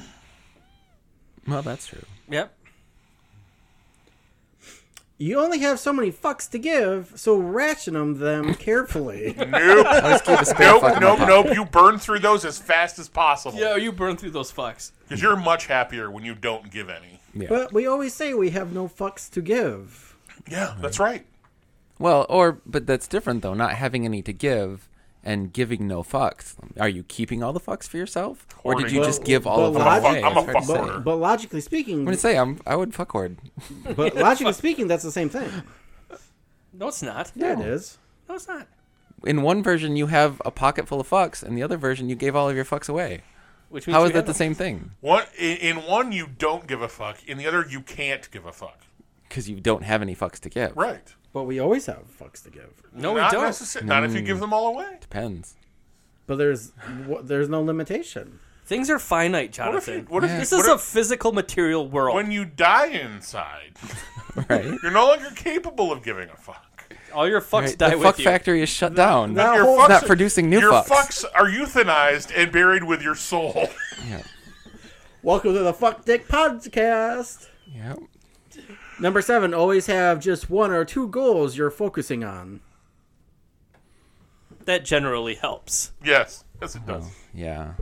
S4: Well, that's true.
S1: Yep.
S3: You only have so many fucks to give, so ration 'em them carefully.
S2: Nope,
S4: Let's keep a spare
S2: nope,
S4: fucking
S2: nope,
S4: bucket.
S2: nope. You burn through those as fast as possible
S1: Yeah,
S2: because
S1: you burn through those fucks.
S2: you're much happier when you don't give any.
S4: Yeah.
S3: but we always say we have no fucks to give.
S2: Yeah, that's right.
S4: Well, or but that's different though. Not having any to give and giving no fucks. Are you keeping all the fucks for yourself, or did
S2: Hoarding.
S4: you
S2: Well,
S4: just give all
S3: well,
S4: of them
S3: I'm a fuck-
S4: away?
S2: I'm a
S4: It's hard to
S2: fuck
S4: say.
S2: hoarder.
S4: I'm
S3: But logically speaking,
S4: gonna say I'm, I would fuck hoard.
S3: but logically speaking, that's the same thing.
S1: No, it's not.
S3: Yeah, it is.
S1: No, it's not.
S4: In one version, you have a pocket full of fucks, and the other version, you gave all of your fucks away.
S1: Which means
S4: How
S1: you
S4: is that
S1: have
S4: the
S1: them.
S4: same thing?
S2: One in, in one you don't give a fuck, in the other you can't give a fuck.
S4: Because you don't have any fucks to give.
S2: Right?
S3: But we always have fucks to give.
S1: No, we
S2: not
S1: don't.
S2: necessa- not if you give them all away.
S4: Depends.
S3: But there's wh- there's no limitation.
S1: Things are finite,
S2: What if you-
S1: Jonathan.
S2: what if you-
S1: this
S2: what
S1: is
S2: if-
S1: a physical material world.
S2: When you die inside,
S4: Right.
S2: you're no longer capable of giving a fuck.
S1: All your fucks
S4: Right,
S1: die
S4: the
S1: with
S4: fuck
S1: you.
S4: factory is shut down.
S3: Now-
S2: Your
S3: It's
S2: fucks-
S4: not producing new
S2: your
S4: fucks.
S2: are euthanized and buried with your soul.
S4: Yeah.
S3: Welcome to the Fuck Dick Podcast.
S4: Yeah.
S3: Number seven, always have just one or two goals you're focusing on.
S1: That generally helps.
S2: yes, yes, it does.
S4: Yeah.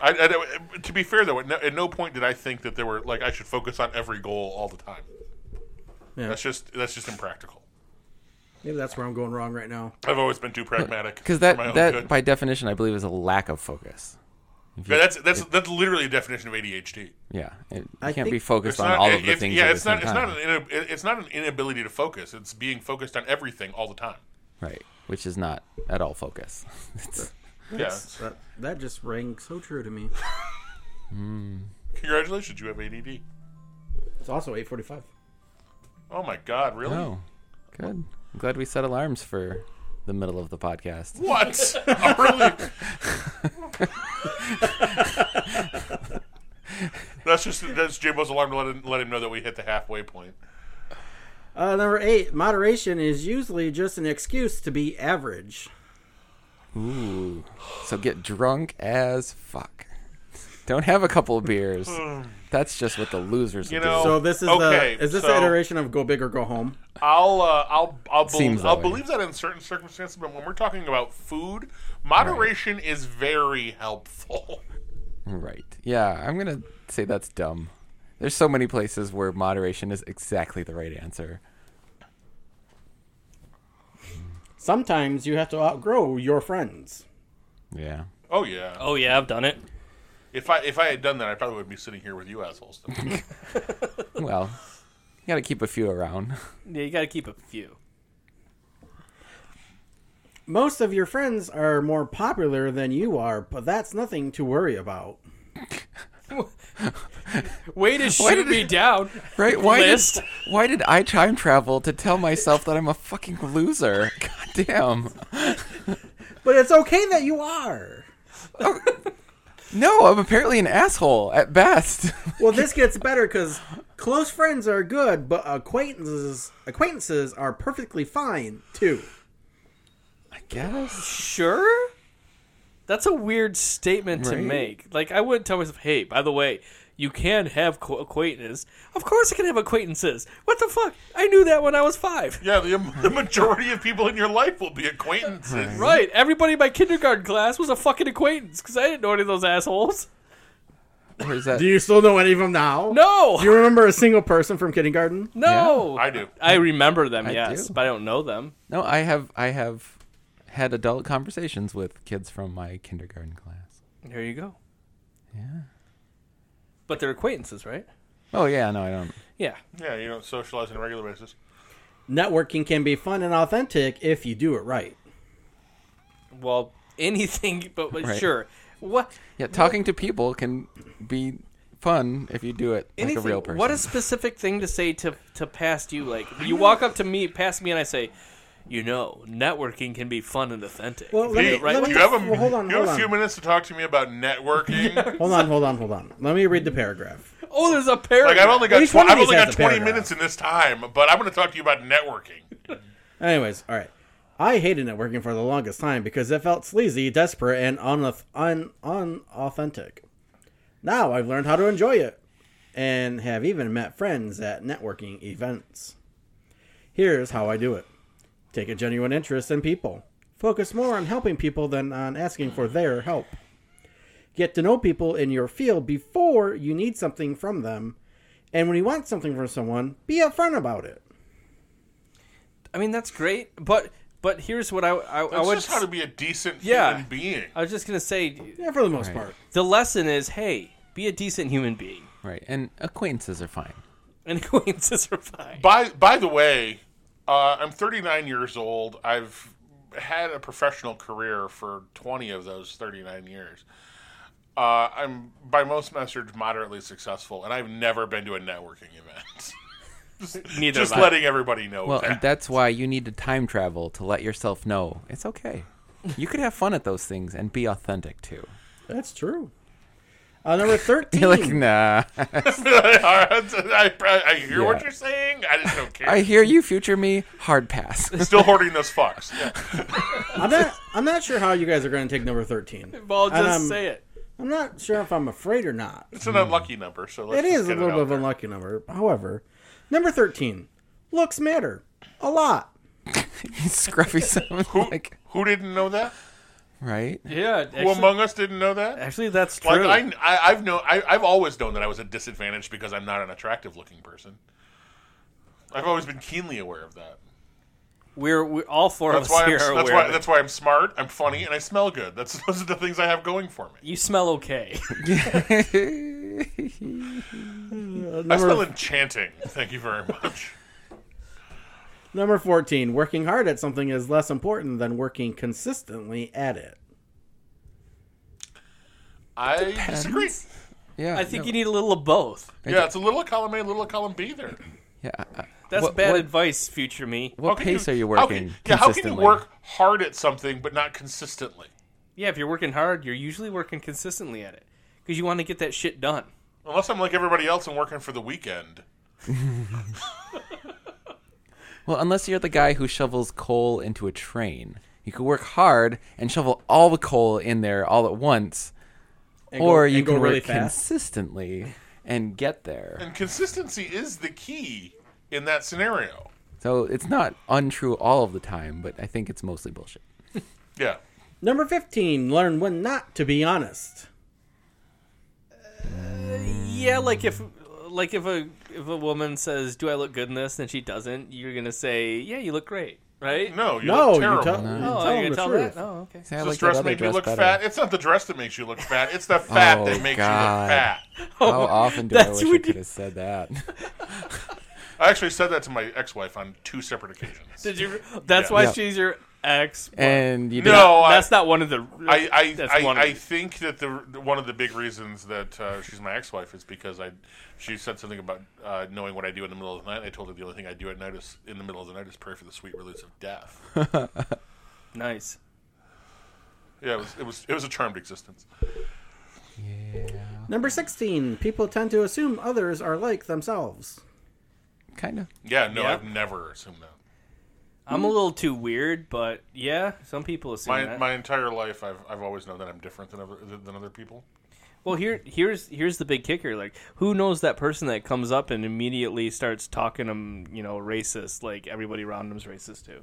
S2: I, I don't- to be fair, though, at no, at no point did I think that there were like I should focus on every goal all the time.
S3: Yeah.
S2: That's just that's just impractical.
S3: Maybe that's where I'm going wrong right now.
S2: I've always been too pragmatic
S4: Because
S2: for my
S4: that
S2: own
S4: that
S2: good.
S4: by definition, I believe, is a lack of focus.
S2: Yeah, that's that's that's literally a definition of ADHD.
S4: Yeah. It, you
S3: I
S4: can't be
S3: think-
S4: focused on all of the
S2: it's-
S4: things.
S2: Yeah,
S4: at
S2: it's
S4: the
S2: not.
S4: same
S2: It's
S4: time.
S2: not. An, inab- it's not an inability to focus. It's being focused on everything all the time.
S4: Right. Which is not at all focus. It's-
S2: Yes.
S3: That that just rang so true to me.
S2: Congratulations, you have ADD.
S3: It's also 8:45.
S2: Oh my God! Really?
S4: oh, good. I'm glad we set alarms for the middle of the podcast.
S2: What? Oh, really? that's just that's Jimbo's alarm to let him, let him know that we hit the halfway point.
S3: Uh, number eight, moderation is usually just an excuse to be average.
S4: Ooh. So get drunk as fuck. Don't have a couple of beers. That's just what the losers
S2: You
S4: would
S2: know-
S4: do.
S3: So this is
S2: Oh, Okay,
S3: the is this
S2: so-
S3: the iteration of go big or go home?
S2: I'll uh, I'll I'll, bel-
S4: Seems that
S2: I'll
S4: way.
S2: believe that in certain circumstances, but when we're talking about food, moderation is very helpful.
S4: Right. Yeah, I'm gonna say that's dumb. There's so many places where moderation is exactly the right answer.
S3: Sometimes you have to outgrow your friends.
S4: Yeah.
S2: Oh yeah.
S1: Oh yeah, I've done it.
S2: If I if I had done that, I probably would be sitting here with you assholes.
S4: Well, you gotta keep a few around.
S1: Yeah, you got to keep a few.
S3: Most of your friends are more popular than you are, but that's nothing to worry about.
S1: Way to shoot me down.
S4: Right? Why did,
S1: List.
S4: why did I time travel to tell myself that I'm a fucking loser? God damn.
S3: But it's okay that you are.
S4: No, I'm apparently an asshole at best.
S3: Well, this gets better because close friends are good, but acquaintances acquaintances are perfectly fine too.
S4: I guess.
S1: Sure. That's a weird statement to
S4: Right?
S1: make. Like I wouldn't tell myself, "Hey, by the way, you can have qu- acquaintances." Of course, I can have acquaintances. What the fuck? I knew that when I was five.
S2: yeah, the, the majority of people in your life will be acquaintances.
S1: Right. Everybody in my kindergarten class was a fucking acquaintance because I didn't know any of those assholes.
S4: Or is that
S3: Do you still know any of them now?
S1: No.
S3: Do you remember a single person from kindergarten?
S1: no.
S2: I do.
S1: I remember them,
S4: I
S1: yes,
S4: do.
S1: but I don't know them.
S4: No, I have I have had adult conversations with kids from my kindergarten class.
S1: There you go.
S4: Yeah.
S1: But they're acquaintances, right?
S4: Oh yeah, no, I don't.
S1: Yeah.
S2: Yeah, you don't socialize on a regular basis.
S3: Networking can be fun and authentic if you do it right.
S1: Well, anything, but, but
S4: Right.
S1: sure. What?
S4: Yeah, talking to people can be fun if you do it
S1: anything.
S4: like a real person.
S1: What a specific thing to say to to past you. Like you walk up to me, past me, and I say, you know, networking can be fun and authentic.
S3: Well, let
S1: If you
S3: me-
S1: do it right.
S3: let me-
S2: you have a,
S3: Well, hold on,
S2: you have
S3: hold
S2: a few
S3: on.
S2: minutes to talk to me about networking.
S3: Hold on, hold on, hold on. Let me read the paragraph.
S1: oh, there's a paragraph.
S2: Like I've only got
S3: Each
S2: tw-
S3: one of
S2: I've
S3: these
S2: only
S3: has
S2: got
S3: a
S2: twenty
S3: paragraph.
S2: minutes in this time, but I'm going to talk to you about networking.
S3: Anyways, all right. I hated networking for the longest time because it felt sleazy, desperate, and unath- un- unauthentic. Now I've learned how to enjoy it and have even met friends at networking events. Here's how I do it take a genuine interest in people, focus more on helping people than on asking for their help. Get to know people in your field before you need something from them, and when you want something from someone, be upfront about it.
S1: I mean, that's great, but but here's what I I, I
S3: Oh,
S2: It's
S1: would.
S2: just how to be a decent
S1: Yeah.
S2: human being.
S1: I was just gonna say,
S3: Yeah, for the most part.
S1: the lesson is, hey, be a decent human being,
S4: right? And acquaintances are fine.
S1: and acquaintances are fine.
S2: By by the way, uh, I'm 39 years old. I've had a professional career for 20 of those 39 years. Uh, I'm by most measures moderately successful, and I've never been to a networking event.
S1: Neither
S2: Just
S1: of us.
S2: letting everybody know.
S4: Well,
S2: that.
S4: and that's why you need to time travel to let yourself know it's okay. You could have fun at those things and be authentic too.
S3: That's true. Uh, number 13.
S4: You're like, nah.
S2: I, I- I hear what
S4: Yeah.
S2: you're saying. I just don't care.
S4: I hear you, future me. Hard pass.
S2: Still hoarding those fucks. Yeah.
S3: I'm, not, I'm not sure how you guys are going to take number 13.
S1: Well, just
S3: And, um,
S1: say it.
S3: I'm not sure if I'm afraid or not.
S2: It's an unlucky number, so let's
S3: Hmm. It
S2: just
S3: is a
S2: get
S3: little
S2: out
S3: bit of
S2: there.
S3: an unlucky number. However, number 13. Looks matter. A lot.
S4: Scruffy sound.
S2: Who,
S4: Like,
S2: who didn't know that?
S4: right?
S1: Yeah, actually,
S2: Who among us didn't know that?
S1: actually that's true.
S2: Like I, I, I've known, I, I've always known that I was at disadvantage because I'm not an attractive-looking person. I've always been keenly aware of that.
S1: we're, we're all four
S2: That's
S1: of us
S2: why, I'm,
S1: here
S2: that's
S1: are aware.
S2: why,
S1: of it.
S2: that's why I'm smart, I'm funny, and I smell good. That's those are the things I have going for me.
S1: you smell okay.
S3: Uh,
S2: I smell
S3: number,
S2: enchanting. Thank you very much.
S3: number 14. Working hard at something is less important than working consistently at it.
S2: I disagree.
S4: Yeah.
S1: I think
S4: no.
S1: you need a little of both.
S2: Yeah, it's a little column A, a little column B there.
S4: Yeah. I- I-
S1: That's
S4: what,
S1: bad
S4: What,
S1: advice, future me.
S4: what
S2: How can
S4: pace are you
S2: how
S4: working?
S2: can- yeah, how can you
S4: consistently?
S2: work hard at something but not consistently?
S1: Yeah, if you're working hard, you're usually working consistently at it because you want to get that shit done.
S2: Unless I'm like everybody else and working for the weekend.
S4: Well, unless you're the guy who shovels coal into a train, you could work hard and shovel all the coal in there all at once,
S3: And
S4: or
S3: go,
S4: you
S3: and go
S4: can
S3: really
S4: work
S3: fast.
S4: consistently and get there.
S2: And consistency is the key in that scenario.
S4: So it's not untrue all of the time, but I think it's mostly bullshit.
S2: Yeah.
S3: Number 15. Learn when not to be honest.
S1: Yeah, like if like if a if a woman says, "Do I look good in this?" and she doesn't, you're gonna say, "Yeah, you look great," right?
S2: No, you
S3: No,
S2: look
S3: you
S2: terrible.
S3: tell, you
S1: oh,
S3: tell
S1: you're
S3: them
S1: gonna
S3: the
S1: tell
S3: truth.
S1: that? Oh, okay.
S4: See, I
S2: Does
S4: like that
S2: dress
S4: other
S2: make
S4: dress
S2: me look
S4: better.
S2: fat? It's not the dress that makes you look fat. It's the fat
S4: Oh,
S2: that makes you
S4: God.
S2: look fat.
S4: How often do I
S1: That's
S4: wish I
S1: when
S4: could
S1: you-
S4: have said that?
S2: I actually said that to my ex-wife on two separate occasions.
S1: Did you? That's
S2: Yeah.
S1: why
S4: Yeah.
S1: she's your ex.
S4: And you didn't-
S2: no, I,
S1: that's not one of the.
S2: I, I,
S1: that's
S2: I,
S1: one of
S2: I
S1: the-
S2: think that the one of the big reasons that uh, she's my ex-wife is because I, she said something about uh, knowing what I do in the middle of the night. I told her the only thing I do at night is in the middle of the night is pray for the sweet release of death.
S1: nice.
S2: yeah, it was, it was it was a charmed existence.
S3: Number 16. People tend to assume others are like themselves.
S4: kind of.
S2: Yeah, no,
S1: Yeah.
S2: I've never assumed that.
S1: I'm a little too weird, but yeah, some people assume
S2: My,
S1: that.
S2: my entire life, I've, I've always known that I'm different than other, than other people.
S1: Well, here here's here's the big kicker. Like, who knows that person that comes up and immediately starts talking them, you know, racist? Like everybody around them's racist too.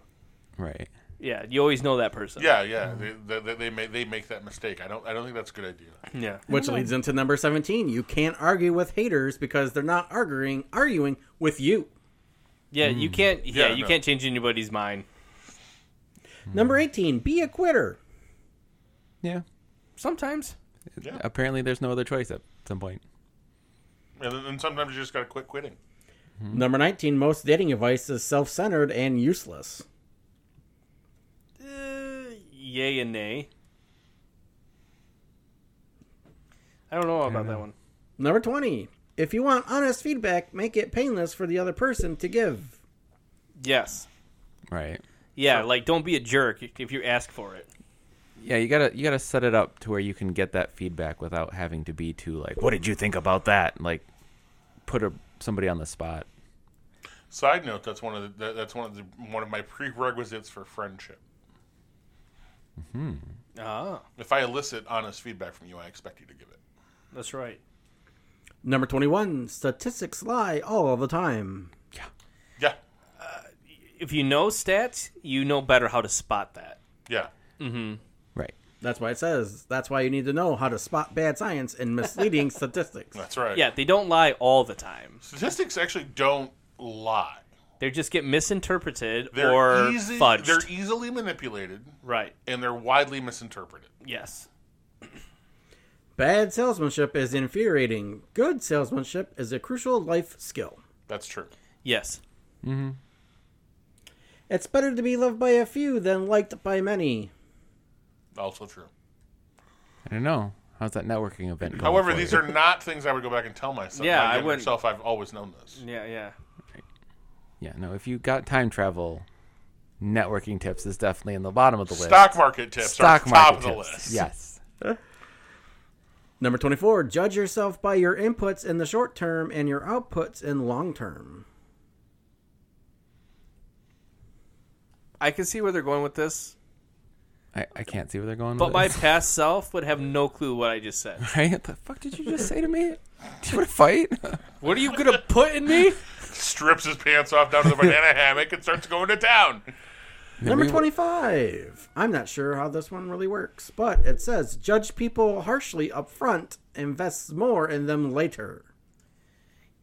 S4: Right.
S1: Yeah, you always know that person.
S2: Yeah, yeah,
S1: Um,
S2: they, they, they, make, they make that mistake. I don't I don't think that's a good idea.
S1: yeah.
S3: Which leads into number 17. You can't argue with haters because they're not arguing arguing with you.
S1: Yeah, you can't. Yeah,
S2: Yeah,
S1: you
S2: no.
S1: can't change anybody's mind.
S3: Number 18, be a quitter.
S4: Yeah.
S1: Sometimes.
S2: Yeah.
S4: Apparently, there's no other choice at some point.
S2: And, then- and sometimes you just got to quit quitting.
S3: Number 19, most dating advice is self centered and useless.
S1: Uh, yay and nay. I don't know about that one.
S3: Number 20, if you want honest feedback, make it painless for the other person to give.
S1: Yes.
S4: Right.
S1: Yeah, like don't be a jerk if you ask for it.
S4: Yeah, you gotta you gotta set it up to where you can get that feedback without having to be too like, what did you think about that? Like, put a, somebody on the spot.
S2: Side note: That's one of the, that, that's one of the one of my prerequisites for friendship.
S1: Ah,
S2: If I elicit honest feedback from you, I expect you to give it.
S1: that's right.
S3: Number 21, statistics lie all the time.
S2: Yeah,
S1: If you know stats, you know better how to spot that.
S2: yeah.
S4: Right.
S3: That's why it says, that's why you need to know how to spot bad science and misleading statistics.
S2: That's right.
S1: Yeah, they don't lie all the time.
S2: Statistics actually don't lie.
S1: They just get misinterpreted
S2: They're
S1: or
S2: easy,
S1: fudged.
S2: They're e- easily manipulated,
S1: right.
S2: and they're widely misinterpreted.
S1: Yes.
S3: Bad salesmanship is infuriating. Good salesmanship is a crucial life skill.
S2: That's true.
S1: Yes.
S3: It's better to be loved by a few than liked by many.
S2: Also true.
S4: I don't know. How's that networking event going?
S2: However,
S4: for
S2: these
S4: you?
S2: are not things I would go back and tell myself.
S1: Yeah,
S2: my
S1: I
S2: younger
S1: wouldn't.
S2: Self, I've always known this.
S1: Yeah, yeah.
S4: yeah. No, if you got time travel, networking tips is definitely in the bottom of the list.
S2: Stock market tips
S4: Stock
S2: are at the top of
S4: market
S2: the
S4: tips.
S2: list.
S4: Yes.
S3: Number 24, judge yourself by your inputs in the short term and your outputs in long term.
S1: I can see where they're going with this,
S4: I, I can't see where they're going.
S1: but
S4: with
S1: my
S4: this.
S1: past self would have no clue what I just said.
S4: right? What the fuck did you just say to me? Do you want to fight?
S1: What are you gonna put in me?
S2: Strips his pants off down to the banana hammock and starts going to town.
S3: Number 25, I'm not sure how this one really works, but it says judge people harshly up front, invest more in them later.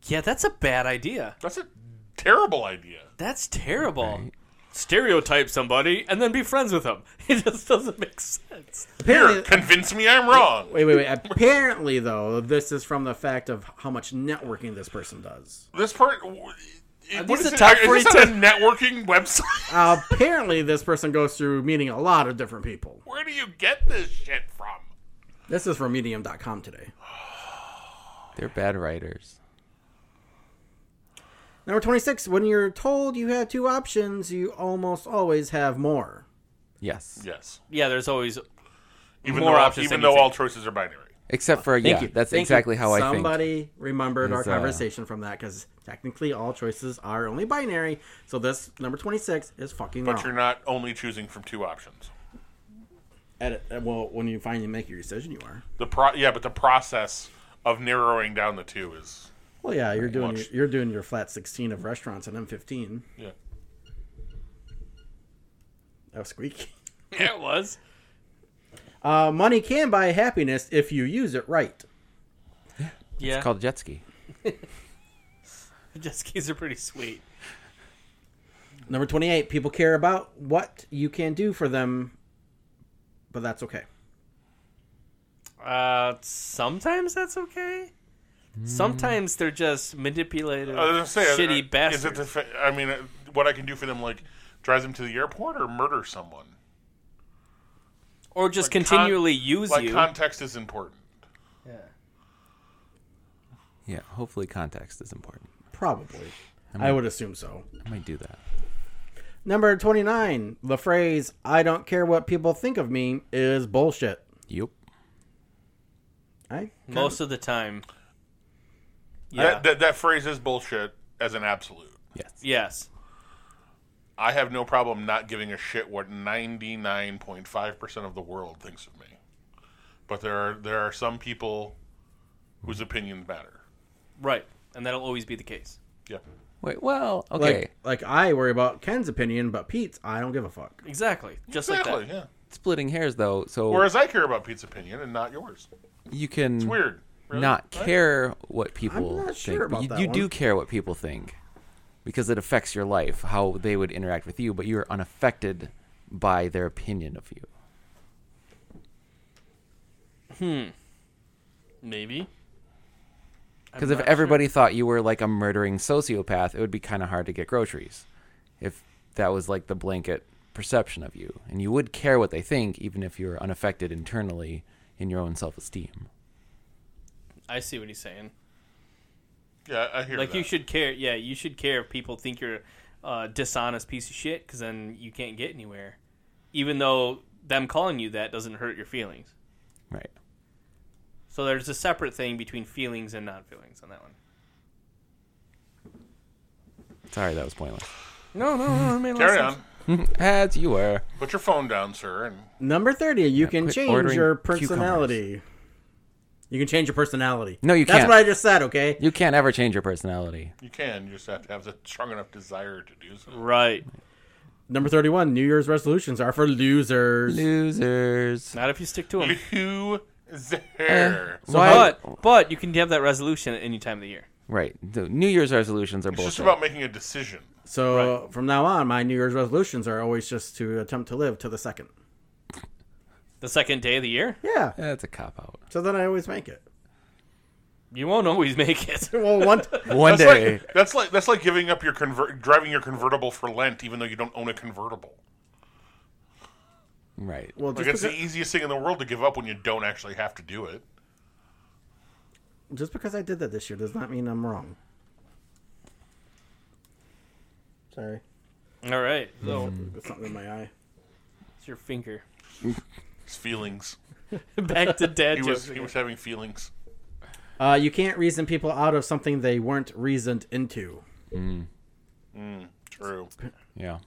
S1: Yeah, that's a bad idea.
S2: That's a terrible idea.
S1: That's terrible. Stereotype somebody and then be friends with them. It just doesn't make sense.
S2: Here,
S3: Apparently,
S2: convince me I'm wrong.
S3: wait, wait, wait. Apparently, though, this is from the fact of how much networking this person does.
S2: This part. w-
S1: Are
S2: What
S1: these
S2: is
S1: the
S2: it?
S1: top
S2: Are- Is this
S1: 42?
S2: on a networking website?
S3: Apparently, this person goes through meeting a lot of different people.
S2: Where do you get this shit from?
S3: This is from medium.com today.
S4: they're bad writers.
S3: Number 26, when you're told you have two options, you almost always have more.
S4: Yes.
S2: Yes.
S1: Yeah, there's always
S2: Even
S1: More
S2: though all,
S1: options
S2: even
S1: than you
S2: though all
S1: think.
S2: choices are binary.
S4: Except for yeah,
S3: Thank you.
S4: that's
S3: Thank you.
S4: exactly how I think.
S3: Somebody remembered our
S4: It's, uh,
S3: conversation from that because technically all choices are only binary. So this number 26 is fucking
S2: But
S3: wrong.
S2: you're not only choosing from two options.
S3: Edit- uh, well, when you finally make your decision, you are.
S2: The pro- yeah, but the process of narrowing down the two is
S3: Well, yeah, you're doing your,
S2: much.
S3: you're doing your flat 16 of restaurants and M15.
S2: yeah.
S3: That was squeaky.
S1: yeah, it was.
S3: Uh, money can buy happiness if you use it right.
S1: Yeah.
S4: It's called jet ski.
S1: jet skis are pretty sweet.
S3: Number 28, people care about what you can do for them, but that's okay.
S1: Uh sometimes that's okay. Sometimes they're just manipulative,
S2: Hmm. I was gonna say,
S1: shitty
S2: uh, Is it
S1: bastards.
S2: the fa- I mean, uh, what I can do for them, like drive them to the airport or murder someone.
S1: or just
S2: Like con-
S1: continually use
S2: Like
S1: you.
S2: context is important.
S1: yeah.
S4: Yeah, hopefully context is important.
S3: Probably. I would assume so.
S4: I might do that.
S3: Number 29, the phrase, I don't care what people think of me, is bullshit.
S4: Yep.
S3: I,
S1: Most of the time. Yeah.
S2: That, that that phrase is bullshit as an absolute.
S4: Yes.
S1: yes.
S2: I have no problem not giving a shit what 99.5% of the world thinks of me. But there are there are some people whose opinions matter.
S1: Right. And that'll always be the case.
S2: Yeah.
S4: Wait. Well. Okay.
S3: like, like, I worry about Ken's opinion, but Pete's, I don't give a fuck.
S1: Exactly. Just
S2: Exactly,
S1: like that.
S2: yeah.
S4: Splitting hairs though, so
S2: Whereas I care about Pete's opinion and not yours.
S4: you can
S2: It's weird. really,
S4: not
S2: right?
S4: care what people
S3: not
S4: think.
S3: sure
S4: but
S3: about
S4: you
S3: that
S4: you do
S3: one.
S4: care what people think because it affects your life, how they would interact with you, but you are unaffected by their opinion of you.
S1: Maybe. I'm
S4: Because if
S1: not
S4: everybody thought you were like a murdering sociopath, it would be kind of hard to get groceries. If that was like the blanket perception of you, and you would care what they think, even if you were unaffected internally in your own self-esteem.
S1: sure. I see what he's saying.
S2: Yeah, I hear
S1: Like
S2: that.
S1: you should care. Yeah, you should care if people think you're a dishonest piece of shit, because then you can't get anywhere. Even though them calling you that doesn't hurt your feelings.
S4: Right.
S1: So there's a separate thing between feelings and non feelings on that one.
S4: Sorry, that was pointless.
S1: No, no, no. It made a lot of
S2: Carry
S1: sense.
S2: on.
S4: As you were.
S2: Put your phone down, sir, and
S3: Number 30, you can
S4: quit
S3: change
S4: ordering
S3: your personality. You can change your personality.
S4: No, you
S3: That's
S4: can't.
S3: what I just said, okay?
S4: You can't ever change your personality.
S2: you can. You just have to have the strong enough desire to do so.
S1: Right.
S3: Number 31, New Year's resolutions are for losers.
S4: Losers.
S1: Not if you stick to them.
S2: Who there?
S4: So
S1: But but you can have that resolution at any time of the year.
S4: Right. The New Year's resolutions are
S2: It's
S4: bullshit.
S2: just about making a decision.
S3: So from now on, my New Year's resolutions are always just to attempt to live to the second.
S1: The second day of the year,
S3: Yeah.
S4: That's a cop out.
S3: So then I always make it.
S1: you won't always make it.
S3: Well, one.
S4: One
S2: That's
S4: day.
S2: like that's like that's like giving up your convert, driving your convertible for Lent, even though you don't own a convertible.
S4: Right.
S3: Well,
S2: Like
S3: just
S2: it's the
S3: because,
S2: easiest thing in the world to give up when you don't actually have to do it.
S3: just because I did that this year does not mean I'm wrong. Sorry,
S1: All right. So
S4: Mm-hmm.
S3: got something in my eye.
S1: it's your finger.
S2: It's feelings.
S1: Back to dad
S2: He was
S1: jokes.
S2: he
S1: again.
S2: was having feelings.
S3: Uh, you can't reason people out of something they weren't reasoned into.
S2: True.
S4: Yeah.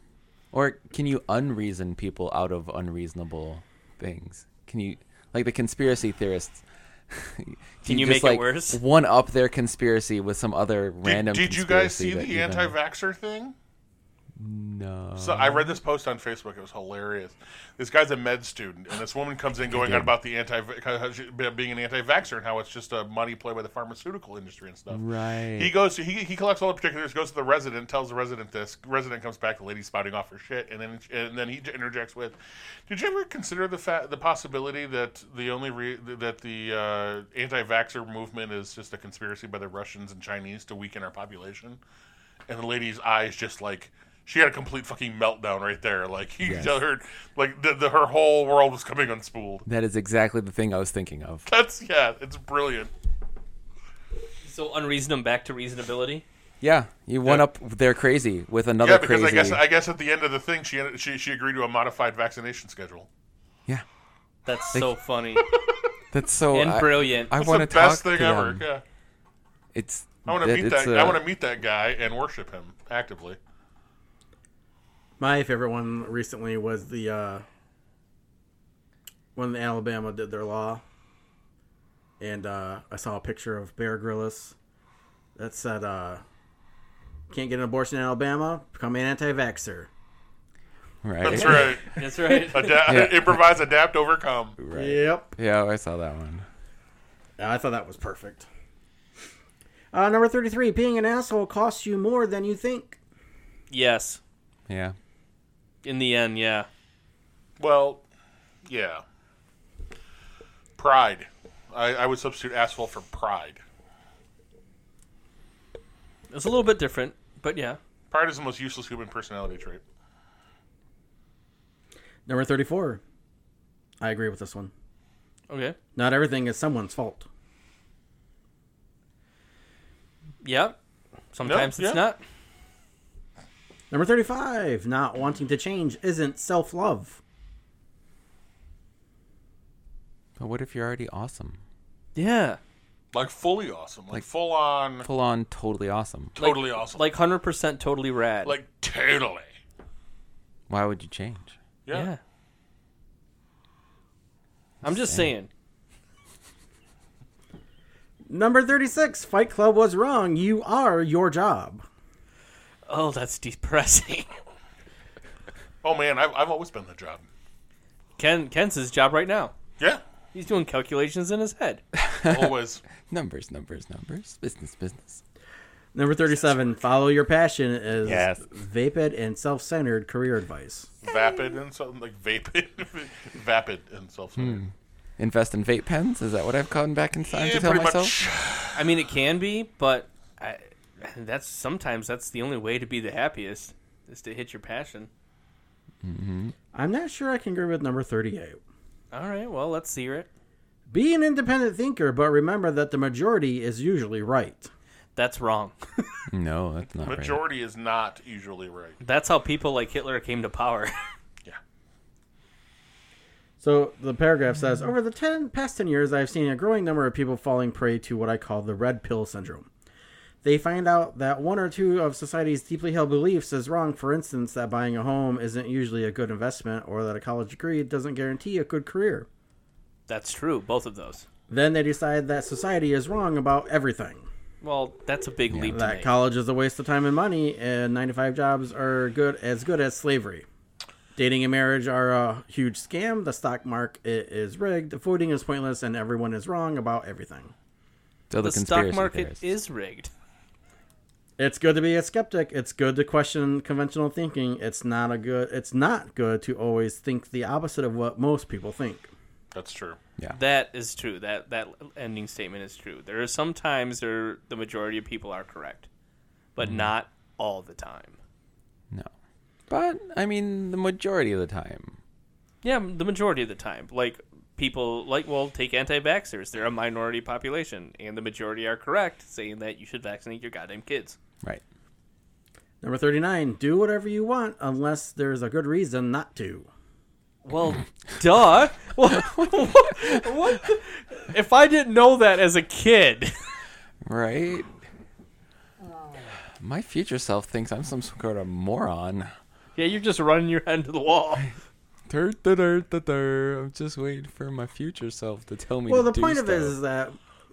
S4: Or can you unreason people out of unreasonable things? Can you like the conspiracy theorists? can,
S1: you
S4: just,
S1: make it
S4: like,
S1: worse?
S4: One up their conspiracy with some other
S2: Did,
S4: random.
S2: did you guys
S4: conspiracy
S2: see
S4: that
S2: the
S4: you don't-
S2: anti-vaxxer thing?
S4: No.
S2: So I read this post on Facebook. It was hilarious. This guy's a med student, and this woman comes in going on about the anti being an anti-vaxxer and how it's just a money play by the pharmaceutical industry and stuff.
S4: Right.
S2: He goes to he, he collects all the particulars, goes to the resident, tells the resident this. Resident comes back, the lady's spouting off her shit, and then and then he interjects with, "Did you ever consider the fa- the possibility that the only re- that the uh, anti-vaxxer movement is just a conspiracy by the Russians and Chinese to weaken our population?" and the lady's eyes just like she had a complete fucking meltdown right there. Like you
S4: Yes.
S2: tell her, like the, the, her whole world was coming unspooled.
S4: that is exactly the thing I was thinking of.
S2: That's yeah, it's brilliant.
S1: So unreason them back to reasonability.
S4: Yeah, you one
S2: Yeah.
S4: up their crazy with another
S2: Yeah, because
S4: crazy.
S2: I guess I guess at the end of the thing, she ended, she she agreed to a modified vaccination schedule.
S4: yeah,
S1: That's so funny
S4: that's so.
S1: and
S4: Oh, I,
S1: brilliant.
S4: I
S2: It's
S4: want
S2: the
S4: to talk
S2: best thing
S4: to
S2: ever.
S4: them.
S2: Yeah.
S4: It's.
S2: I want to
S4: that-
S2: meet
S4: it's uh,
S2: that. I
S4: a-
S2: want to meet that guy and worship him actively.
S3: My favorite one recently was the uh, when Alabama did their law, and uh, I saw a picture of Bear Grylls that said, uh, "Can't get an abortion in Alabama. Become an anti-vaxer."
S4: Right.
S2: That's right.
S1: That's right.
S2: Ada-
S4: Yeah.
S2: Improvise, adapt, overcome.
S4: Right.
S3: Yep.
S4: Yeah, I saw that one.
S3: I thought that was perfect. Uh, number thirty-three: Being an asshole costs you more than you think.
S1: yes.
S4: Yeah.
S1: In the end, yeah.
S2: Well, yeah. Pride. I, I would substitute asshole for pride.
S1: It's a little bit different, but yeah.
S2: Pride is the most useless human personality trait.
S3: Number thirty-four. I agree with this one.
S1: Okay.
S3: Not everything is someone's fault.
S1: Yep. Sometimes
S2: yeah.
S1: it's not.
S3: Number 35, not wanting to change isn't self love.
S4: But what if you're already awesome?
S1: Yeah.
S2: Like fully awesome. Like, full on,
S4: Full on, totally awesome.
S2: totally awesome. Like,
S1: Like hundred percent totally rad.
S2: totally.
S4: Why would you change?
S2: Yeah.
S1: yeah. I'm just saying.
S3: Number 36, Fight Club was wrong. You are your job.
S1: Oh, that's depressing.
S2: Oh man, I've, I've always been the job.
S1: Ken Ken's his job right now.
S2: Yeah,
S1: He's doing calculations in his head.
S2: always.
S4: Numbers, numbers, numbers. Business, business.
S3: Number 37, follow your passion is
S4: Yes.
S3: vapid and self centered career advice.
S2: Vapid and something like vapid, vapid and self-centered.
S4: Invest in vape pens? Is that what I've gotten back in time to
S2: Yeah,
S4: tell
S2: pretty
S4: myself?
S2: much.
S1: I mean, it can be, but I, that's sometimes that's the only way to be the happiest is to hit your passion.
S3: I'm not sure I can agree with number 38.
S1: All right, well, let's hear it.
S3: Be an independent thinker, but remember that the majority is usually right.
S1: That's wrong.
S4: No, that's not right.
S2: Majority is not usually right.
S1: That's how people like Hitler came to power.
S2: Yeah.
S3: So the paragraph says Over the ten, past 10 years, I've seen a growing number of people falling prey to what I call the red pill syndrome. They find out that one or two of society's deeply held beliefs is wrong, for instance, that buying a home isn't usually a good investment or that a college degree doesn't guarantee a good career.
S1: That's true, both of those.
S3: Then they decide that society is wrong about everything.
S1: Well, that's a big leap to
S3: That
S1: make.
S3: college is a waste of time and money, and 9 to 5 jobs are good as good as slavery. Dating and marriage are a huge scam. The stock market is rigged. Voting is pointless, and everyone is wrong about everything.
S4: So
S1: the
S4: the,
S1: stock
S4: conspiracy
S1: market
S4: theorists.
S1: is rigged.
S3: It's good to be a skeptic. It's good to question conventional thinking. It's not a good. It's not good to always think the opposite of what most people think.
S2: That's true.
S1: That is true. That that ending statement is true. There are sometimes there the majority of people are correct, but
S4: Mm-hmm.
S1: not all the time.
S4: No. But, I mean, the majority of the time.
S1: Yeah, the majority of the time. Like people like well, take anti-vaxxers. They're a minority population and the majority are correct saying that you should vaccinate your goddamn kids.
S4: Right.
S3: Number thirty-nine. Do whatever you want unless there's a good reason not to.
S1: Well, duh. What, what, what the- If I didn't know that as a kid,
S4: Right? My future self thinks I'm some sort of moron.
S1: yeah, you're just running your head to the wall.
S4: Dur, dur, dur, dur, dur. I'm just waiting for my future self to tell me.
S3: Well,
S4: to
S3: the
S4: do
S3: point of it
S4: stuff.
S3: is that,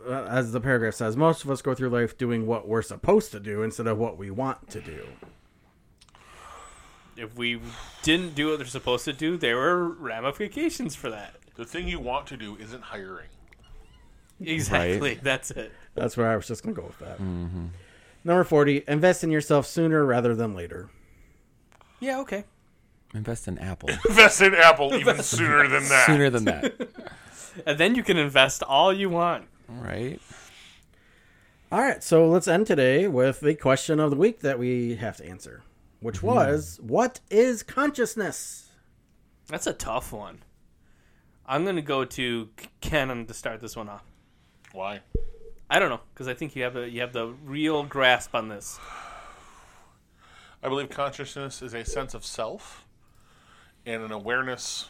S3: uh, as the paragraph says, most of us go through life doing what we're supposed to do instead of what we want to do.
S1: If we didn't do what they're supposed to do, there were ramifications for that.
S2: The thing you want to do isn't hiring.
S1: Exactly. That's it.
S3: That's where I was just going to go with that.
S4: Mm-hmm.
S3: Number 40. Invest in yourself sooner rather than later.
S1: Yeah, okay.
S4: invest in Apple
S2: Invest in Apple even sooner than that.
S4: sooner than that,
S1: And then you can invest all you want.
S4: right?
S3: All right, so let's end today with the question of the week that we have to answer, which
S4: Mm-hmm.
S3: was what is consciousness?
S1: That's a tough one. I'm going to go to Canon to start this one off.
S2: Why?
S1: I don't know because I think you have a you have the real grasp on this.
S2: I believe consciousness is a sense of self and an awareness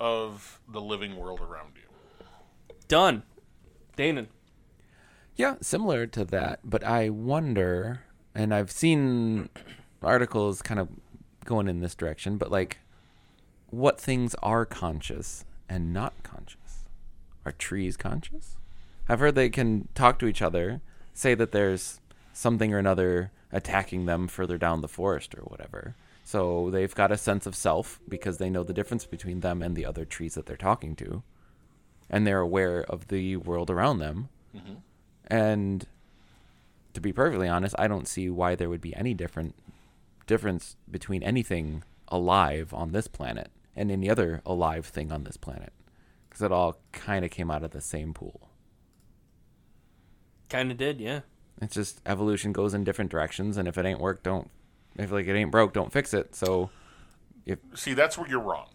S2: of the living world around you.
S1: Done. Danon.
S4: Yeah, similar to that, but I wonder, and I've seen articles kind of going in this direction, but like what things are conscious and not conscious? Are trees conscious? I've heard they can talk to each other, say that there's something or another attacking them further down the forest or whatever. So they've got a sense of self because they know the difference between them and the other trees that they're talking to, and they're aware of the world around them. And to be perfectly honest, I don't see why there would be any different difference between anything alive on this planet and any other alive thing on this planet, because it all kind of came out of the same pool.
S1: Kind of did, yeah.
S4: It's just evolution goes in different directions, and if it ain't work, don't. If like it ain't broke, don't fix it. So
S2: See, that's where you're wrong.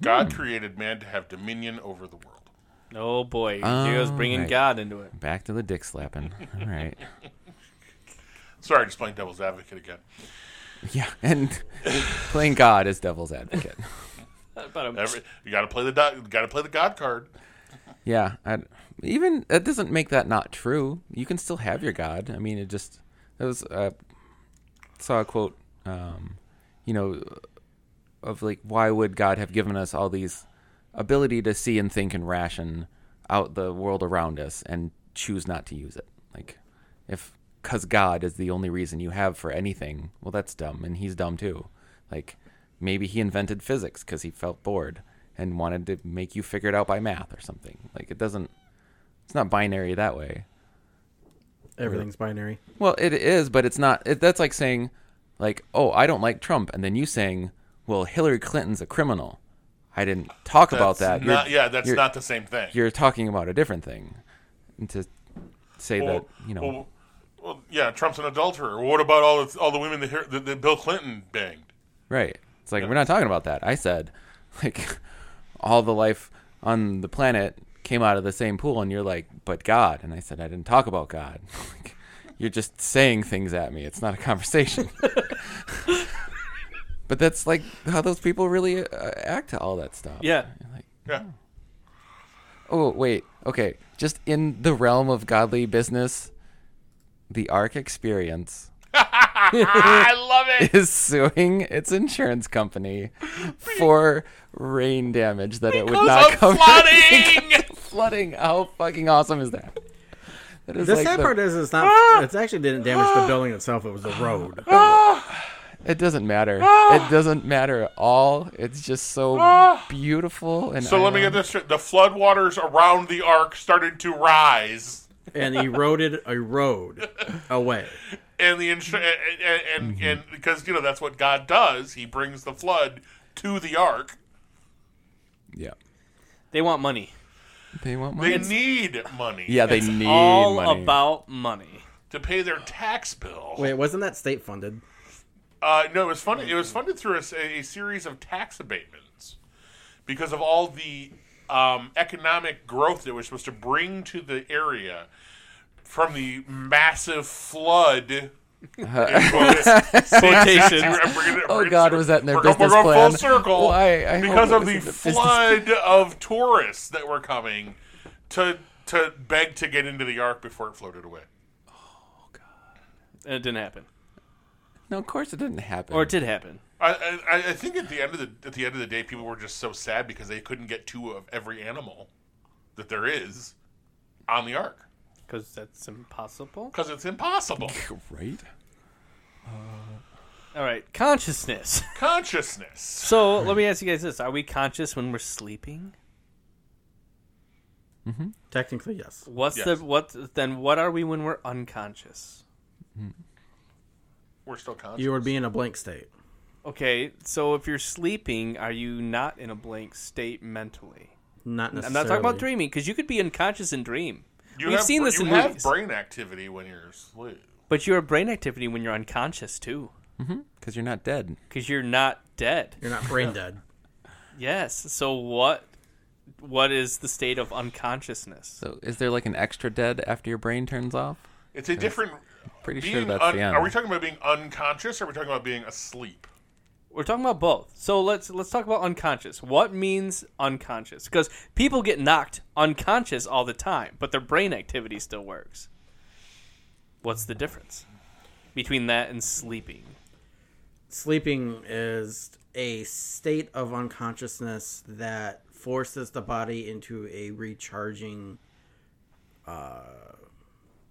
S2: God created man to have dominion over the world.
S1: Oh boy, here goes bringing
S4: right.
S1: God into it.
S4: back to the dick slapping. All right.
S2: Sorry, just playing devil's advocate again.
S4: Yeah, and playing God as devil's advocate.
S1: But I'm-
S2: Every, you got to play the got to play the God card.
S4: Yeah, I, even that doesn't make that not true. You can still have your God. I mean, it just it was. Uh, saw a quote, um, you know, of like, why would God have given us all these ability to see and think and ration out the world around us and choose not to use it? Like, if because God is the only reason you have for anything, well, that's dumb, and He's dumb too. Like, maybe He invented physics because He felt bored and wanted to make you figure it out by math or something. Like, it doesn't. It's not binary that way.
S3: Everything's binary.
S4: Well, it is, but it's not. It, that's like saying, like, oh, I don't like Trump, and then you saying, well, Hillary Clinton's a criminal. I didn't talk about that.
S2: That's
S4: You're-
S2: not- yeah, that's
S4: you're-
S2: not the same thing.
S4: You're talking about a different thing. And to say
S2: Well,
S4: that, you know,
S2: well, well, yeah, Trump's an adulterer. What about all the, all the women that, Hil- that, that Bill Clinton banged?
S4: right? It's like we're not talking about that. I said, like, all the life on the planet came out of the same pool, and you're like, but God, and I said I didn't talk about God. like, you're just saying things at me. It's not a conversation. but that's like how those people really uh, act to all that stuff.
S1: Yeah.
S4: Like,
S2: Yeah.
S4: Oh wait, okay. Just in the realm of godly business, the Ark Experience
S2: I love it.
S4: is suing its insurance company for rain damage that it would not
S2: of
S4: cover.
S2: flooding!
S4: flooding. How fucking awesome is that? That is
S3: The
S4: like
S3: sad
S4: the- Ah!
S3: part is it's not. It's actually didn't damage the building itself. It was the road.
S4: It doesn't matter.
S2: Ah.
S4: It doesn't matter at all. It's just so beautiful and.
S2: So let me get
S4: ironic.
S2: this straight. The floodwaters around the ark started to rise,
S3: and eroded a road away.
S2: and the insur- and and,
S4: Mm-hmm.
S2: and, and because you know that's what God does. He brings the flood to the ark.
S4: Yeah.
S1: They want money.
S4: They want
S2: They
S4: money.
S2: need money.
S4: yeah, they need
S1: All
S4: money.
S1: about money.
S2: to pay their tax bill.
S3: Wait, wasn't that state funded?
S2: Uh, no, it was funded. It was funded through a, s- a series of tax abatements because of all the um, economic growth that was supposed to bring to the area from the massive flood.
S1: Quotations.
S4: Oh, God, was that in their business
S2: we're going
S4: plan?
S2: full circle
S4: Why? I hope
S2: because
S4: it
S2: of
S4: was
S2: the
S4: in their business
S2: flood of tourists that were coming to to beg to get into the ark before it floated away.
S1: And it didn't happen.
S4: No, of course it didn't happen.
S1: Or it did happen.
S2: I, I, I think at the end of the at the end of the day, people were just so sad because they couldn't get two of every animal that there is on the ark
S1: Because that's impossible.
S2: because it's impossible.
S4: right?
S1: All right. Consciousness.
S2: Consciousness.
S1: So let me ask you guys this Are we conscious when we're sleeping?
S3: Technically, yes.
S1: What's
S2: Yes.
S1: the what? Then what are we when we're unconscious?
S2: We're still conscious.
S3: You would be in a blank state.
S1: Okay, so if you're sleeping, are you not in a blank state mentally?
S3: Not
S1: I'm
S3: necessarily.
S1: not talking about dreaming because you could be unconscious and dream.
S2: You
S1: We've
S2: have
S1: seen
S2: bra-
S1: this
S2: you
S1: in
S2: have
S1: movies,
S2: brain activity when you're asleep.
S1: but you have brain activity when you're unconscious too,
S4: Because you're not dead.
S1: because you're not dead.
S3: You're not brain dead.
S1: Yes. So what? What is the state of unconsciousness?
S4: So is there like an extra dead after your brain turns off?
S2: It's a different.
S4: Pretty
S2: being
S4: sure that's
S2: un-
S4: the end.
S2: Are we talking about being unconscious? or Are we talking about being asleep?
S1: We're talking about both. So let's let's talk about unconscious. What means unconscious? Because people get knocked unconscious all the time, but their brain activity still works. What's the difference between that and sleeping?
S3: Sleeping is a state of unconsciousness that forces the body into a recharging uh,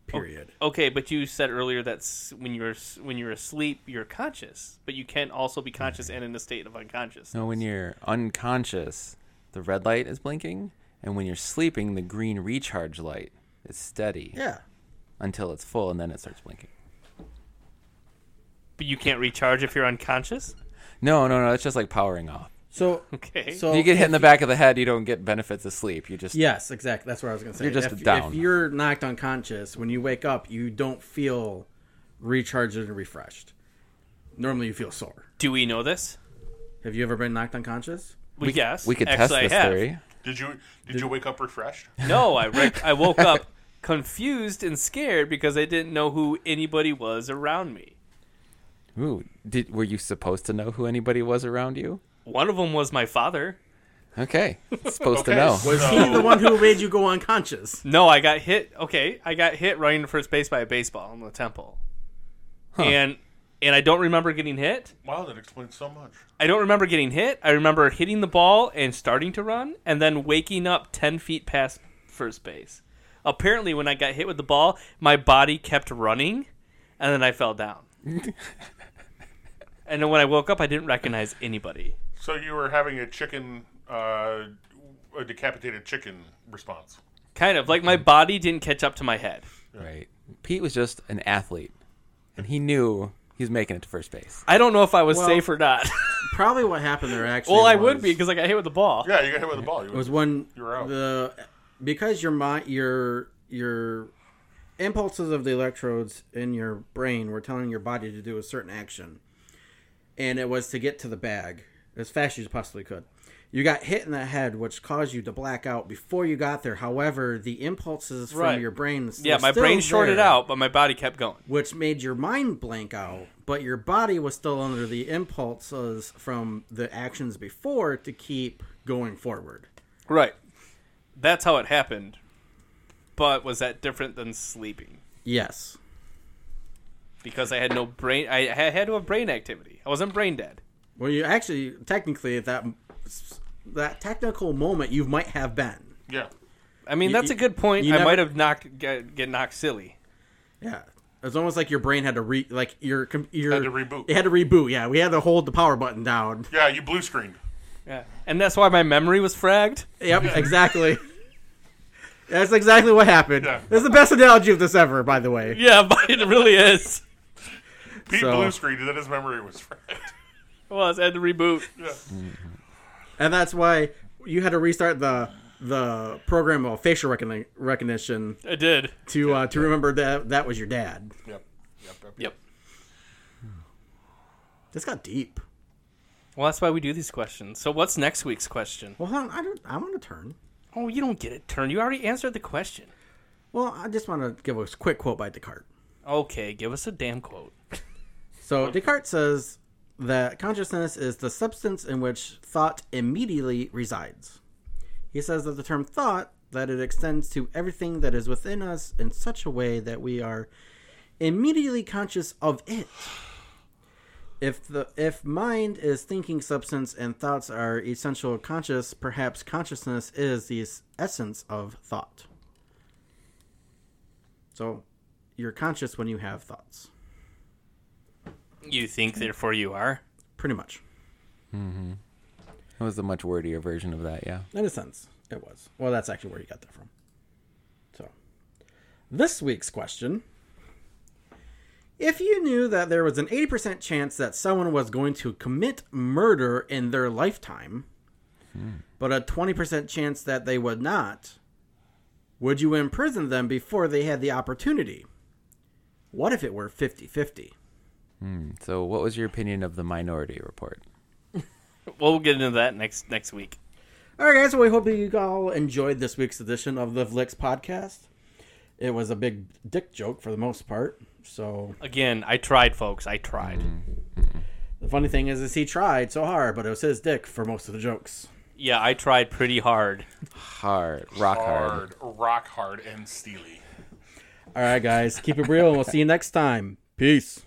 S3: period.
S1: Okay, but you said earlier that s- when you're s- when you're asleep, you're conscious, but you can also be conscious and in a state of unconscious.
S4: No, when you're unconscious, the red light is blinking, and when you're sleeping, the green recharge light is steady
S3: Yeah.
S4: until it's full, and then it starts blinking.
S1: But you can't recharge if you're unconscious.
S4: No, no, no. It's just like powering off.
S3: So
S1: Okay.
S3: So
S4: you get hit in the back of the head, you don't get benefits of sleep. You just
S3: Yes, exactly. That's what I was going to say.
S4: You're just
S3: if,
S4: down.
S3: If you're knocked unconscious, when you wake up, you don't feel recharged and refreshed. Normally, you feel sore.
S1: Do we know this?
S3: Have you ever been knocked unconscious?
S1: We, guess.
S4: we could
S1: Actually, I
S4: test this
S1: have.
S4: theory.
S2: Did you did, you wake up refreshed?
S1: No, I rec- I woke up confused and scared because I didn't know who anybody was around me.
S4: Ooh, did were you supposed to know who anybody was around you?
S1: One of them was my father.
S4: Okay, supposed
S2: Okay,
S4: to know.
S2: so-
S3: He's the one who made you go unconscious.
S1: No, I got hit. Okay, I got hit running to first base by a baseball in the temple, and and I don't remember getting hit.
S2: Wow, that explains so much.
S1: I don't remember getting hit. I remember hitting the ball and starting to run, and then waking up ten feet past first base. Apparently, when I got hit with the ball, my body kept running, and then I fell down. and then when I woke up, I didn't recognize anybody.
S2: So you were having a chicken, uh, a decapitated chicken response.
S1: Kind of like my body didn't catch up to my head.
S4: Right. Pete was just an athlete, and he knew he was making it to first base.
S1: I don't know if I was
S3: Well-
S1: safe or not.
S3: Probably what happened there actually.
S1: well, I
S3: was-
S1: would be because I got hit with the ball.
S2: Yeah, you got hit with the ball. You
S3: It was when
S2: You were out.
S3: the because your mind your your impulses of the electrodes in your brain were telling your body to do a certain action, and it was to get to the bag as fast as you possibly could. You got hit in the head, which caused you to black out before you got there. However, the impulses from
S1: Right.
S3: your brain were
S1: Yeah, my
S3: still
S1: brain shorted
S3: there,
S1: out, but my body kept going.
S3: which made your mind blank out. But your body was still under the impulses from the actions before to keep going forward.
S1: Right. That's how it happened. But was that different than sleeping?
S3: Yes.
S1: Because I had no brain. I ha- had to have brain activity. I wasn't brain dead.
S3: Well, you actually technically at that that technical moment you might have been.
S2: yeah.
S1: I mean,
S3: You-
S1: that's a good point.
S3: you
S1: I might
S3: never-
S1: have knocked get, get knocked silly.
S3: Yeah. It's almost like your brain had to re like your com- your
S2: Had to reboot.
S3: It had to reboot. Yeah, we had to hold the power button down.
S2: Yeah, you blue screened.
S1: Yeah. And that's why my memory was fragged.
S3: Yep, exactly. That's exactly what happened.
S2: Yeah.
S3: That's the best analogy of this ever, by the way.
S1: Yeah, but it really is.
S2: Pete
S3: So-
S2: blue screened, and then his memory was fracked.
S1: It was. I had to reboot.
S2: Yeah.
S3: And that's why you had to restart the the program of facial recogni- recognition
S1: I did.
S3: to uh, to remember that that was your dad.
S2: Yep. Yep. Yep.
S1: Yep.
S3: This got deep.
S1: Well, that's why we do these questions. So, what's next week's question?
S3: Well, hold on, I don't. I want to turn.
S1: Oh, you don't get it, turn. You already answered the question.
S3: Well, I just want to give a quick quote by Descartes.
S1: Okay, give us a damn quote.
S3: So Descartes says that consciousness is the substance in which thought immediately resides. He says that the term thought that it extends to everything that is within us in such a way that we are immediately conscious of it. If the if mind is thinking substance and thoughts are essential conscious, perhaps consciousness is the es- essence of thought. So you're conscious when you have thoughts.
S1: You think, therefore, you are.
S3: Pretty much.
S4: It was a much wordier version of that. Yeah.
S3: In a sense, it was. Well, that's actually where you got that from. So, this week's question If you knew that there was an 80% chance that someone was going to commit murder in their lifetime, but a 20% chance that they would not, would you imprison them before they had the opportunity? What if it were 50 50?
S4: So, what was your opinion of the Minority Report?
S1: Well, we'll get into that next next week.
S3: All right, guys. Well, we hope you all enjoyed this week's edition of the Vlix podcast. It was a big dick joke for the most part. So
S1: Again, I tried, folks. I tried.
S3: the funny thing is, is he tried so hard, but it was his dick for most of the jokes.
S1: Yeah, I tried pretty hard.
S4: Hard, rock hard.
S2: Hard, rock hard, and steely.
S3: All right, guys. Keep it real, and we'll see you next time. Peace.